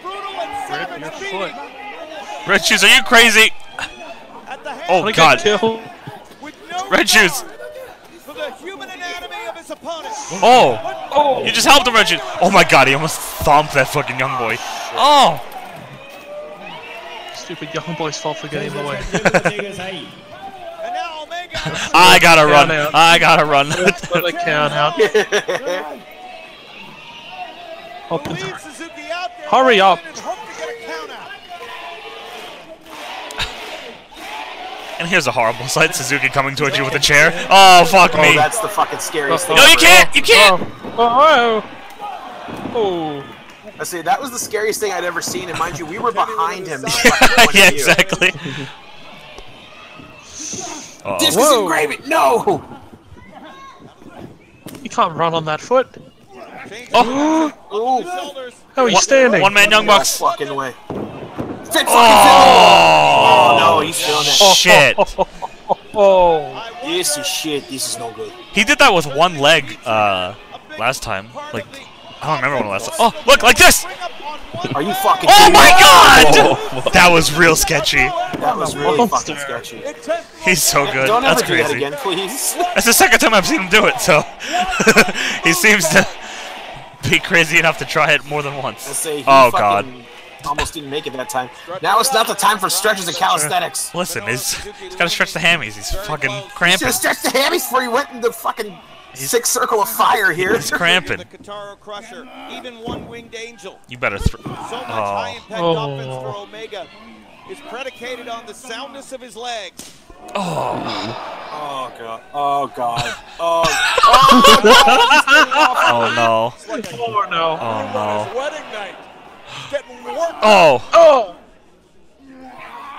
[SPEAKER 3] brutal and
[SPEAKER 2] rip your
[SPEAKER 3] savage
[SPEAKER 2] foot.
[SPEAKER 3] beating
[SPEAKER 1] Red Shoes, are you crazy?
[SPEAKER 3] at the hand
[SPEAKER 1] Oh
[SPEAKER 2] Wanna get
[SPEAKER 1] god.
[SPEAKER 2] killed?
[SPEAKER 3] with no
[SPEAKER 1] Red Shoes!
[SPEAKER 3] for the human anatomy of his opponent.
[SPEAKER 1] Oh! You just helped him, Red Shoes! Oh my god, he almost thumped that fucking young boy. Oh!
[SPEAKER 2] Stupid young boy's fault for getting in the way.
[SPEAKER 8] 気をつけてください
[SPEAKER 3] And now
[SPEAKER 2] *laughs*
[SPEAKER 3] Omega.
[SPEAKER 1] I gotta
[SPEAKER 2] Yeah,
[SPEAKER 1] run.
[SPEAKER 2] man.
[SPEAKER 1] I gotta run. *laughs*
[SPEAKER 2] Let the count
[SPEAKER 4] *laughs*
[SPEAKER 2] out. Up and
[SPEAKER 3] Leave Suzuki out there.
[SPEAKER 2] Hurry up.
[SPEAKER 3] And hope to get a count out.
[SPEAKER 1] and here's a horrible sight Suzuki coming towards you with a chair. Oh, fuck
[SPEAKER 4] Oh,
[SPEAKER 1] me.
[SPEAKER 4] that's the fucking scariest thing.
[SPEAKER 1] No, you
[SPEAKER 4] ever.
[SPEAKER 1] can't! You can't!
[SPEAKER 2] Oh. Oh. Oh.
[SPEAKER 4] I say that was the scariest thing I'd ever seen, and mind you, we were behind him.
[SPEAKER 1] *laughs*
[SPEAKER 4] Oh.
[SPEAKER 1] yeah,
[SPEAKER 4] *laughs*
[SPEAKER 1] exactly. Uh, Uh-oh.
[SPEAKER 4] Discus and gravy. No.
[SPEAKER 2] You can't run on that foot.
[SPEAKER 1] Oh,
[SPEAKER 4] Oh,
[SPEAKER 2] How are you standing?
[SPEAKER 1] one man young
[SPEAKER 4] no
[SPEAKER 1] bucks.
[SPEAKER 4] fucking way. Fit fucking
[SPEAKER 1] Oh,
[SPEAKER 4] fit. Oh no, he's feeling it.
[SPEAKER 1] shit.
[SPEAKER 2] Oh,
[SPEAKER 4] This is shit. This is no good.
[SPEAKER 1] He did that with one leg uh, last time. Like, I don't remember when last. Oh, look, like this.
[SPEAKER 4] Are you fucking?
[SPEAKER 1] Oh
[SPEAKER 4] kidding
[SPEAKER 1] my
[SPEAKER 4] me?
[SPEAKER 1] god! That was real sketchy.
[SPEAKER 4] That was really
[SPEAKER 2] Monster.
[SPEAKER 4] fucking sketchy.
[SPEAKER 1] He's so good.
[SPEAKER 4] Don't ever
[SPEAKER 1] That's
[SPEAKER 4] do that
[SPEAKER 1] crazy.
[SPEAKER 4] again, please. *laughs*
[SPEAKER 1] That's the second time I've seen him do it, so *laughs* he seems to be crazy enough to try it more than
[SPEAKER 4] I
[SPEAKER 1] once.
[SPEAKER 4] say he
[SPEAKER 1] Oh god.
[SPEAKER 4] fucking Almost didn't make it that time. Now it's not the time for stretches and calisthenics.
[SPEAKER 1] Listen, he's, he's gotta stretch the hammies. He's fucking
[SPEAKER 4] Should
[SPEAKER 1] cramping.
[SPEAKER 4] have stretched the hammies before he went in the fucking sixth circle of fire here.
[SPEAKER 1] He's cramping.
[SPEAKER 3] The Katara Crusher, even one winged angel.
[SPEAKER 1] You better throw.
[SPEAKER 3] So much
[SPEAKER 1] Oh.
[SPEAKER 3] high impact
[SPEAKER 2] Oh.
[SPEAKER 3] offense for Omega is predicated on the soundness of his legs.
[SPEAKER 4] Oh god. *laughs* Oh god. Oh.
[SPEAKER 1] Oh no.
[SPEAKER 2] oh no.
[SPEAKER 1] Oh no.
[SPEAKER 5] Wedding night. He's Getting warped.
[SPEAKER 1] Oh!
[SPEAKER 2] Oh!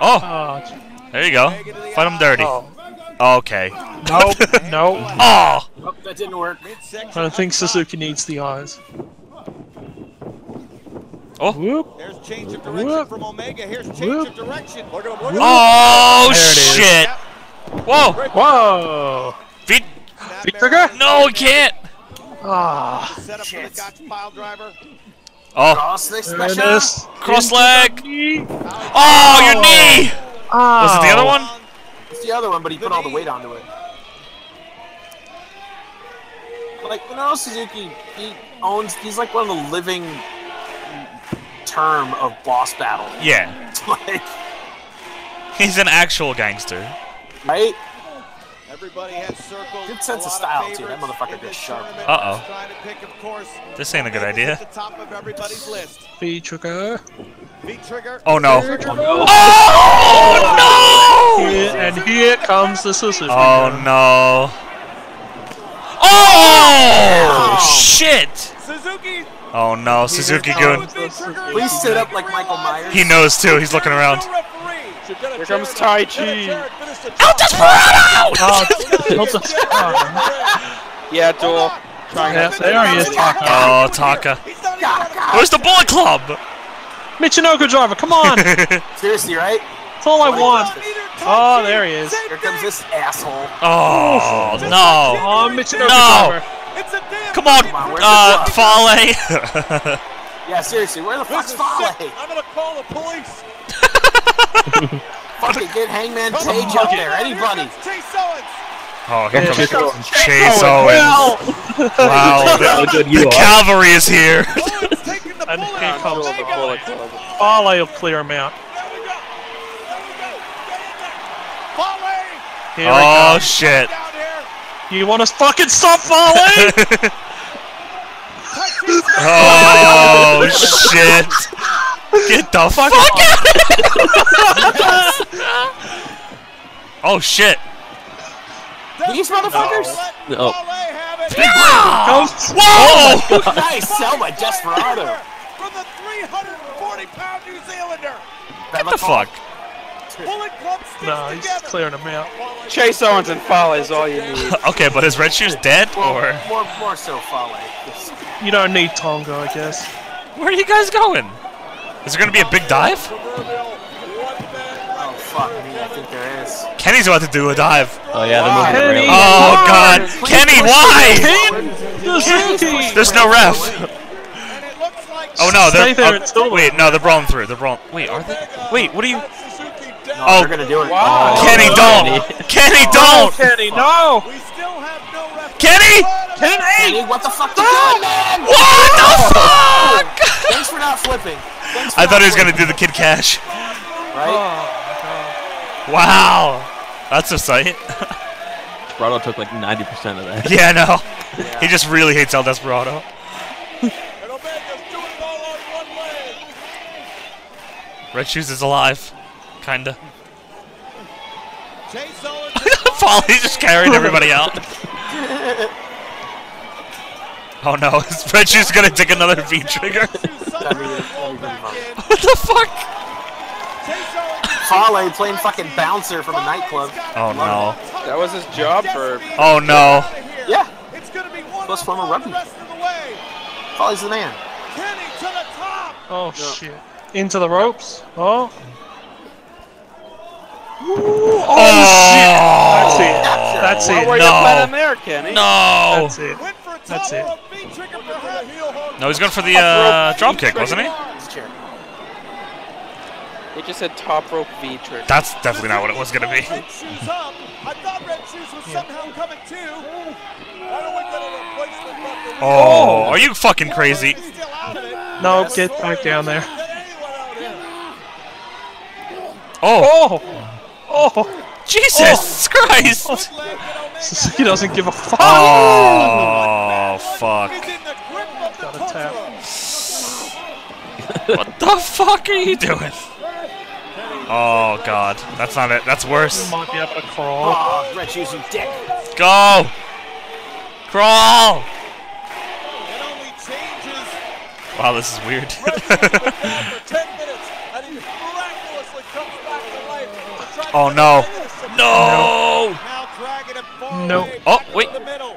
[SPEAKER 1] Oh!
[SPEAKER 2] Oh, gee.
[SPEAKER 1] There you go. Fight him dirty. Okay.
[SPEAKER 2] Oh. nope, nope.
[SPEAKER 1] *laughs* Oh!
[SPEAKER 4] oh, that didn't work.
[SPEAKER 2] I don't think Suzuki needs the eyes.
[SPEAKER 1] Oh.
[SPEAKER 2] Whoop.
[SPEAKER 3] There's change of direction
[SPEAKER 2] Whoop.
[SPEAKER 3] from Omega. Here's change
[SPEAKER 2] Whoop.
[SPEAKER 3] of direction. Look at him.
[SPEAKER 1] Oh
[SPEAKER 2] There it is.
[SPEAKER 1] shit! Whoa!
[SPEAKER 2] Whoa!
[SPEAKER 1] Feet!
[SPEAKER 2] Big trigger?
[SPEAKER 1] No, he can't!
[SPEAKER 2] Ah,
[SPEAKER 3] Set up for the Gotch pile driver.
[SPEAKER 1] Oh!
[SPEAKER 4] Cross next
[SPEAKER 2] there it
[SPEAKER 4] special.
[SPEAKER 2] is.
[SPEAKER 1] Cross leg!
[SPEAKER 2] Oh,
[SPEAKER 1] Oh, your knee!
[SPEAKER 2] Ah.
[SPEAKER 1] Was it the other one?
[SPEAKER 4] It's the other one, but he put all the weight onto it. Like Minoru Suzuki, he owns. He's like one of the living term of boss battle.
[SPEAKER 1] Yeah.
[SPEAKER 4] *laughs* like,
[SPEAKER 1] He's an actual gangster.
[SPEAKER 4] right?
[SPEAKER 3] Everybody has circles.
[SPEAKER 4] Good sense
[SPEAKER 3] a lot
[SPEAKER 4] of style, too.
[SPEAKER 3] favorites
[SPEAKER 4] That motherfucker
[SPEAKER 3] in
[SPEAKER 4] gets
[SPEAKER 3] this
[SPEAKER 4] sharp.
[SPEAKER 3] tournament.
[SPEAKER 1] Uh-oh.
[SPEAKER 3] Trying to pick, of course,
[SPEAKER 1] This ain't a good
[SPEAKER 3] Omega's
[SPEAKER 1] idea.
[SPEAKER 3] At the top of everybody's list.
[SPEAKER 2] B trigger.
[SPEAKER 3] V-trigger.
[SPEAKER 1] Oh no.
[SPEAKER 2] Here- and here comes the Suzuki.
[SPEAKER 1] Oh no. Oh shit!
[SPEAKER 3] Suzuki.
[SPEAKER 1] Oh no, Suzuki Goon.
[SPEAKER 4] Please sit up like Michael Myers.
[SPEAKER 1] He knows too, he's looking around.
[SPEAKER 6] Here comes Tai Chi.
[SPEAKER 5] Out
[SPEAKER 1] Desperado!
[SPEAKER 6] Yeah, duel. Trying
[SPEAKER 2] Yeah, there he is, Taka.
[SPEAKER 1] Oh, Taka. Where's the Bullet Club?
[SPEAKER 2] Michinoku driver,
[SPEAKER 1] *laughs*
[SPEAKER 2] come on! That's
[SPEAKER 4] Seriously, right?
[SPEAKER 2] all I want. Oh, there he is.
[SPEAKER 4] Here comes this asshole.
[SPEAKER 1] Oh, no.
[SPEAKER 2] Oh, Michinoku
[SPEAKER 1] No.
[SPEAKER 2] driver.
[SPEAKER 3] It's a damn.
[SPEAKER 1] Come on,
[SPEAKER 4] on, where's
[SPEAKER 1] uh,
[SPEAKER 4] the
[SPEAKER 1] Fale.
[SPEAKER 4] Yeah, seriously, where the fuck's Fale?
[SPEAKER 3] I'm gonna call the police.
[SPEAKER 4] Fucking get Hangman Page out there, anybody.
[SPEAKER 3] Chase Owens.
[SPEAKER 1] *laughs* oh, here
[SPEAKER 2] Chase
[SPEAKER 1] comes Chase Owens.
[SPEAKER 2] Well,
[SPEAKER 1] Wow,
[SPEAKER 9] *laughs* How
[SPEAKER 1] the,
[SPEAKER 9] good
[SPEAKER 1] the
[SPEAKER 9] you are.
[SPEAKER 1] cavalry is here.
[SPEAKER 2] *laughs*
[SPEAKER 3] Owens taking the
[SPEAKER 2] And
[SPEAKER 3] bullet.
[SPEAKER 2] here comes
[SPEAKER 3] Omega.
[SPEAKER 2] the bullet. Fale will clear him out.
[SPEAKER 3] There we go. There we go. Foley
[SPEAKER 2] Here
[SPEAKER 1] Oh,
[SPEAKER 2] he goes.
[SPEAKER 1] shit.
[SPEAKER 3] down here.
[SPEAKER 2] You want us fucking
[SPEAKER 1] *laughs*
[SPEAKER 2] stop Fale?
[SPEAKER 1] Oh, shit. Get the fuck out of here. Oh, shit.
[SPEAKER 4] *laughs* These motherfuckers?
[SPEAKER 9] No.
[SPEAKER 3] Foley have it.
[SPEAKER 1] Oh, Whoa!
[SPEAKER 4] Nice, Selma Desperado.
[SPEAKER 3] From the 340-pound New Zealander.
[SPEAKER 1] What the fuck?
[SPEAKER 3] Bullet Club sticks
[SPEAKER 2] no, he's
[SPEAKER 3] together.
[SPEAKER 2] clearing him out.
[SPEAKER 6] Chase Owens and Foley is all you need.
[SPEAKER 1] Okay, but is Red Shoes dead, or
[SPEAKER 4] More, more so Fale.
[SPEAKER 2] You don't need Tonga, I guess.
[SPEAKER 1] where are you guys going? Is there gonna be a big dive?
[SPEAKER 4] Oh, fuck me, I think there is.
[SPEAKER 1] Kenny's about to do a dive.
[SPEAKER 9] Oh yeah, they're moving
[SPEAKER 2] Kenny.
[SPEAKER 9] around.
[SPEAKER 1] Oh god, Kenny, why?
[SPEAKER 2] Pin Suzuki!
[SPEAKER 1] There's no ref. Oh no,
[SPEAKER 2] Stay
[SPEAKER 1] they're
[SPEAKER 2] there,
[SPEAKER 1] oh,
[SPEAKER 2] it's still-
[SPEAKER 1] wait, no, they're brawling through. They're brawling. Wait, are they? Wait, what are you?
[SPEAKER 4] Oh,
[SPEAKER 1] Oh,
[SPEAKER 4] they're gonna do it.
[SPEAKER 1] Kenny, don't! Kenny, don't!
[SPEAKER 2] Kenny, no!
[SPEAKER 3] We still have no ref.
[SPEAKER 1] Kenny!
[SPEAKER 4] Kenny, what the fuck you
[SPEAKER 1] Ah!
[SPEAKER 4] doing, man?
[SPEAKER 1] What the fuck?
[SPEAKER 4] Thanks for not flipping. Thanks for
[SPEAKER 1] I
[SPEAKER 4] not
[SPEAKER 1] thought he was gonna
[SPEAKER 4] flipping,
[SPEAKER 1] do the Kid Cash.
[SPEAKER 4] Right?
[SPEAKER 1] Wow, that's a sight.
[SPEAKER 9] Toronto took like 90% of that.
[SPEAKER 1] *laughs* Yeah, no, he just really hates El Desperado.
[SPEAKER 3] And Omega's doing it all on one leg.
[SPEAKER 1] Red Shoes is alive, kinda. *laughs*
[SPEAKER 3] Chase Owens.
[SPEAKER 1] Fall, he just carried everybody out. *laughs* oh no, is Red Shoes gonna take another V trigger?
[SPEAKER 3] Two Somehow rolled back in.
[SPEAKER 1] *laughs* What the fuck?
[SPEAKER 3] Chase Owens.
[SPEAKER 4] Fale playing fucking bouncer from a nightclub.
[SPEAKER 1] Oh no.
[SPEAKER 6] That was his job for.
[SPEAKER 1] Oh no.
[SPEAKER 4] Yeah,
[SPEAKER 3] It's gonna be one
[SPEAKER 4] Plus
[SPEAKER 3] on
[SPEAKER 4] former
[SPEAKER 3] one the
[SPEAKER 4] rugby.
[SPEAKER 3] rest of the way.
[SPEAKER 1] Oh.
[SPEAKER 4] Fale's the man.
[SPEAKER 3] Kenny to the top.
[SPEAKER 2] Oh shit. Into the ropes. Oh. Ooh, oh,
[SPEAKER 1] Oh.
[SPEAKER 2] shit. That's it. That's
[SPEAKER 6] Why
[SPEAKER 2] it.
[SPEAKER 6] were you
[SPEAKER 1] No.
[SPEAKER 6] playing there, Kenny?
[SPEAKER 1] No.
[SPEAKER 2] That's it.
[SPEAKER 3] Went for a
[SPEAKER 2] That's
[SPEAKER 3] topper
[SPEAKER 2] it.
[SPEAKER 3] of V trigger perhaps.
[SPEAKER 1] No, he's going for the uh, drop kick, wasn't he?
[SPEAKER 6] He just said top rope V trigger.
[SPEAKER 1] That's definitely not what it was going to be.
[SPEAKER 3] Red shoes up. I thought red shoes was somehow coming too. How do we get a replacement left in
[SPEAKER 1] Oh, are you fucking crazy?
[SPEAKER 3] He's still out of it.
[SPEAKER 2] No, get back down there.
[SPEAKER 3] Get anyone out here.
[SPEAKER 1] Oh,
[SPEAKER 2] Oh. Oh. *laughs*
[SPEAKER 1] Jesus Christ!
[SPEAKER 3] Good leg that Omega
[SPEAKER 2] Suzuki doesn't give a fuck.
[SPEAKER 1] Oh,
[SPEAKER 3] is
[SPEAKER 1] fuck.
[SPEAKER 3] in the grip of the
[SPEAKER 2] Gotta tap.
[SPEAKER 3] torture.
[SPEAKER 1] What the fuck are you doing? Oh, God. That's not it. That's worse.
[SPEAKER 2] Might be able to crawl.
[SPEAKER 4] Oh, Red Shoes, you dick.
[SPEAKER 1] Go! Crawl!
[SPEAKER 3] It only
[SPEAKER 1] *laughs*
[SPEAKER 3] changes
[SPEAKER 1] Wow, this is weird. *laughs*
[SPEAKER 3] for 10 minutes and he miraculously comes back to life. Tries
[SPEAKER 1] oh,
[SPEAKER 3] to
[SPEAKER 1] no.
[SPEAKER 3] finish the
[SPEAKER 1] No!
[SPEAKER 3] Now dragging him far
[SPEAKER 2] No.
[SPEAKER 3] away,
[SPEAKER 1] Oh,
[SPEAKER 3] back up
[SPEAKER 1] wait.
[SPEAKER 3] the middle.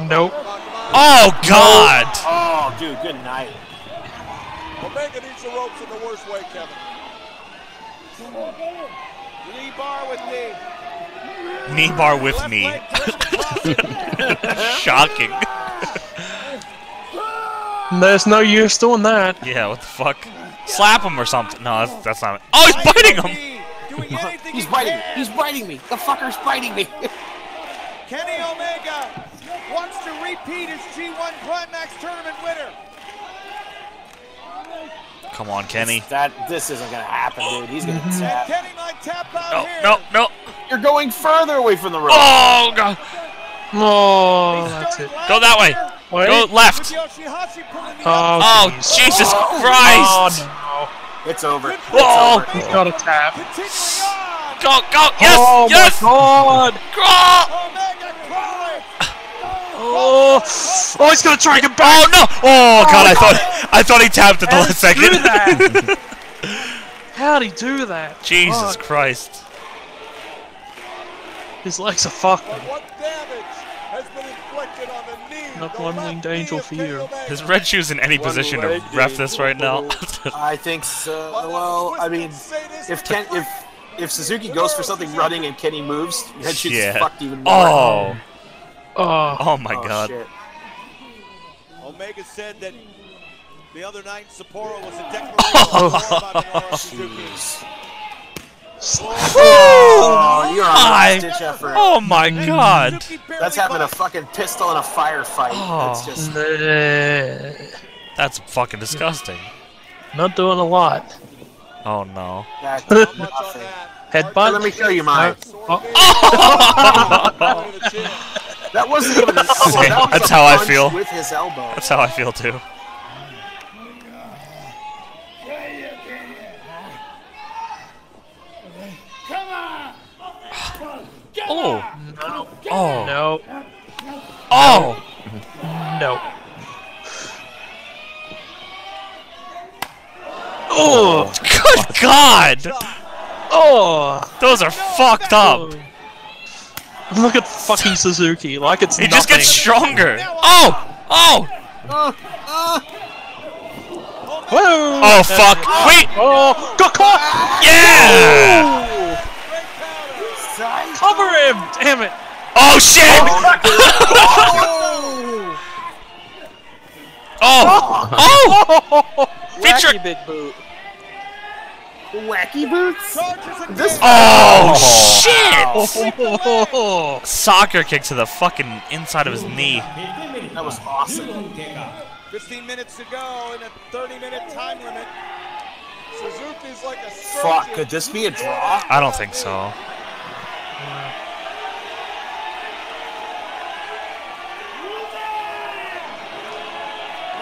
[SPEAKER 2] Nope.
[SPEAKER 1] Oh, God!
[SPEAKER 4] Oh, dude, good night.
[SPEAKER 3] Omega needs the ropes in the worst way, Kevin. Knee bar with knee.
[SPEAKER 1] Knee bar with
[SPEAKER 3] Left
[SPEAKER 1] knee.
[SPEAKER 3] leg
[SPEAKER 1] *laughs*
[SPEAKER 3] twisted crossing.
[SPEAKER 1] Shocking.
[SPEAKER 2] There's no use doing that.
[SPEAKER 1] Yeah, what the fuck? Slap him or something. No, that's, that's not it. Oh, he's biting him!
[SPEAKER 3] Knee, Doing anything
[SPEAKER 4] He's
[SPEAKER 3] he
[SPEAKER 4] biting.
[SPEAKER 3] can.
[SPEAKER 4] He's biting me. The fucker's biting me.
[SPEAKER 3] Kenny Omega wants to repeat his G1 Climax Tournament winner.
[SPEAKER 1] Come on, Kenny.
[SPEAKER 4] That this isn't gonna happen, dude. He's gonna
[SPEAKER 3] And
[SPEAKER 4] tap.
[SPEAKER 3] Kenny might tap out
[SPEAKER 1] No,
[SPEAKER 3] here.
[SPEAKER 1] no, no.
[SPEAKER 4] Mm-hmm. You're going further away from the rope.
[SPEAKER 1] Oh, God.
[SPEAKER 2] Oh, that's it.
[SPEAKER 1] Go that way.
[SPEAKER 2] Wait.
[SPEAKER 1] Go left.
[SPEAKER 3] Yoshihashi pulling the
[SPEAKER 2] Oh,
[SPEAKER 1] Oh,
[SPEAKER 2] jeez.
[SPEAKER 1] Jesus
[SPEAKER 2] Oh,
[SPEAKER 1] Christ.
[SPEAKER 2] no.
[SPEAKER 4] It's over. It's
[SPEAKER 1] Oh.
[SPEAKER 4] over.
[SPEAKER 2] He's got a tap.
[SPEAKER 3] Continuing on.
[SPEAKER 1] Go, go. Yes,
[SPEAKER 2] oh,
[SPEAKER 1] yes.
[SPEAKER 2] my God.
[SPEAKER 1] Crawl.
[SPEAKER 3] Omega crawling.
[SPEAKER 2] Oh, oh he's going to try and get
[SPEAKER 1] Oh
[SPEAKER 2] back.
[SPEAKER 1] no! Oh god, I thought I thought he tapped at the last
[SPEAKER 2] How did he do
[SPEAKER 1] second. *laughs*
[SPEAKER 2] that? Oh, How'd he do that?
[SPEAKER 1] Jesus
[SPEAKER 2] Fuck.
[SPEAKER 1] Christ!
[SPEAKER 2] His legs are fucked.
[SPEAKER 3] But what damage has been inflicted on the knee?
[SPEAKER 2] Not
[SPEAKER 3] the
[SPEAKER 2] one
[SPEAKER 3] left
[SPEAKER 2] winged
[SPEAKER 3] knee
[SPEAKER 2] angel
[SPEAKER 3] of
[SPEAKER 2] for
[SPEAKER 3] Kenny
[SPEAKER 2] you.
[SPEAKER 3] Omega.
[SPEAKER 1] His red shoes in any position to ref this right now. *laughs*
[SPEAKER 4] I think so.
[SPEAKER 3] But
[SPEAKER 4] Well,
[SPEAKER 3] was
[SPEAKER 4] I mean,
[SPEAKER 3] say this
[SPEAKER 4] if Ken, if if Suzuki goes for something running and Kenny moves, Red Shoes is
[SPEAKER 1] yeah.
[SPEAKER 4] fucked even more.
[SPEAKER 1] Oh.
[SPEAKER 2] Oh,
[SPEAKER 1] Oh my
[SPEAKER 4] Oh,
[SPEAKER 1] god.
[SPEAKER 4] shit.
[SPEAKER 13] Omega said that the other night Sapporo was a declaration
[SPEAKER 1] *laughs* Oh,
[SPEAKER 13] of war by Minoru Suzuki.
[SPEAKER 4] Oh, you're
[SPEAKER 1] my.
[SPEAKER 4] on a stitch effort.
[SPEAKER 1] Oh my god.
[SPEAKER 3] Suzuki barely
[SPEAKER 4] That's having a
[SPEAKER 3] budged.
[SPEAKER 4] fucking pistol in a firefight.
[SPEAKER 1] Oh.
[SPEAKER 4] That's just
[SPEAKER 2] Nah.
[SPEAKER 1] That's fucking disgusting.
[SPEAKER 2] oh, not doing a lot.
[SPEAKER 1] Oh no. *laughs*
[SPEAKER 4] that.
[SPEAKER 3] Not much on
[SPEAKER 4] nothing.
[SPEAKER 3] that.
[SPEAKER 2] Headbutt.
[SPEAKER 4] Let me show you mine.
[SPEAKER 2] Oh,
[SPEAKER 3] Right
[SPEAKER 1] *laughs*
[SPEAKER 3] to the chin.
[SPEAKER 4] That wasn't even. That was
[SPEAKER 1] Same.
[SPEAKER 4] a
[SPEAKER 1] Oh. That's how I
[SPEAKER 4] punch
[SPEAKER 1] feel.
[SPEAKER 4] With his elbow.
[SPEAKER 1] *laughs* That's how I feel too. Oh. Oh.
[SPEAKER 2] no,
[SPEAKER 1] Oh.
[SPEAKER 2] no. Oh,
[SPEAKER 1] Good God.
[SPEAKER 2] oh.
[SPEAKER 1] Those are fucked up.
[SPEAKER 2] Look at fucking Suzuki, like it's
[SPEAKER 1] He
[SPEAKER 2] nothing.
[SPEAKER 1] just gets stronger. Oh. Oh.
[SPEAKER 2] Whoa.
[SPEAKER 1] Oh fuck. Wait.
[SPEAKER 2] Oh, got caught.
[SPEAKER 1] Yeah.
[SPEAKER 2] Cover him. Damn it. *laughs*
[SPEAKER 1] Oh shit. Oh. Oh. Feature.
[SPEAKER 6] Wacky big boot.
[SPEAKER 4] Wacky boots. This
[SPEAKER 1] Oh shit.
[SPEAKER 2] Oh.
[SPEAKER 1] Soccer kick to the fucking inside of his knee.
[SPEAKER 4] that was awesome.
[SPEAKER 3] 15 minutes to go in a 30 minute time limit. Suzuki's like a
[SPEAKER 4] Fuck,
[SPEAKER 3] surgeon.
[SPEAKER 4] could this be a draw?
[SPEAKER 1] I don't think so.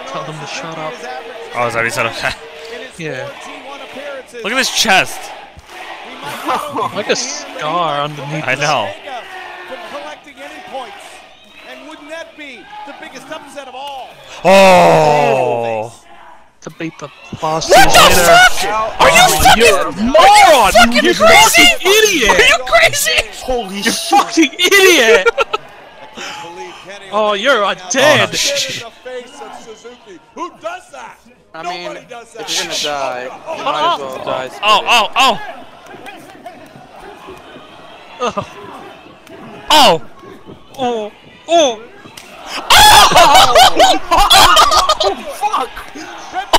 [SPEAKER 2] Tell them to shut up.
[SPEAKER 3] His average
[SPEAKER 1] Oh, is that he said okay?
[SPEAKER 3] *laughs*
[SPEAKER 1] *laughs*
[SPEAKER 3] in his
[SPEAKER 2] Yeah.
[SPEAKER 3] four G1 appearances.
[SPEAKER 1] Look at his chest.
[SPEAKER 3] He might not only
[SPEAKER 2] *laughs*
[SPEAKER 3] be here,
[SPEAKER 2] Like a
[SPEAKER 3] but he
[SPEAKER 2] scar
[SPEAKER 3] might
[SPEAKER 2] underneath.
[SPEAKER 1] I know.
[SPEAKER 3] Omega from collecting any points. And wouldn't that be the biggest upset of all?
[SPEAKER 1] Oh.
[SPEAKER 2] to beat the last What the
[SPEAKER 1] Are you
[SPEAKER 2] Oh,
[SPEAKER 1] fucking moron? Fucking
[SPEAKER 2] You
[SPEAKER 1] crazy?
[SPEAKER 2] fucking idiot!
[SPEAKER 1] Are Oh, you crazy?
[SPEAKER 4] Holy
[SPEAKER 2] You *laughs* fucking idiot! Oh, you're a
[SPEAKER 1] Oh,
[SPEAKER 2] dead.
[SPEAKER 1] shit.
[SPEAKER 6] I mean, if you're gonna die, you might as well die.
[SPEAKER 1] Oh, oh, oh.
[SPEAKER 2] Oh,
[SPEAKER 1] Oh!
[SPEAKER 2] oh, oh!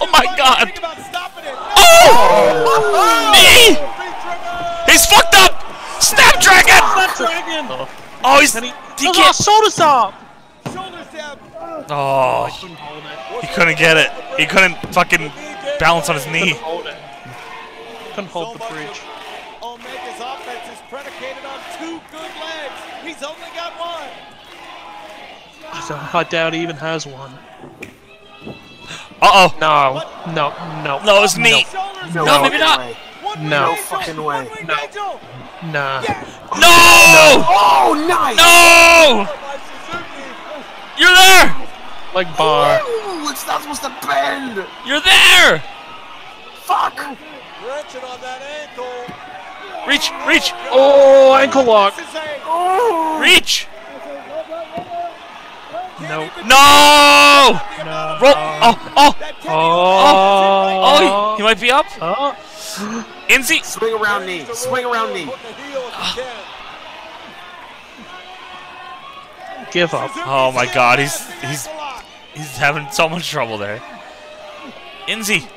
[SPEAKER 1] Oh my god! Oh! Me! He's fucked up! Snapdragon!
[SPEAKER 2] Dragon!
[SPEAKER 1] Oh, he's.
[SPEAKER 2] And he,
[SPEAKER 1] He
[SPEAKER 2] oh,
[SPEAKER 1] can't-
[SPEAKER 2] my shoulders up!
[SPEAKER 1] Oh, he couldn't get it. He couldn't fucking balance on his knee.
[SPEAKER 2] Hold it. Couldn't hold the bridge.
[SPEAKER 3] Omega's offense is predicated on two good legs. He's only got one.
[SPEAKER 2] I don't- I doubt he even has one.
[SPEAKER 1] Uh oh.
[SPEAKER 2] No, no, no.
[SPEAKER 1] No, it's me.
[SPEAKER 4] No,
[SPEAKER 1] No, maybe
[SPEAKER 4] fucking
[SPEAKER 1] not.
[SPEAKER 4] way.
[SPEAKER 2] No,
[SPEAKER 4] No fucking way.
[SPEAKER 2] no, nah.
[SPEAKER 1] No!
[SPEAKER 4] Oh, nice!
[SPEAKER 1] No!
[SPEAKER 3] Oh,
[SPEAKER 1] You're there!
[SPEAKER 2] Like bar.
[SPEAKER 4] Ooh, it's not supposed to bend!
[SPEAKER 1] You're there!
[SPEAKER 4] Fuck!
[SPEAKER 5] Wrenching on that ankle.
[SPEAKER 1] Reach, reach,
[SPEAKER 2] Oh, ankle lock. Oh.
[SPEAKER 1] reach!
[SPEAKER 2] Nope.
[SPEAKER 1] No!
[SPEAKER 2] No.
[SPEAKER 1] Roll. Oh, oh, oh!
[SPEAKER 2] Oh.
[SPEAKER 1] He might be up.
[SPEAKER 2] Oh.
[SPEAKER 1] Inzi.
[SPEAKER 4] Swing around knee. Swing
[SPEAKER 1] *laughs*
[SPEAKER 4] around knee.
[SPEAKER 5] Hook the heel
[SPEAKER 1] Ah.
[SPEAKER 5] if you can.
[SPEAKER 2] Give up.
[SPEAKER 1] Oh my God, he's he's he's having so much trouble there. Inzi.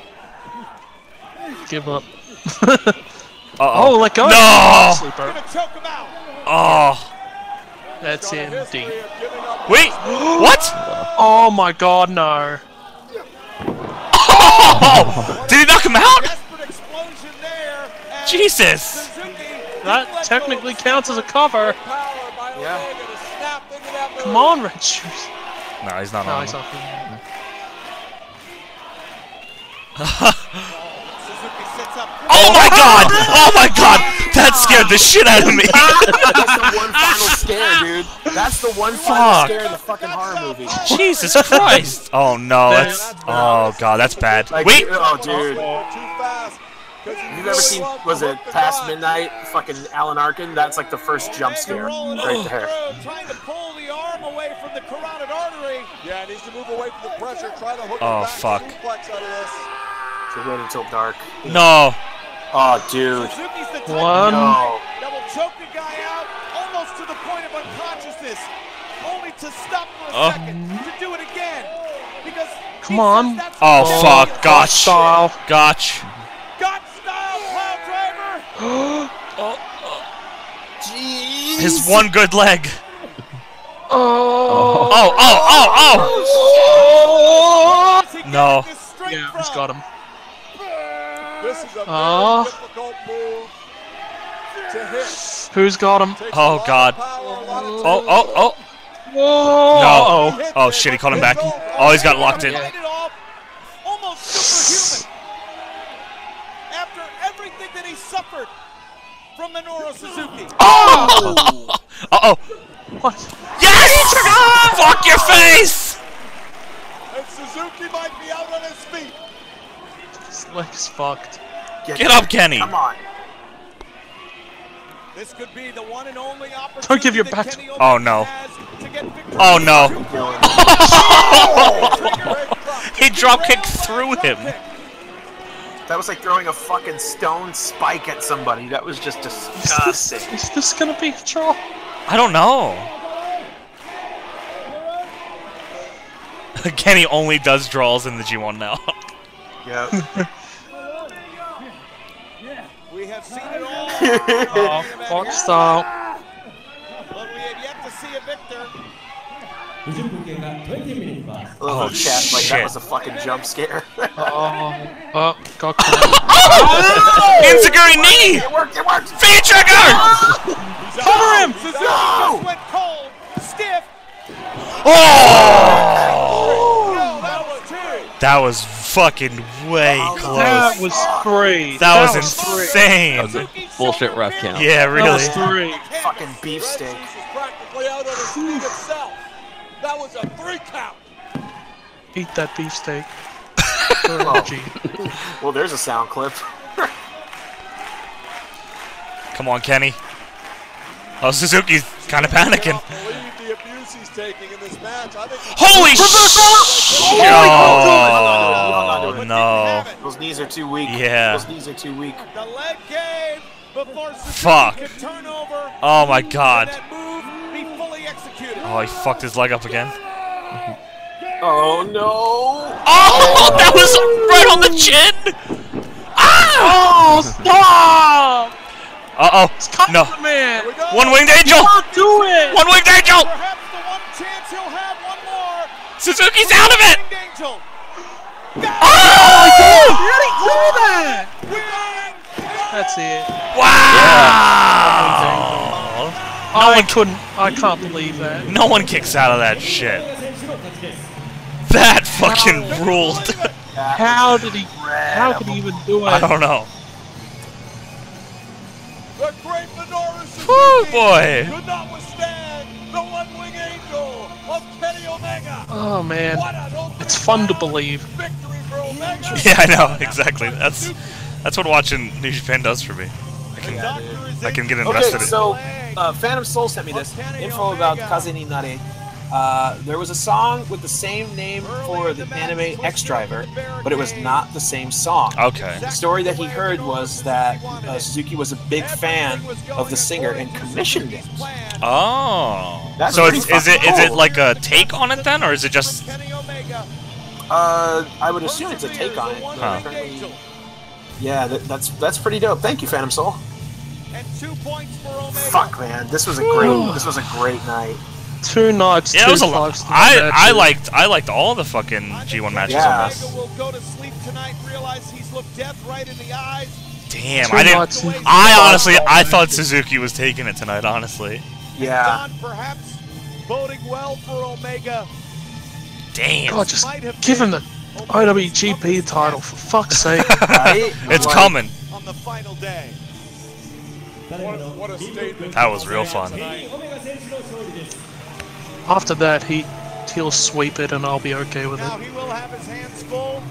[SPEAKER 2] Give up.
[SPEAKER 1] Uh
[SPEAKER 2] Oh, let go.
[SPEAKER 1] No!
[SPEAKER 2] Sleeper.
[SPEAKER 5] Choke him out.
[SPEAKER 1] oh. Oh.
[SPEAKER 2] That's
[SPEAKER 5] History
[SPEAKER 2] indeed.
[SPEAKER 5] of giving up
[SPEAKER 1] Wait. What?
[SPEAKER 2] Oh my god, no.
[SPEAKER 1] Oh! Did he knock him out?
[SPEAKER 5] desperate explosion there. And
[SPEAKER 1] Jesus.
[SPEAKER 5] Suzuki,
[SPEAKER 2] That technically counts as a cover.
[SPEAKER 5] power by
[SPEAKER 4] Yeah.
[SPEAKER 5] Omega to snap into that move.
[SPEAKER 2] Come on, Red Shoes.
[SPEAKER 1] No, he's not
[SPEAKER 2] No,
[SPEAKER 1] on.
[SPEAKER 2] he's off.
[SPEAKER 3] Suzuki sets up.
[SPEAKER 1] Oh my god! Oh my god! That scared the shit out of me.
[SPEAKER 4] That's the one final scare, dude. That's the one final
[SPEAKER 1] Fuck.
[SPEAKER 4] scare in the fucking horror movie.
[SPEAKER 1] Jesus Christ! Oh no, that's oh god, that's bad.
[SPEAKER 4] Like,
[SPEAKER 1] Wait,
[SPEAKER 4] Oh, dude.
[SPEAKER 5] Oh, Too fast. 'cause he
[SPEAKER 4] You've
[SPEAKER 5] really
[SPEAKER 4] ever seen,
[SPEAKER 5] wants to
[SPEAKER 4] was it
[SPEAKER 5] hook the
[SPEAKER 4] Past
[SPEAKER 5] guy.
[SPEAKER 4] Midnight? Fucking Alan Arkin? That's like the first jump scare. Right there.
[SPEAKER 3] Through, trying to pull the arm away from the carotid artery.
[SPEAKER 5] Yeah, needs to move away from the pressure. Try to hook
[SPEAKER 1] Oh,
[SPEAKER 5] him back
[SPEAKER 1] fuck.
[SPEAKER 5] suplex out of this.
[SPEAKER 4] To wait until dark.
[SPEAKER 1] no.
[SPEAKER 4] Oh, dude.
[SPEAKER 3] Suzuki's the type
[SPEAKER 1] Um,
[SPEAKER 2] One.
[SPEAKER 4] No.
[SPEAKER 3] that will choke the guy out almost to the point of unconsciousness, only to stop for a
[SPEAKER 1] Oh.
[SPEAKER 3] second to do it again. Because he
[SPEAKER 2] Come
[SPEAKER 3] says
[SPEAKER 2] on.
[SPEAKER 3] that's
[SPEAKER 1] Oh
[SPEAKER 3] what he
[SPEAKER 1] fuck,
[SPEAKER 3] is.
[SPEAKER 1] gotch,
[SPEAKER 2] Style.
[SPEAKER 1] gotch.
[SPEAKER 3] Gut style piledriver.
[SPEAKER 1] His one good leg.
[SPEAKER 2] Oh.
[SPEAKER 1] Oh, oh, oh, oh. No.
[SPEAKER 3] This straight
[SPEAKER 2] Yeah,
[SPEAKER 3] from
[SPEAKER 2] he's got him.
[SPEAKER 5] This is a
[SPEAKER 2] Oh.
[SPEAKER 5] very difficult move to hit.
[SPEAKER 2] Who's got him?
[SPEAKER 5] Takes
[SPEAKER 1] Oh,
[SPEAKER 5] a lot of
[SPEAKER 1] God.
[SPEAKER 5] Power, a lot of
[SPEAKER 1] Oh, oh, oh.
[SPEAKER 2] Whoa.
[SPEAKER 1] No. Oh shit, he called him back. Oh, he's got locked in.
[SPEAKER 3] lighted off, almost superhuman. After everything that he suffered from Minoru Suzuki.
[SPEAKER 1] Oh. Uh oh.
[SPEAKER 2] What?
[SPEAKER 1] Yes.
[SPEAKER 2] Ah!
[SPEAKER 1] Fuck your face.
[SPEAKER 5] And Suzuki might be out on his feet.
[SPEAKER 2] His leg's fucked.
[SPEAKER 1] Get up, Kenny.
[SPEAKER 4] Come on.
[SPEAKER 3] This could be the one and only opportunity
[SPEAKER 2] Don't give your
[SPEAKER 3] that
[SPEAKER 2] back-
[SPEAKER 3] Kenny Omega
[SPEAKER 1] Oh, no.
[SPEAKER 3] has to get victory.
[SPEAKER 1] Oh no. *laughs*
[SPEAKER 4] Dylan.
[SPEAKER 1] He drop kicked through him.
[SPEAKER 4] That was like throwing a fucking stone spike at somebody. That was just
[SPEAKER 2] Is this,
[SPEAKER 1] *laughs*
[SPEAKER 4] disgusting.
[SPEAKER 2] is this gonna be a draw?
[SPEAKER 1] I don't know. *laughs* Kenny only does draws in the G1 now.
[SPEAKER 4] yep.
[SPEAKER 3] We have seen it all,
[SPEAKER 2] Oh, fuck style.
[SPEAKER 3] but we have yet to see a victor.
[SPEAKER 8] 20分間が20ミリバース。
[SPEAKER 4] Oh, chat, like
[SPEAKER 1] shit.
[SPEAKER 4] that was a fucking jump
[SPEAKER 1] *laughs*
[SPEAKER 4] scare. *laughs*
[SPEAKER 2] Oh, oh, got caught. Oh!
[SPEAKER 1] *laughs* Inzaguri knee!
[SPEAKER 4] it worked, it worked!
[SPEAKER 1] Fan
[SPEAKER 2] Ah!
[SPEAKER 1] trigger!
[SPEAKER 2] Cover him!
[SPEAKER 3] Suzuki
[SPEAKER 4] No!
[SPEAKER 3] just went cold, stiff.
[SPEAKER 1] Oh!
[SPEAKER 3] No, that was two.
[SPEAKER 1] That was fucking way
[SPEAKER 2] That
[SPEAKER 1] close.
[SPEAKER 2] was three.
[SPEAKER 1] That was
[SPEAKER 2] three.
[SPEAKER 1] insane.
[SPEAKER 9] That was a bullshit ref count.
[SPEAKER 1] Yeah,
[SPEAKER 2] That
[SPEAKER 1] really.
[SPEAKER 2] was three.
[SPEAKER 4] Fucking beefsteak.
[SPEAKER 5] Jesus is practically out on his feet himself. That was a three count.
[SPEAKER 2] Eat that beefsteak. Kuroichi.
[SPEAKER 4] Well, there's a sound clip.
[SPEAKER 1] Come on, Kenny. Oh, Suzuki's kind of panicking.
[SPEAKER 5] Believe the abuse he's taking in this match. I think
[SPEAKER 1] Holy shit!
[SPEAKER 4] God.
[SPEAKER 1] Oh, no.
[SPEAKER 4] Those knees are too weak.
[SPEAKER 1] Yeah.
[SPEAKER 4] Those knees are too weak.
[SPEAKER 3] The leg game before Suzuki
[SPEAKER 1] Fuck.
[SPEAKER 3] could turn over.
[SPEAKER 1] Oh, my God.
[SPEAKER 3] That move be fully executed.
[SPEAKER 1] Oh, he fucked his leg up again.
[SPEAKER 4] Oh no!
[SPEAKER 1] Oh, that was right on the chin! Ah!
[SPEAKER 2] Oh, stop!
[SPEAKER 1] Uh
[SPEAKER 2] It's
[SPEAKER 1] oh.
[SPEAKER 2] coming,
[SPEAKER 1] No.
[SPEAKER 2] man.
[SPEAKER 1] One winged angel!
[SPEAKER 2] Do it!
[SPEAKER 1] One winged angel!
[SPEAKER 3] Perhaps the one chance he'll have one more.
[SPEAKER 1] Suzuki's out of it!
[SPEAKER 3] Winged Angel.
[SPEAKER 1] Oh!
[SPEAKER 2] How did he do that?
[SPEAKER 3] Winged
[SPEAKER 2] That's it.
[SPEAKER 1] Wow!
[SPEAKER 2] I couldn't. I can't believe that.
[SPEAKER 1] No one kicks out of that shit. That fucking ruled.
[SPEAKER 2] How did he? How could he even do
[SPEAKER 1] I
[SPEAKER 2] it?
[SPEAKER 1] don't know.
[SPEAKER 5] the great Minoru Suzuki
[SPEAKER 1] Whew, boy. *laughs*
[SPEAKER 5] could not withstand the one-wing angel of Kenny Omega.
[SPEAKER 2] Oh man,
[SPEAKER 5] What an open
[SPEAKER 2] it's fun to believe.
[SPEAKER 5] victory for Omega.
[SPEAKER 1] Yeah, I know exactly. That's that's what watching New Japan does for me. I can
[SPEAKER 3] Doctor is
[SPEAKER 1] I can get
[SPEAKER 4] Okay,
[SPEAKER 1] invested. in it.
[SPEAKER 4] so uh, Phantom Soul sent me this info about Kazeni Nare. Uh, there was a song with the same name for the anime X Driver, but it was not the same song.
[SPEAKER 1] Okay.
[SPEAKER 4] The story that he heard was that uh, Suzuki was a big fan of the singer and commissioned it.
[SPEAKER 1] Oh.
[SPEAKER 4] That's
[SPEAKER 1] so it's,
[SPEAKER 4] pretty
[SPEAKER 1] is it is
[SPEAKER 4] fucking
[SPEAKER 1] it
[SPEAKER 4] cool.
[SPEAKER 1] like a take on it then, or is it just
[SPEAKER 4] Uh, I would assume it's a take on it.
[SPEAKER 1] Huh.
[SPEAKER 4] Apparently- Yeah, that, that's that's pretty dope. Thank you, Phantom Soul.
[SPEAKER 3] And two points for Omega.
[SPEAKER 4] Fuck, man, this was a great this was a great night.
[SPEAKER 2] Two nights.
[SPEAKER 1] yeah? It
[SPEAKER 2] two
[SPEAKER 1] was a lot.
[SPEAKER 2] five-star
[SPEAKER 1] I I
[SPEAKER 2] matches.
[SPEAKER 1] liked I liked all the fucking G1 matches
[SPEAKER 4] Yeah.
[SPEAKER 1] on
[SPEAKER 3] Omega
[SPEAKER 1] this.
[SPEAKER 3] will go to sleep tonight, realize he's looked death right in the eyes.
[SPEAKER 1] Damn,
[SPEAKER 2] Two
[SPEAKER 1] I
[SPEAKER 2] nights
[SPEAKER 1] didn't.
[SPEAKER 2] in-
[SPEAKER 1] I honestly I thought Suzuki was taking it tonight. Honestly,
[SPEAKER 4] Yeah, *laughs*
[SPEAKER 3] Don perhaps boding well for Omega.
[SPEAKER 1] damn.
[SPEAKER 2] God, just
[SPEAKER 3] Might have
[SPEAKER 2] give him the
[SPEAKER 3] been
[SPEAKER 2] IWGP title for fuck's
[SPEAKER 1] *laughs*
[SPEAKER 2] sake.
[SPEAKER 4] right?
[SPEAKER 1] It's
[SPEAKER 4] Like,
[SPEAKER 1] coming.
[SPEAKER 3] on the final day.
[SPEAKER 5] What a, what a statement.
[SPEAKER 1] That was real fun.
[SPEAKER 2] After that, he he'll sweep it, and I'll be okay with
[SPEAKER 3] Now
[SPEAKER 2] it.
[SPEAKER 3] he will have his hands full.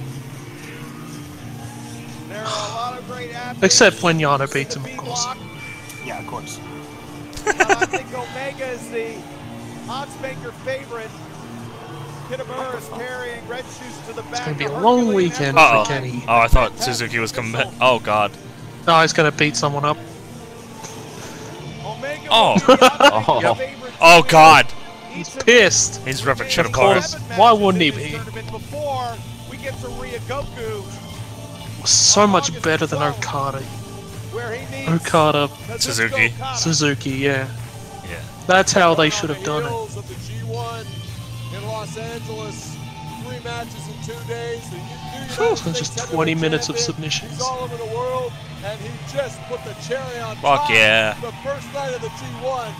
[SPEAKER 3] There are a lot of great athletes.
[SPEAKER 2] Except when Yano beats
[SPEAKER 3] to
[SPEAKER 2] him,
[SPEAKER 3] be
[SPEAKER 2] of course.
[SPEAKER 3] blocked.
[SPEAKER 4] Yeah, of course.
[SPEAKER 3] Now I think Omega is the odds maker favorite. Kitamura is carrying red shoes to the back.
[SPEAKER 2] It's gonna be
[SPEAKER 3] of
[SPEAKER 2] a long
[SPEAKER 3] Herculean
[SPEAKER 2] weekend
[SPEAKER 1] Uh
[SPEAKER 2] for
[SPEAKER 1] oh.
[SPEAKER 2] Kenny.
[SPEAKER 1] Oh, I thought Suzuki was coming back. Oh god.
[SPEAKER 2] No, he's gonna beat someone up.
[SPEAKER 3] Omega
[SPEAKER 1] Oh.
[SPEAKER 3] will be the odds maker
[SPEAKER 9] Oh.
[SPEAKER 3] favorite
[SPEAKER 1] *laughs* Oh
[SPEAKER 3] to win
[SPEAKER 1] god.
[SPEAKER 2] He's
[SPEAKER 3] each of
[SPEAKER 2] pissed.
[SPEAKER 1] He's ripping shit
[SPEAKER 2] Of
[SPEAKER 1] apart.
[SPEAKER 2] course.
[SPEAKER 3] seven
[SPEAKER 2] Why
[SPEAKER 3] matches
[SPEAKER 2] wouldn't
[SPEAKER 3] in
[SPEAKER 2] he
[SPEAKER 3] this
[SPEAKER 2] be?
[SPEAKER 3] tournament Before we get to Ryogoku,
[SPEAKER 2] So much better than Okada.
[SPEAKER 3] where he needs
[SPEAKER 2] Okada,
[SPEAKER 3] Kazuchika
[SPEAKER 1] Suzuki.
[SPEAKER 3] Okada.
[SPEAKER 2] Oh, Suzuki, yeah.
[SPEAKER 1] Yeah.
[SPEAKER 2] That's how they should have done it.
[SPEAKER 5] Heels Of the G1 in Los Angeles, three matches in two days. The U- New United
[SPEAKER 2] Phew, it's
[SPEAKER 5] States
[SPEAKER 2] just
[SPEAKER 5] heavyweight
[SPEAKER 2] 20 minutes of
[SPEAKER 5] champion.
[SPEAKER 2] submissions.
[SPEAKER 5] He's all over the world, and he just put the cherry on
[SPEAKER 1] Fuck
[SPEAKER 5] top
[SPEAKER 1] yeah.
[SPEAKER 5] the first night of the G1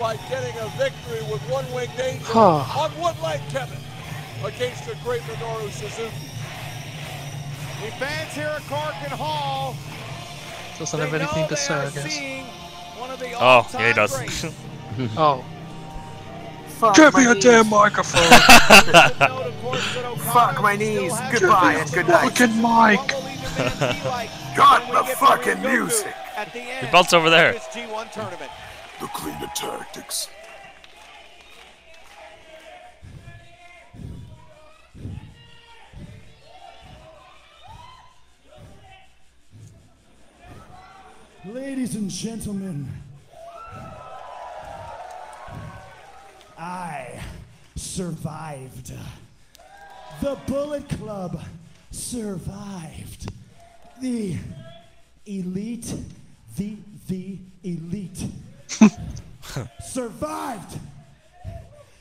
[SPEAKER 5] by getting a victory with one winged angel
[SPEAKER 2] Ah.
[SPEAKER 5] on one leg, Kevin, against the great Minoru Suzuki.
[SPEAKER 3] The fans here at Cork and Hall
[SPEAKER 2] Doesn't have anything to say, I guess.
[SPEAKER 1] Oh, yeah, he does. *laughs*
[SPEAKER 2] Oh.
[SPEAKER 4] Fuck
[SPEAKER 2] Give
[SPEAKER 4] my
[SPEAKER 2] me a
[SPEAKER 4] knees.
[SPEAKER 2] damn *laughs* microphone!
[SPEAKER 4] *laughs* Fuck my knees. Goodbye and good night.
[SPEAKER 2] Fucking Mike!
[SPEAKER 4] *laughs* Got the fucking music.
[SPEAKER 1] Your belt's over there.
[SPEAKER 3] G1 tournament.
[SPEAKER 12] The cleaner tactics.
[SPEAKER 8] Ladies and gentlemen, I survived. The Bullet Club survived. The elite, the the elite survived.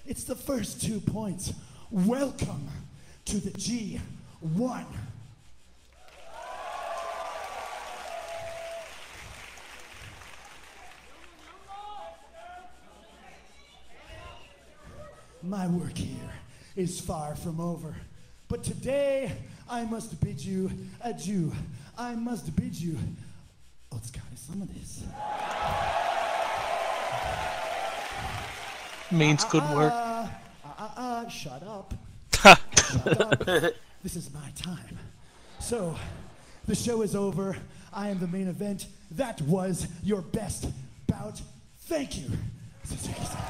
[SPEAKER 8] It's the first two points. Welcome to the G1. My work here is far from over. But today, I must bid you adieu. I must bid you. Oh, it's gotta some of this.
[SPEAKER 2] Means good work.
[SPEAKER 8] Ah, ah, ah, shut up. shut up. *laughs* This is my time. So, the show is over. I am the main event. That was your best bout. Thank you. Suzuki-san.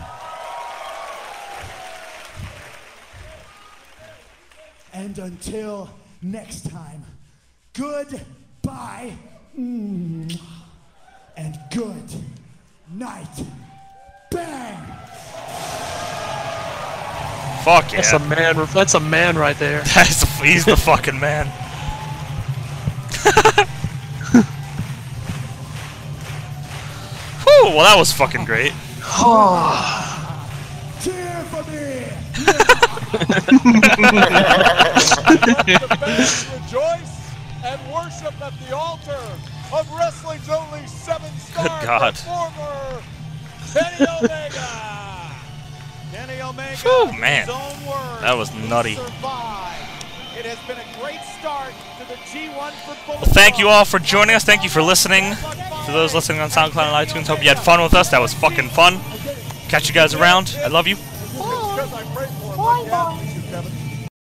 [SPEAKER 8] And until next time, goodbye. Mwah. And good night. Bang!
[SPEAKER 1] Fuck yeah.
[SPEAKER 2] That's a man. That's a man right there.
[SPEAKER 1] That's he's the fucking man. Whew, well, that was fucking great.
[SPEAKER 8] Cheer for me!
[SPEAKER 5] The fans rejoice and worship at the altar of wrestling's only seven-star
[SPEAKER 1] Good God.
[SPEAKER 5] performer, Kenny Omega.
[SPEAKER 3] Kenny Omega,
[SPEAKER 1] Phew, man.
[SPEAKER 3] his own words,
[SPEAKER 1] That was
[SPEAKER 3] he
[SPEAKER 1] nutty.
[SPEAKER 3] survived. It has been a great start to the G1 football.
[SPEAKER 1] Well, thank you all for joining us. Thank you for listening. For those listening on SoundCloud and iTunes, hope you had fun with us. That was fucking fun. Catch you guys around. I love you.
[SPEAKER 5] It's because I prayed for him. Like, yeah.